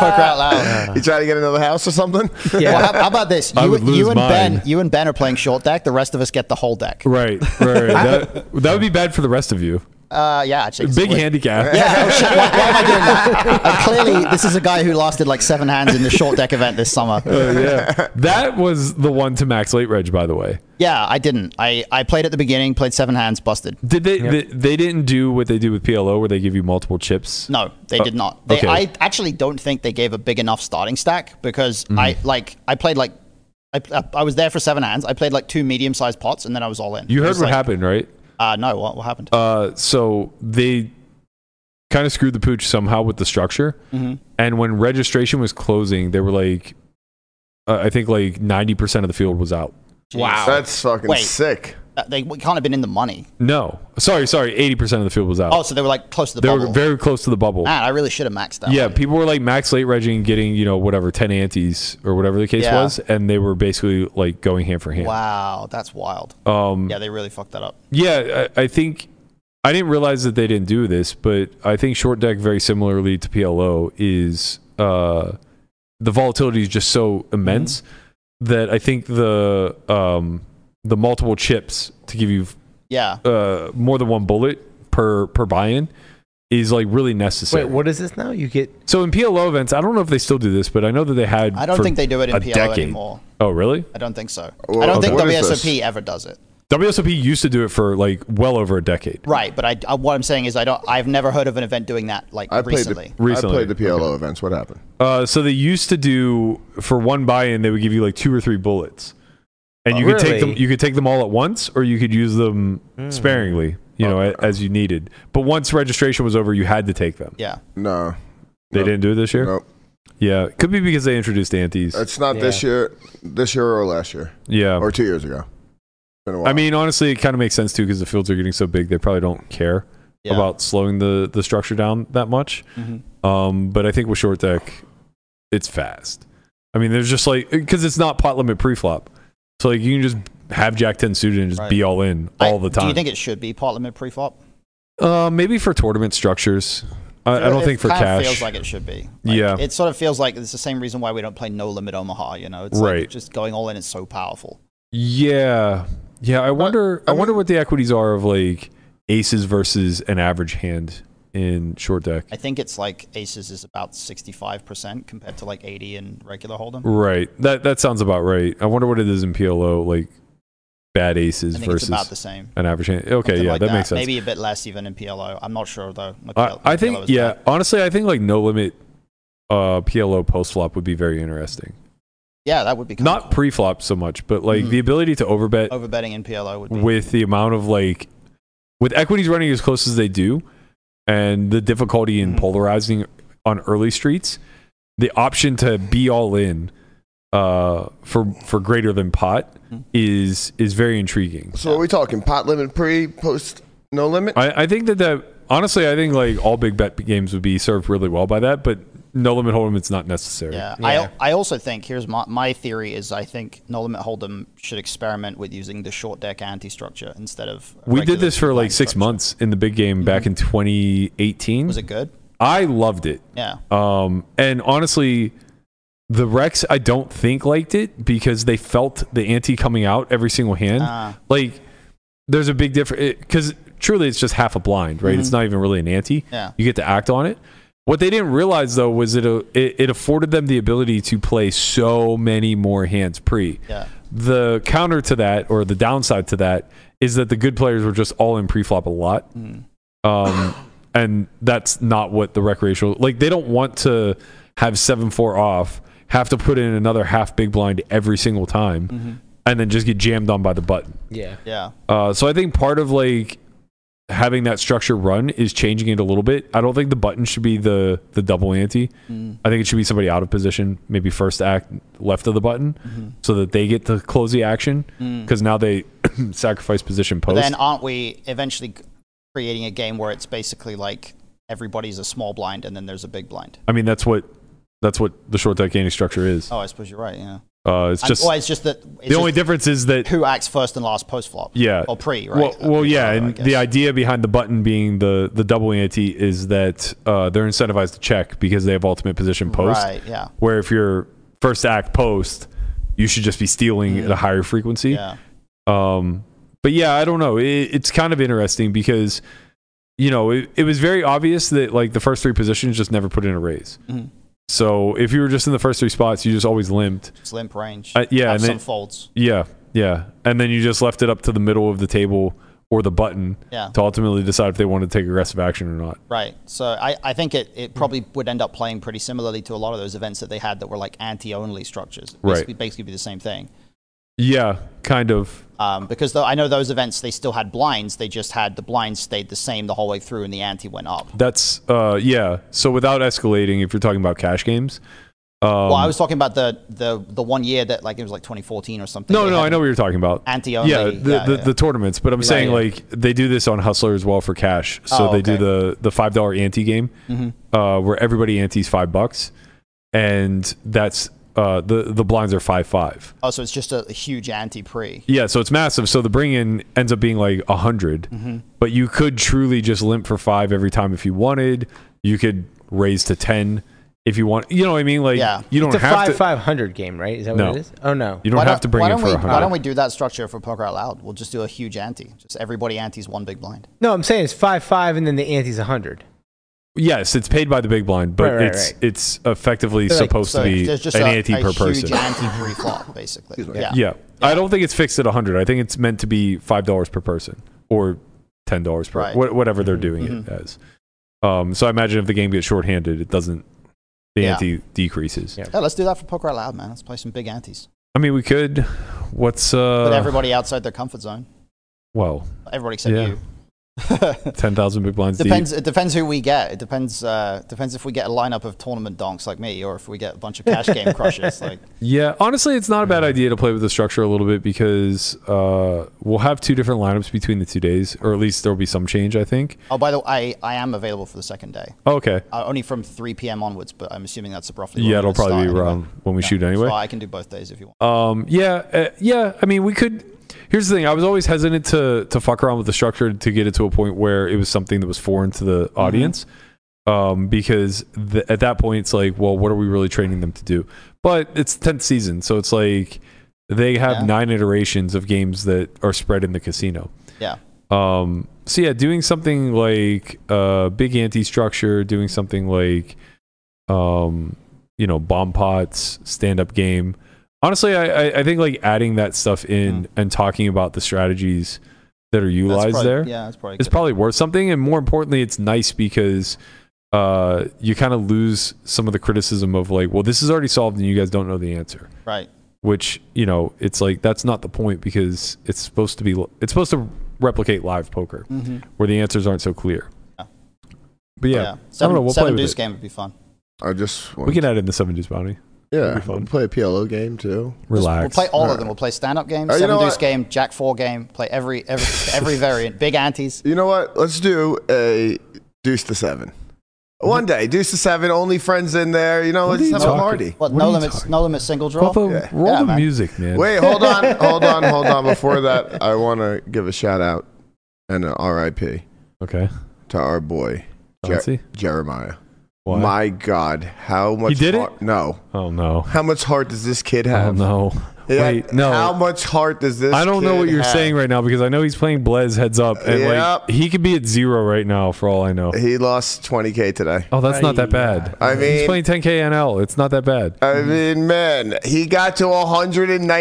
Speaker 4: poker out loud.
Speaker 2: You trying to get another house or something?
Speaker 4: Well,
Speaker 5: Yeah.
Speaker 4: how, how about this?
Speaker 3: I
Speaker 4: You,
Speaker 3: would lose
Speaker 4: you and Ben,
Speaker 3: mine.
Speaker 4: you and Ben are playing short deck. The rest of us get the whole deck.
Speaker 3: Right, right. right. (laughs) That, that would be bad for the rest of you.
Speaker 4: Uh, yeah, actually, it's
Speaker 3: Big
Speaker 4: split.
Speaker 3: handicap.
Speaker 4: Yeah, oh shit, why, why am I doing that?
Speaker 3: (laughs)
Speaker 4: Uh, clearly, this is a guy who lasted like seven hands in the short deck event this
Speaker 3: (laughs)
Speaker 4: summer.
Speaker 3: Oh, yeah. That was the one to max late reg, by the way.
Speaker 4: Yeah, I didn't. I, I played at the beginning, played seven hands, busted.
Speaker 3: Did they, they? They didn't do what they do with PLO, where they give you multiple chips.
Speaker 4: No, they
Speaker 3: Oh,
Speaker 4: did not. They,
Speaker 3: okay.
Speaker 4: I actually don't think they gave a big enough starting stack because
Speaker 3: Mm.
Speaker 4: I like I played like I, I- I was there for seven hands. I played like two medium sized pots and then I was all in. It
Speaker 3: You heard
Speaker 4: was
Speaker 3: what
Speaker 4: like,
Speaker 3: happened, right?
Speaker 4: Uh, no, what, what happened?
Speaker 3: Uh, so they kind of screwed the pooch somehow with the structure.
Speaker 4: Mhm.
Speaker 3: And when registration was closing, they were like, uh, I think like ninety percent of the field was out.
Speaker 4: Wow,
Speaker 2: That's fucking
Speaker 4: Wait.
Speaker 2: sick.
Speaker 4: Uh, they can't have been in the money.
Speaker 3: No, sorry, sorry, eighty percent of the field was out.
Speaker 4: Oh, so they were like close to the
Speaker 3: they
Speaker 4: bubble. Ah,
Speaker 3: were very close to the bubble.
Speaker 4: Man, I really should have maxed out.
Speaker 3: yeah, people were like max late regging, getting you know whatever ten antes or whatever the case
Speaker 4: Yeah.
Speaker 3: was, and they were basically like going hand for hand.
Speaker 4: Wow, that's wild.
Speaker 3: Um,
Speaker 4: Yeah, they really fucked that up.
Speaker 3: Yeah, I, I think I didn't realize that they didn't do this, but I think short deck, very similarly to PLO, is uh, the volatility is just so immense
Speaker 4: Mm-hmm.
Speaker 3: that I think the um, the multiple chips to give you
Speaker 4: Yeah,
Speaker 3: uh, more than one bullet per per buy in is like really necessary.
Speaker 5: Wait, what is this now? You get
Speaker 3: So in PLO events, I don't know if they still do this, but I know that they had.
Speaker 4: I don't
Speaker 3: for
Speaker 4: think they do it in
Speaker 3: a
Speaker 4: PLO
Speaker 3: decade.
Speaker 4: anymore.
Speaker 3: Oh, really?
Speaker 4: I don't think so.
Speaker 2: Well,
Speaker 4: I don't
Speaker 2: okay.
Speaker 4: think
Speaker 2: What is this?
Speaker 4: WSOP ever does it.
Speaker 3: WSOP used to do it for like well over a decade.
Speaker 4: Right, but I, I- what I'm saying is I don't. I've never heard of an event doing that like
Speaker 2: I played
Speaker 4: recently.
Speaker 2: the I
Speaker 3: Recently.
Speaker 2: played the PLO events. What happened?
Speaker 3: Uh, so they used to do for one buy-in, they would give you like two or three bullets, and
Speaker 5: Oh,
Speaker 3: you could take them.
Speaker 5: really? Hmm.
Speaker 3: You could take them all at once, or you could use them sparingly. You know, a as you needed. But once registration was over, you had to take them.
Speaker 4: yeah,
Speaker 2: No,
Speaker 3: They
Speaker 2: Nope.
Speaker 3: didn't do it this year.
Speaker 2: nope.
Speaker 3: Yeah, could be because they introduced antes.
Speaker 2: It's not this year, this year or last year
Speaker 3: yeah,
Speaker 2: or two years ago. Been a while.
Speaker 3: I mean, honestly, it kind of makes sense too because the fields are getting so big, they probably don't care
Speaker 4: yeah.
Speaker 3: about slowing the the structure down that much.
Speaker 4: Mhm.
Speaker 3: Um, but I think with short deck, it's fast. I mean, there's just like because it's not pot limit pre-flop, so like you can just have Jack Ten suited and just
Speaker 4: Right.
Speaker 3: be all in
Speaker 4: I-
Speaker 3: all the time.
Speaker 4: Do you think it should be pot limit preflop?
Speaker 3: uh, maybe for tournament structures, I, I don't
Speaker 4: It
Speaker 3: think for
Speaker 4: kind of
Speaker 3: cash.
Speaker 4: feels like it should be. Like,
Speaker 3: Yeah.
Speaker 4: it sort of feels like it's the same reason why we don't play no limit Omaha. You know, it's
Speaker 3: Right.
Speaker 4: Like just going all in is so powerful.
Speaker 3: yeah, yeah. I wonder. I,
Speaker 2: I
Speaker 3: wonder
Speaker 2: mean-
Speaker 3: what the equities are of like aces versus an average hand in short deck.
Speaker 4: I think it's like aces is about 65% compared to like 80 in regular hold'em.
Speaker 3: Right. That that sounds about right. I wonder what it is in PLO, like bad aces
Speaker 4: I think it's about the
Speaker 3: versus
Speaker 4: same.
Speaker 3: an average hand. Okay,
Speaker 4: Something
Speaker 3: yeah,
Speaker 4: like
Speaker 3: that, makes sense.
Speaker 4: Maybe a bit less even in PLO. I'm not sure though. My
Speaker 3: I,
Speaker 4: PLO
Speaker 3: I
Speaker 4: PLO
Speaker 3: think
Speaker 4: is
Speaker 3: yeah.
Speaker 4: bad.
Speaker 3: Honestly, I think like no limit uh PLO post flop would be very interesting.
Speaker 4: yeah, that would be kind
Speaker 3: Not pre flop so much, but like
Speaker 4: Mhm.
Speaker 3: the ability to overbet
Speaker 4: of cool. overbetting in PLO would be
Speaker 3: with the amount of like with equities running as close as they do and the difficulty
Speaker 4: Mm-hmm.
Speaker 3: in polarizing on early streets the option to be all in uh for for greater than pot
Speaker 4: Mm-hmm.
Speaker 3: is is very intriguing
Speaker 2: so are we talking pot limit pre, post, no limit?
Speaker 3: i i think that that honestly i think like all big bet games would be served really well by that but no limit hold'em it's not necessary
Speaker 4: Yeah.
Speaker 5: Yeah.
Speaker 4: I, I also think here's my, my theory is I think No Limit Hold'em should experiment with using the short deck anti structure instead of. a
Speaker 3: we did
Speaker 4: regular
Speaker 3: this for
Speaker 4: line
Speaker 3: like six
Speaker 4: structure.
Speaker 3: months in the big game back in 2018
Speaker 4: Was it good?
Speaker 3: i loved it
Speaker 4: Yeah.
Speaker 3: Um, and honestly, the Rex I don't think liked it because they felt the ante coming out every single hand.
Speaker 4: Ah.
Speaker 3: like there's a big difference because truly it's just half a blind, right? It's not even really an ante.
Speaker 4: Mm-hmm. Yeah.
Speaker 3: You get to act on it. What they didn't realize though was it, uh, it it afforded them the ability to play so many more hands pre.
Speaker 4: Yeah.
Speaker 3: The counter to that or the downside to that is that the good players were just all in preflop a lot um, (coughs) and that's not what the recreational like. They don't want to have seven four off, have to put in another half big blind every single time, and then just get jammed on by the button.
Speaker 5: yeah.
Speaker 4: Yeah.
Speaker 3: Uh, so I think part of like having that structure run is changing it a little bit. I don't think the button should be the the double ante.
Speaker 4: Mm.
Speaker 3: I think it should be somebody out of position, maybe first act left of the button,
Speaker 4: Mm-hmm.
Speaker 3: so that they get to close the action because now they (coughs) sacrifice position
Speaker 4: Mm. But
Speaker 3: post.
Speaker 4: then aren't we eventually creating a game where it's basically like everybody's a small blind and then there's a big blind?
Speaker 3: I mean, that's what that's what the short deck ante structure is.
Speaker 4: Oh, I suppose you're right. Yeah.
Speaker 3: Uh, it's
Speaker 4: I'm-
Speaker 3: just
Speaker 4: well, it's just that. It's
Speaker 3: the only
Speaker 4: just
Speaker 3: difference is that
Speaker 4: Who acts first and last post flop?
Speaker 3: yeah,
Speaker 4: Or pre, right?
Speaker 3: Well, well,
Speaker 4: Pre flop,
Speaker 3: yeah,
Speaker 4: I
Speaker 3: and
Speaker 4: guess.
Speaker 3: the idea behind the button being the the double ante is that uh, they're incentivized to check because they have ultimate position post.
Speaker 4: Right. Yeah.
Speaker 3: Where if you're first act post, you should just be stealing at a higher frequency.
Speaker 4: Mm. Yeah.
Speaker 3: Um, but yeah, I don't know. It, it's kind of interesting because you know it, it was very obvious that like the first three positions just never put in a raise.
Speaker 4: Mhm.
Speaker 3: So if you were just in the first three spots, you just always limped.
Speaker 4: It's limp range.
Speaker 3: Uh, yeah,
Speaker 4: Have
Speaker 3: and
Speaker 4: some
Speaker 3: then-
Speaker 4: folds.
Speaker 3: Yeah, yeah. And then you just left it up to the middle of the table or the button
Speaker 4: Yeah.
Speaker 3: to ultimately decide if they want to take aggressive action or not.
Speaker 4: Right. So I, I think it, it probably would end up playing pretty similarly to a lot of those events that they had that were like anti only structures. It'd
Speaker 3: Right.
Speaker 4: Basically, basically be the same thing.
Speaker 3: Yeah, kind of.
Speaker 4: Um, because though I know those events, they still had blinds. They just had the blinds stayed the same the whole way through and the ante went up.
Speaker 3: That's uh yeah. So without escalating, if you're talking about cash games, um,
Speaker 4: well, I was talking about the, the, the one year that like it was like 2014 or something.
Speaker 3: no,
Speaker 4: They
Speaker 3: no,
Speaker 4: had
Speaker 3: I know what you're talking about.
Speaker 4: Anti only.
Speaker 3: Yeah, the, the, the tournaments, but I'm saying like they do this on Hustler as well for cash. So
Speaker 4: Oh,
Speaker 3: they do
Speaker 4: okay. Mm-hmm.
Speaker 3: the the five dollar ante game, uh, where everybody antes five bucks, and that's uh, the the blinds are five five.
Speaker 4: oh, so it's just a, a huge anti pre.
Speaker 3: Yeah, so it's massive. So the bring in ends up being like a 100
Speaker 4: Mm-hmm.
Speaker 3: but you could truly just limp for five every time if you wanted. You could raise to ten if you want. You know what I mean? Like,
Speaker 4: Yeah.
Speaker 3: you don't
Speaker 5: It's a
Speaker 3: have
Speaker 5: five
Speaker 3: to.
Speaker 5: five hundred game, right? Is that
Speaker 3: No.
Speaker 5: what it is? Oh no.
Speaker 3: You don't have to bring
Speaker 4: why
Speaker 3: in
Speaker 4: don't
Speaker 3: for
Speaker 4: we,
Speaker 3: a
Speaker 4: Why don't
Speaker 3: hundred.
Speaker 4: we do that structure for Poker Out Loud? We'll just do a huge ante. Just everybody antes one big blind.
Speaker 5: No, I'm saying it's five five and then the ante's hundred.
Speaker 3: Yes, it's paid by the big blind, but
Speaker 5: Right, right,
Speaker 3: it's
Speaker 5: right.
Speaker 3: it's effectively
Speaker 5: So, like,
Speaker 3: supposed
Speaker 4: So
Speaker 3: to be
Speaker 4: there's just
Speaker 3: an
Speaker 4: a,
Speaker 3: ante
Speaker 4: a
Speaker 3: per
Speaker 4: huge
Speaker 3: person. (laughs)
Speaker 4: ante pre-flop, basically. Yeah.
Speaker 3: Yeah. I don't think it's fixed at 100. I think it's meant to be $5 per person or $10 per
Speaker 4: Right. Mm-hmm,
Speaker 3: wha- whatever they're doing it as. Um, so I imagine if the game gets shorthanded, it doesn't the
Speaker 4: Yeah.
Speaker 3: ante decreases.
Speaker 5: Yeah.
Speaker 4: Hey, let's do that for Poker Out Loud, man. Let's play some big antes.
Speaker 3: I mean, we could what's
Speaker 4: Put
Speaker 3: uh
Speaker 4: everybody outside their comfort zone.
Speaker 3: well,
Speaker 4: Everybody except
Speaker 3: Yeah. (laughs)
Speaker 4: you. (laughs)
Speaker 3: 10,000 big blinds deep.
Speaker 4: depends. It depends who we get. It depends. Uh, depends if we get a lineup of tournament donks like me, or if we get a bunch of cash
Speaker 3: (laughs)
Speaker 4: game crushers. Like,
Speaker 3: Yeah, honestly, it's not a bad idea to play with the structure a little bit because uh, we'll have two different lineups between the two days, or at least there'll be some change, I think.
Speaker 4: oh, by the way, I, I am available for the second day,
Speaker 3: Okay.
Speaker 4: uh, only from 3 p.m. onwards. But I'm assuming that's roughly. when
Speaker 3: Yeah,
Speaker 4: we're
Speaker 3: it'll
Speaker 4: gonna start
Speaker 3: probably be
Speaker 4: anyway.
Speaker 3: around when we
Speaker 4: Yeah.
Speaker 3: shoot anyway.
Speaker 4: So I can do both days if you want.
Speaker 3: Um, yeah, uh, yeah. I mean, we could. Here's the thing. I was always hesitant to to fuck around with the structure to get it to a point where it was something that was foreign to the
Speaker 4: Mm-hmm.
Speaker 3: audience, um, because th- at that point it's like, well, what are we really training them to do? But it's tenth season, so it's like they have
Speaker 4: Yeah.
Speaker 3: nine iterations of games that are spread in the casino.
Speaker 4: Yeah.
Speaker 3: Um, so yeah, doing something like uh, big anti structure, doing something like um, you know bomb pots, stand up game. Honestly, I, I I think like adding that stuff in and talking about the strategies that
Speaker 4: Hmm.
Speaker 3: are
Speaker 4: That's
Speaker 3: utilized
Speaker 4: probably-
Speaker 3: there
Speaker 4: Yeah, that's probably.
Speaker 3: it's
Speaker 4: good.
Speaker 3: probably worth something and more importantly it's nice because uh, you kind of lose some of the criticism of like well this is already solved and you guys don't know the answer
Speaker 4: right.
Speaker 3: which you know it's like that's not the point because it's supposed to be it's supposed to replicate live poker
Speaker 4: Mhm.
Speaker 3: where the answers aren't so clear
Speaker 4: Yeah. Oh,
Speaker 3: but yeah,
Speaker 4: Seven,
Speaker 3: i don't know we'll play
Speaker 4: seven
Speaker 3: with
Speaker 4: deuce
Speaker 3: it.
Speaker 4: game would be fun.
Speaker 2: I just want
Speaker 3: we can add in the seven deuce bounty
Speaker 2: yeah,
Speaker 3: fun.
Speaker 2: we'll play a PLO game too.
Speaker 4: Just-
Speaker 3: relax
Speaker 4: We'll play all
Speaker 2: Alright.
Speaker 4: of them. We'll play stand-up game,
Speaker 2: Oh, you
Speaker 4: seven
Speaker 2: know
Speaker 4: deuce
Speaker 2: what?
Speaker 4: game, jack four game. Play every every
Speaker 3: (laughs)
Speaker 4: every variant. Big antes.
Speaker 2: You know what? Let's do a deuce to seven. One day, deuce to seven, only friends in there. You know,
Speaker 3: What are
Speaker 2: let's
Speaker 3: you
Speaker 2: have
Speaker 3: talking-
Speaker 2: a party.
Speaker 4: What,
Speaker 3: What are
Speaker 4: no
Speaker 3: you
Speaker 4: limits?
Speaker 3: talking-
Speaker 4: No limits. Single draw. (laughs)
Speaker 3: Roll the, roll
Speaker 4: Yeah,
Speaker 3: the
Speaker 4: man.
Speaker 3: music man
Speaker 2: Wait, hold on, hold on, hold on. Before that, I want to give a shout out and an RIP
Speaker 3: okay
Speaker 2: to our boy Jer-
Speaker 3: Chauncey?
Speaker 2: Jeremiah.
Speaker 3: Why?
Speaker 2: My God, how much?
Speaker 3: did
Speaker 2: har-
Speaker 3: it?
Speaker 2: No.
Speaker 3: oh no
Speaker 2: How much heart does this kid
Speaker 3: oh
Speaker 2: have?
Speaker 3: no
Speaker 2: Yeah,
Speaker 3: wait no
Speaker 2: How much heart does this?
Speaker 3: I don't know
Speaker 2: kid
Speaker 3: what you're
Speaker 2: have?
Speaker 3: saying right now because I know he's playing Blez heads up and
Speaker 2: Yep.
Speaker 3: like he could be at zero right now for all I know.
Speaker 2: He lost 20k today.
Speaker 3: Oh, that's not that bad.
Speaker 2: I
Speaker 3: he's
Speaker 2: mean-
Speaker 3: playing 10k NL. It's not that bad.
Speaker 2: I mean, man, he got to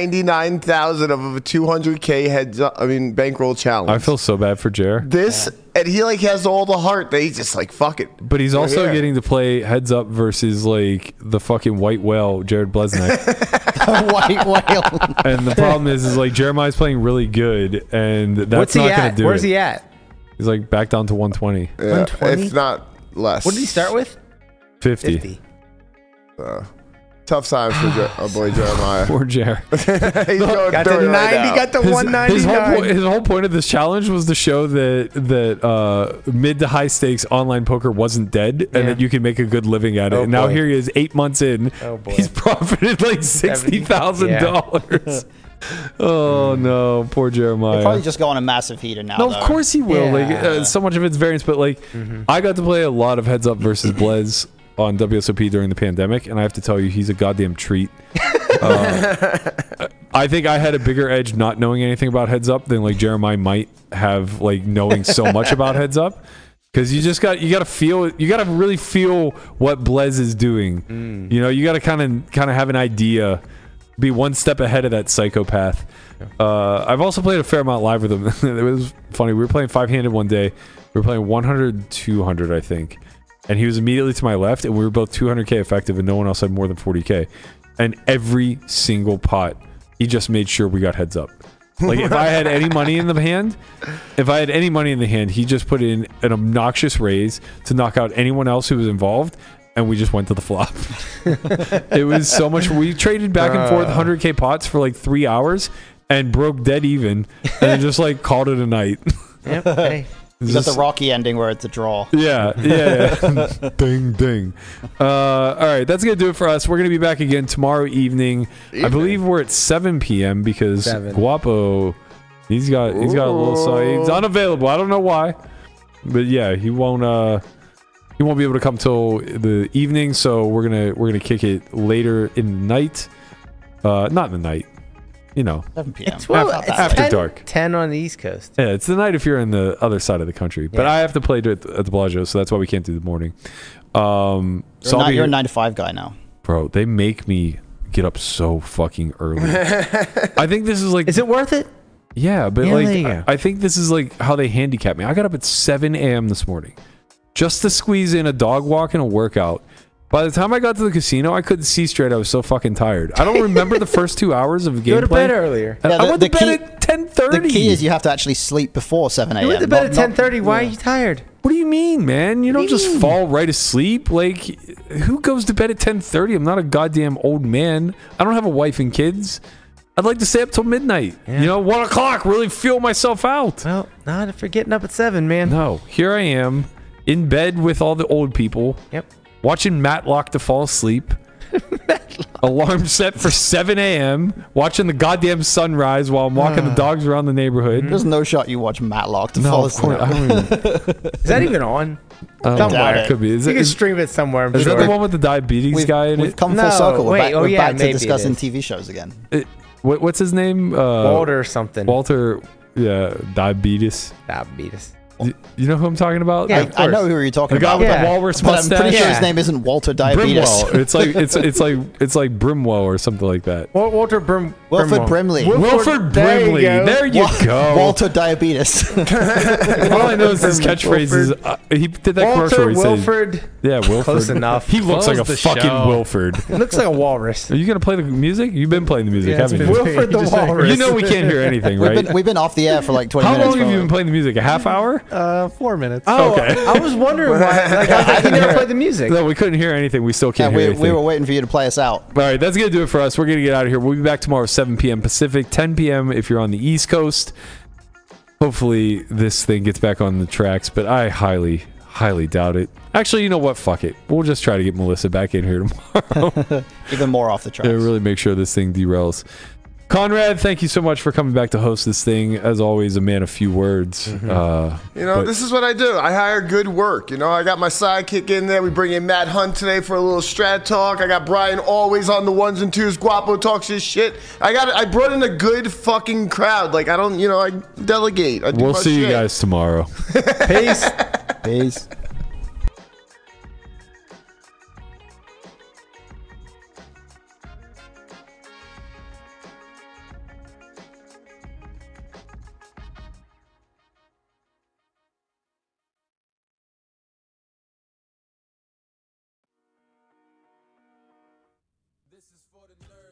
Speaker 2: 199,000 of a 200k heads up. I mean, bankroll challenge.
Speaker 3: I feel so bad for Jer,
Speaker 2: this, and he like has all the heart that he's just like, fuck it.
Speaker 3: but he's
Speaker 2: We're
Speaker 3: also
Speaker 2: here.
Speaker 3: getting to play heads up versus like the fucking white whale Jared
Speaker 5: (laughs)
Speaker 3: Blesnick. (laughs)
Speaker 4: White (laughs)
Speaker 3: Oh,
Speaker 4: whale.
Speaker 3: and the problem is, is like Jeremiah's playing really good, and that's
Speaker 5: What's
Speaker 3: not
Speaker 5: he
Speaker 3: gonna
Speaker 5: at?
Speaker 3: do
Speaker 5: Where's
Speaker 3: it.
Speaker 5: he at?
Speaker 3: He's like back down to 120,
Speaker 2: Yeah,
Speaker 5: 120?
Speaker 2: It's not less.
Speaker 5: What did he start with?
Speaker 3: 50.
Speaker 5: 50.
Speaker 2: Uh, tough times for Jer- our
Speaker 5: (sighs)
Speaker 2: boy Jeremiah. (laughs)
Speaker 3: Poor Jer.
Speaker 2: he's going
Speaker 5: Got
Speaker 2: through
Speaker 5: to
Speaker 2: it
Speaker 5: 90,
Speaker 2: right now.
Speaker 5: got to
Speaker 3: his whole,
Speaker 5: 199.
Speaker 3: po- his whole point of this challenge was to show that that uh, mid to high stakes online poker wasn't dead and
Speaker 5: Yeah.
Speaker 3: that you can make a good living at it.
Speaker 5: Oh,
Speaker 3: and now
Speaker 5: boy.
Speaker 3: here he is, eight months in.
Speaker 5: Oh, boy.
Speaker 3: He's (laughs) profited like sixty thousand dollars. (laughs) oh no, poor Jeremiah.
Speaker 4: He'll probably just go on a massive heater now.
Speaker 3: No,
Speaker 4: though.
Speaker 3: of course he will. Like
Speaker 5: Yeah. Mm-hmm.
Speaker 3: uh, so much of it's variance, but like I got to play a lot of heads up versus Blez on WSOP during the pandemic, and I have to tell you, he's a goddamn treat. Uh, I think I had a bigger edge not knowing anything about heads up than like Jeremiah might have like knowing so much about heads up. Cause you just got you got to feel you got to really feel what Blez is doing. You know, you got to kind of kind of have an idea, be one step ahead of that psychopath. Uh, I've also played a fair amount live with him. (laughs) it was funny. We were playing five handed one day. We were playing 100, 200, I think, and he was immediately to my left, and we were both 200k effective, and no one else had more than 40k. And every single pot, he just made sure we got heads up. Like if I had any money in the hand, if I had any money in the hand, he just put in an obnoxious raise to knock out anyone else who was involved, and we just went to the flop. (laughs) it was so much. We traded back and forth 100k pots for like three hours and broke dead even, and then just like called it a night. (laughs)
Speaker 5: Yep. Hey.
Speaker 4: You got the Rocky ending where it's a draw.
Speaker 3: Yeah, yeah. yeah. (laughs) ding, ding. Uh, all right, that's gonna do it for us. We're gonna be back again tomorrow evening. I believe we're at 7 p.m. because
Speaker 5: Seven.
Speaker 3: Guapo, he's got he's got a little so he's unavailable. I don't know why, but yeah, he won't uh he won't be able to come till the evening. So we're gonna we're gonna kick it later in the night. Uh, not in the night. you know,
Speaker 4: 7 p.m.
Speaker 5: Well,
Speaker 3: After-
Speaker 5: it's
Speaker 3: after
Speaker 5: 10
Speaker 3: dark.
Speaker 5: Ten on the East Coast.
Speaker 3: yeah, it's the night if you're in the other side of the country. But
Speaker 5: Yeah.
Speaker 3: I have to play at the, at the Bellagio, so that's why we can't do the morning. Um,
Speaker 4: You're,
Speaker 3: so I'll
Speaker 4: not,
Speaker 3: be
Speaker 4: you're a
Speaker 3: here-
Speaker 4: 9 to 5 guy now.
Speaker 3: bro. They make me get up so fucking early.
Speaker 4: (laughs)
Speaker 3: I think this is like
Speaker 5: Is it worth it?
Speaker 3: Yeah, but
Speaker 5: Yeah, there
Speaker 3: like
Speaker 5: you
Speaker 3: I-
Speaker 5: go.
Speaker 3: I think this is like how they handicap me. I got up at 7 a.m. this morning just to squeeze in a dog walk and a workout. By the time I got to the casino, I couldn't see straight. I was so fucking tired. I don't remember the first two hours of gameplay.
Speaker 5: Go to bed earlier.
Speaker 3: And
Speaker 4: Yeah,
Speaker 3: I
Speaker 4: the-
Speaker 3: went
Speaker 4: the
Speaker 3: to
Speaker 4: key-
Speaker 3: bed at 10:30.
Speaker 4: The key is you have to actually sleep before 7 a.m.
Speaker 5: You went to bed
Speaker 4: not- not-
Speaker 5: at ten thirty. Why are you tired?
Speaker 3: What do you mean, man? You don't just fall right asleep. Like, who goes to bed at 10:30? I'm not a goddamn old man. I don't have a wife and kids. I'd like to stay up till midnight. You know, one o'clock. Really feel myself out.
Speaker 5: Well, not if you're getting up at seven, man.
Speaker 3: No, here I am in bed with all the old people,
Speaker 5: Yep.
Speaker 3: watching Matlock to fall asleep. Alarm set for 7 a.m. Watching the goddamn sunrise while I'm walking the dogs around the neighborhood.
Speaker 4: There's no shot you watch Matlock to
Speaker 3: No,
Speaker 4: fall
Speaker 3: of
Speaker 4: asleep.
Speaker 3: course. I don't even.
Speaker 5: Is that even on?
Speaker 3: I don't know
Speaker 4: Doubt
Speaker 3: where it
Speaker 4: it.
Speaker 3: could be. Is,
Speaker 5: You
Speaker 3: it,
Speaker 5: can
Speaker 3: is,
Speaker 5: stream it somewhere. I'm
Speaker 3: is that the
Speaker 5: sure.
Speaker 3: one with the diabetes
Speaker 4: We've,
Speaker 3: guy in
Speaker 4: we've
Speaker 3: it?
Speaker 4: come
Speaker 5: No,
Speaker 4: full circle. We're
Speaker 5: wait,
Speaker 4: back,
Speaker 5: oh
Speaker 4: we're
Speaker 5: yeah,
Speaker 4: back
Speaker 5: maybe it
Speaker 4: to discussing
Speaker 5: is.
Speaker 4: TV shows again.
Speaker 3: It- what, what's his name? Uh,
Speaker 5: Walter or something?
Speaker 3: Walter. Yeah, diabetes.
Speaker 5: Diabetes.
Speaker 3: You, you know who I'm talking about?
Speaker 5: Yeah,
Speaker 3: Like,
Speaker 5: of
Speaker 4: I know
Speaker 5: course.
Speaker 4: who you're talking
Speaker 3: the guy
Speaker 4: about.
Speaker 3: with
Speaker 5: Yeah.
Speaker 3: the walrus
Speaker 4: But I'm
Speaker 3: mustache.
Speaker 4: pretty sure
Speaker 5: Yeah.
Speaker 4: his name isn't Walter Diabetes.
Speaker 3: Brimwell. (laughs) it's like it's it's like it's like Brimwell or something like that.
Speaker 5: Wal- Walter Brim.
Speaker 4: Wilfred
Speaker 5: Brimwell.
Speaker 4: Brimley.
Speaker 3: Wilford
Speaker 5: there you
Speaker 3: Brimley.
Speaker 5: go.
Speaker 4: (laughs)
Speaker 3: There you
Speaker 4: Wa-
Speaker 3: go.
Speaker 4: Walter Diabetes. (laughs)
Speaker 3: All I know is his catchphrase is
Speaker 5: Wilford.
Speaker 3: uh, he did that commercial
Speaker 5: Walter
Speaker 3: where he said,
Speaker 5: Wilford.
Speaker 3: "Yeah, Wilford." (laughs)
Speaker 5: Close enough.
Speaker 3: He looks like a
Speaker 6: Close the
Speaker 3: fucking
Speaker 6: show.
Speaker 3: Wilford.
Speaker 5: Looks like a walrus.
Speaker 3: Are you gonna play the music? You've been playing the music,
Speaker 6: Yeah, it's
Speaker 3: haven't
Speaker 6: been-
Speaker 3: you?
Speaker 5: Wilford (laughs) the
Speaker 6: Just like-
Speaker 5: Walrus.
Speaker 3: You know we can't hear
Speaker 4: (laughs)
Speaker 3: anything,
Speaker 4: We've
Speaker 3: right?
Speaker 4: been, we've been off the air for Mm-hmm. like 20
Speaker 3: How
Speaker 4: minutes.
Speaker 3: long have you been
Speaker 4: probably.
Speaker 3: playing the music? A half hour?
Speaker 6: Uh, four minutes.
Speaker 5: Oh,
Speaker 3: Okay.
Speaker 5: I was wondering why. Like, I was like, you never played the music.
Speaker 3: No, we couldn't hear anything. We still can't
Speaker 4: Yeah,
Speaker 3: hear
Speaker 4: we,
Speaker 3: anything.
Speaker 4: we were waiting for you to play us out.
Speaker 3: All right, that's gonna do it for us. We're gonna get out of here. We'll be back tomorrow, 7 p.m. Pacific, 10 p.m. if you're on the East Coast. Hopefully, this thing gets back on the tracks, but I highly, highly doubt it. Actually, you know what? Fuck it. We'll just try to get Melissa back in here tomorrow.
Speaker 4: Even more off the tracks.
Speaker 3: Yeah, really make sure this thing derails. Conrad, thank you so much for coming back to host this thing. As always, a man of few words. Uh,
Speaker 2: You know,
Speaker 3: but-
Speaker 2: this is what I do. I hire good work. You know, I got my sidekick in there. We bring in Matt Hunt today for a little strat talk. I got Brian always on the ones and twos. Guapo talks his shit. I got. I brought in a good fucking crowd. Like I don't. You know, I delegate. I do
Speaker 3: we'll
Speaker 2: my
Speaker 3: see you
Speaker 2: shit.
Speaker 3: guys tomorrow.
Speaker 5: Peace.
Speaker 4: Peace.
Speaker 1: This is for the nerds.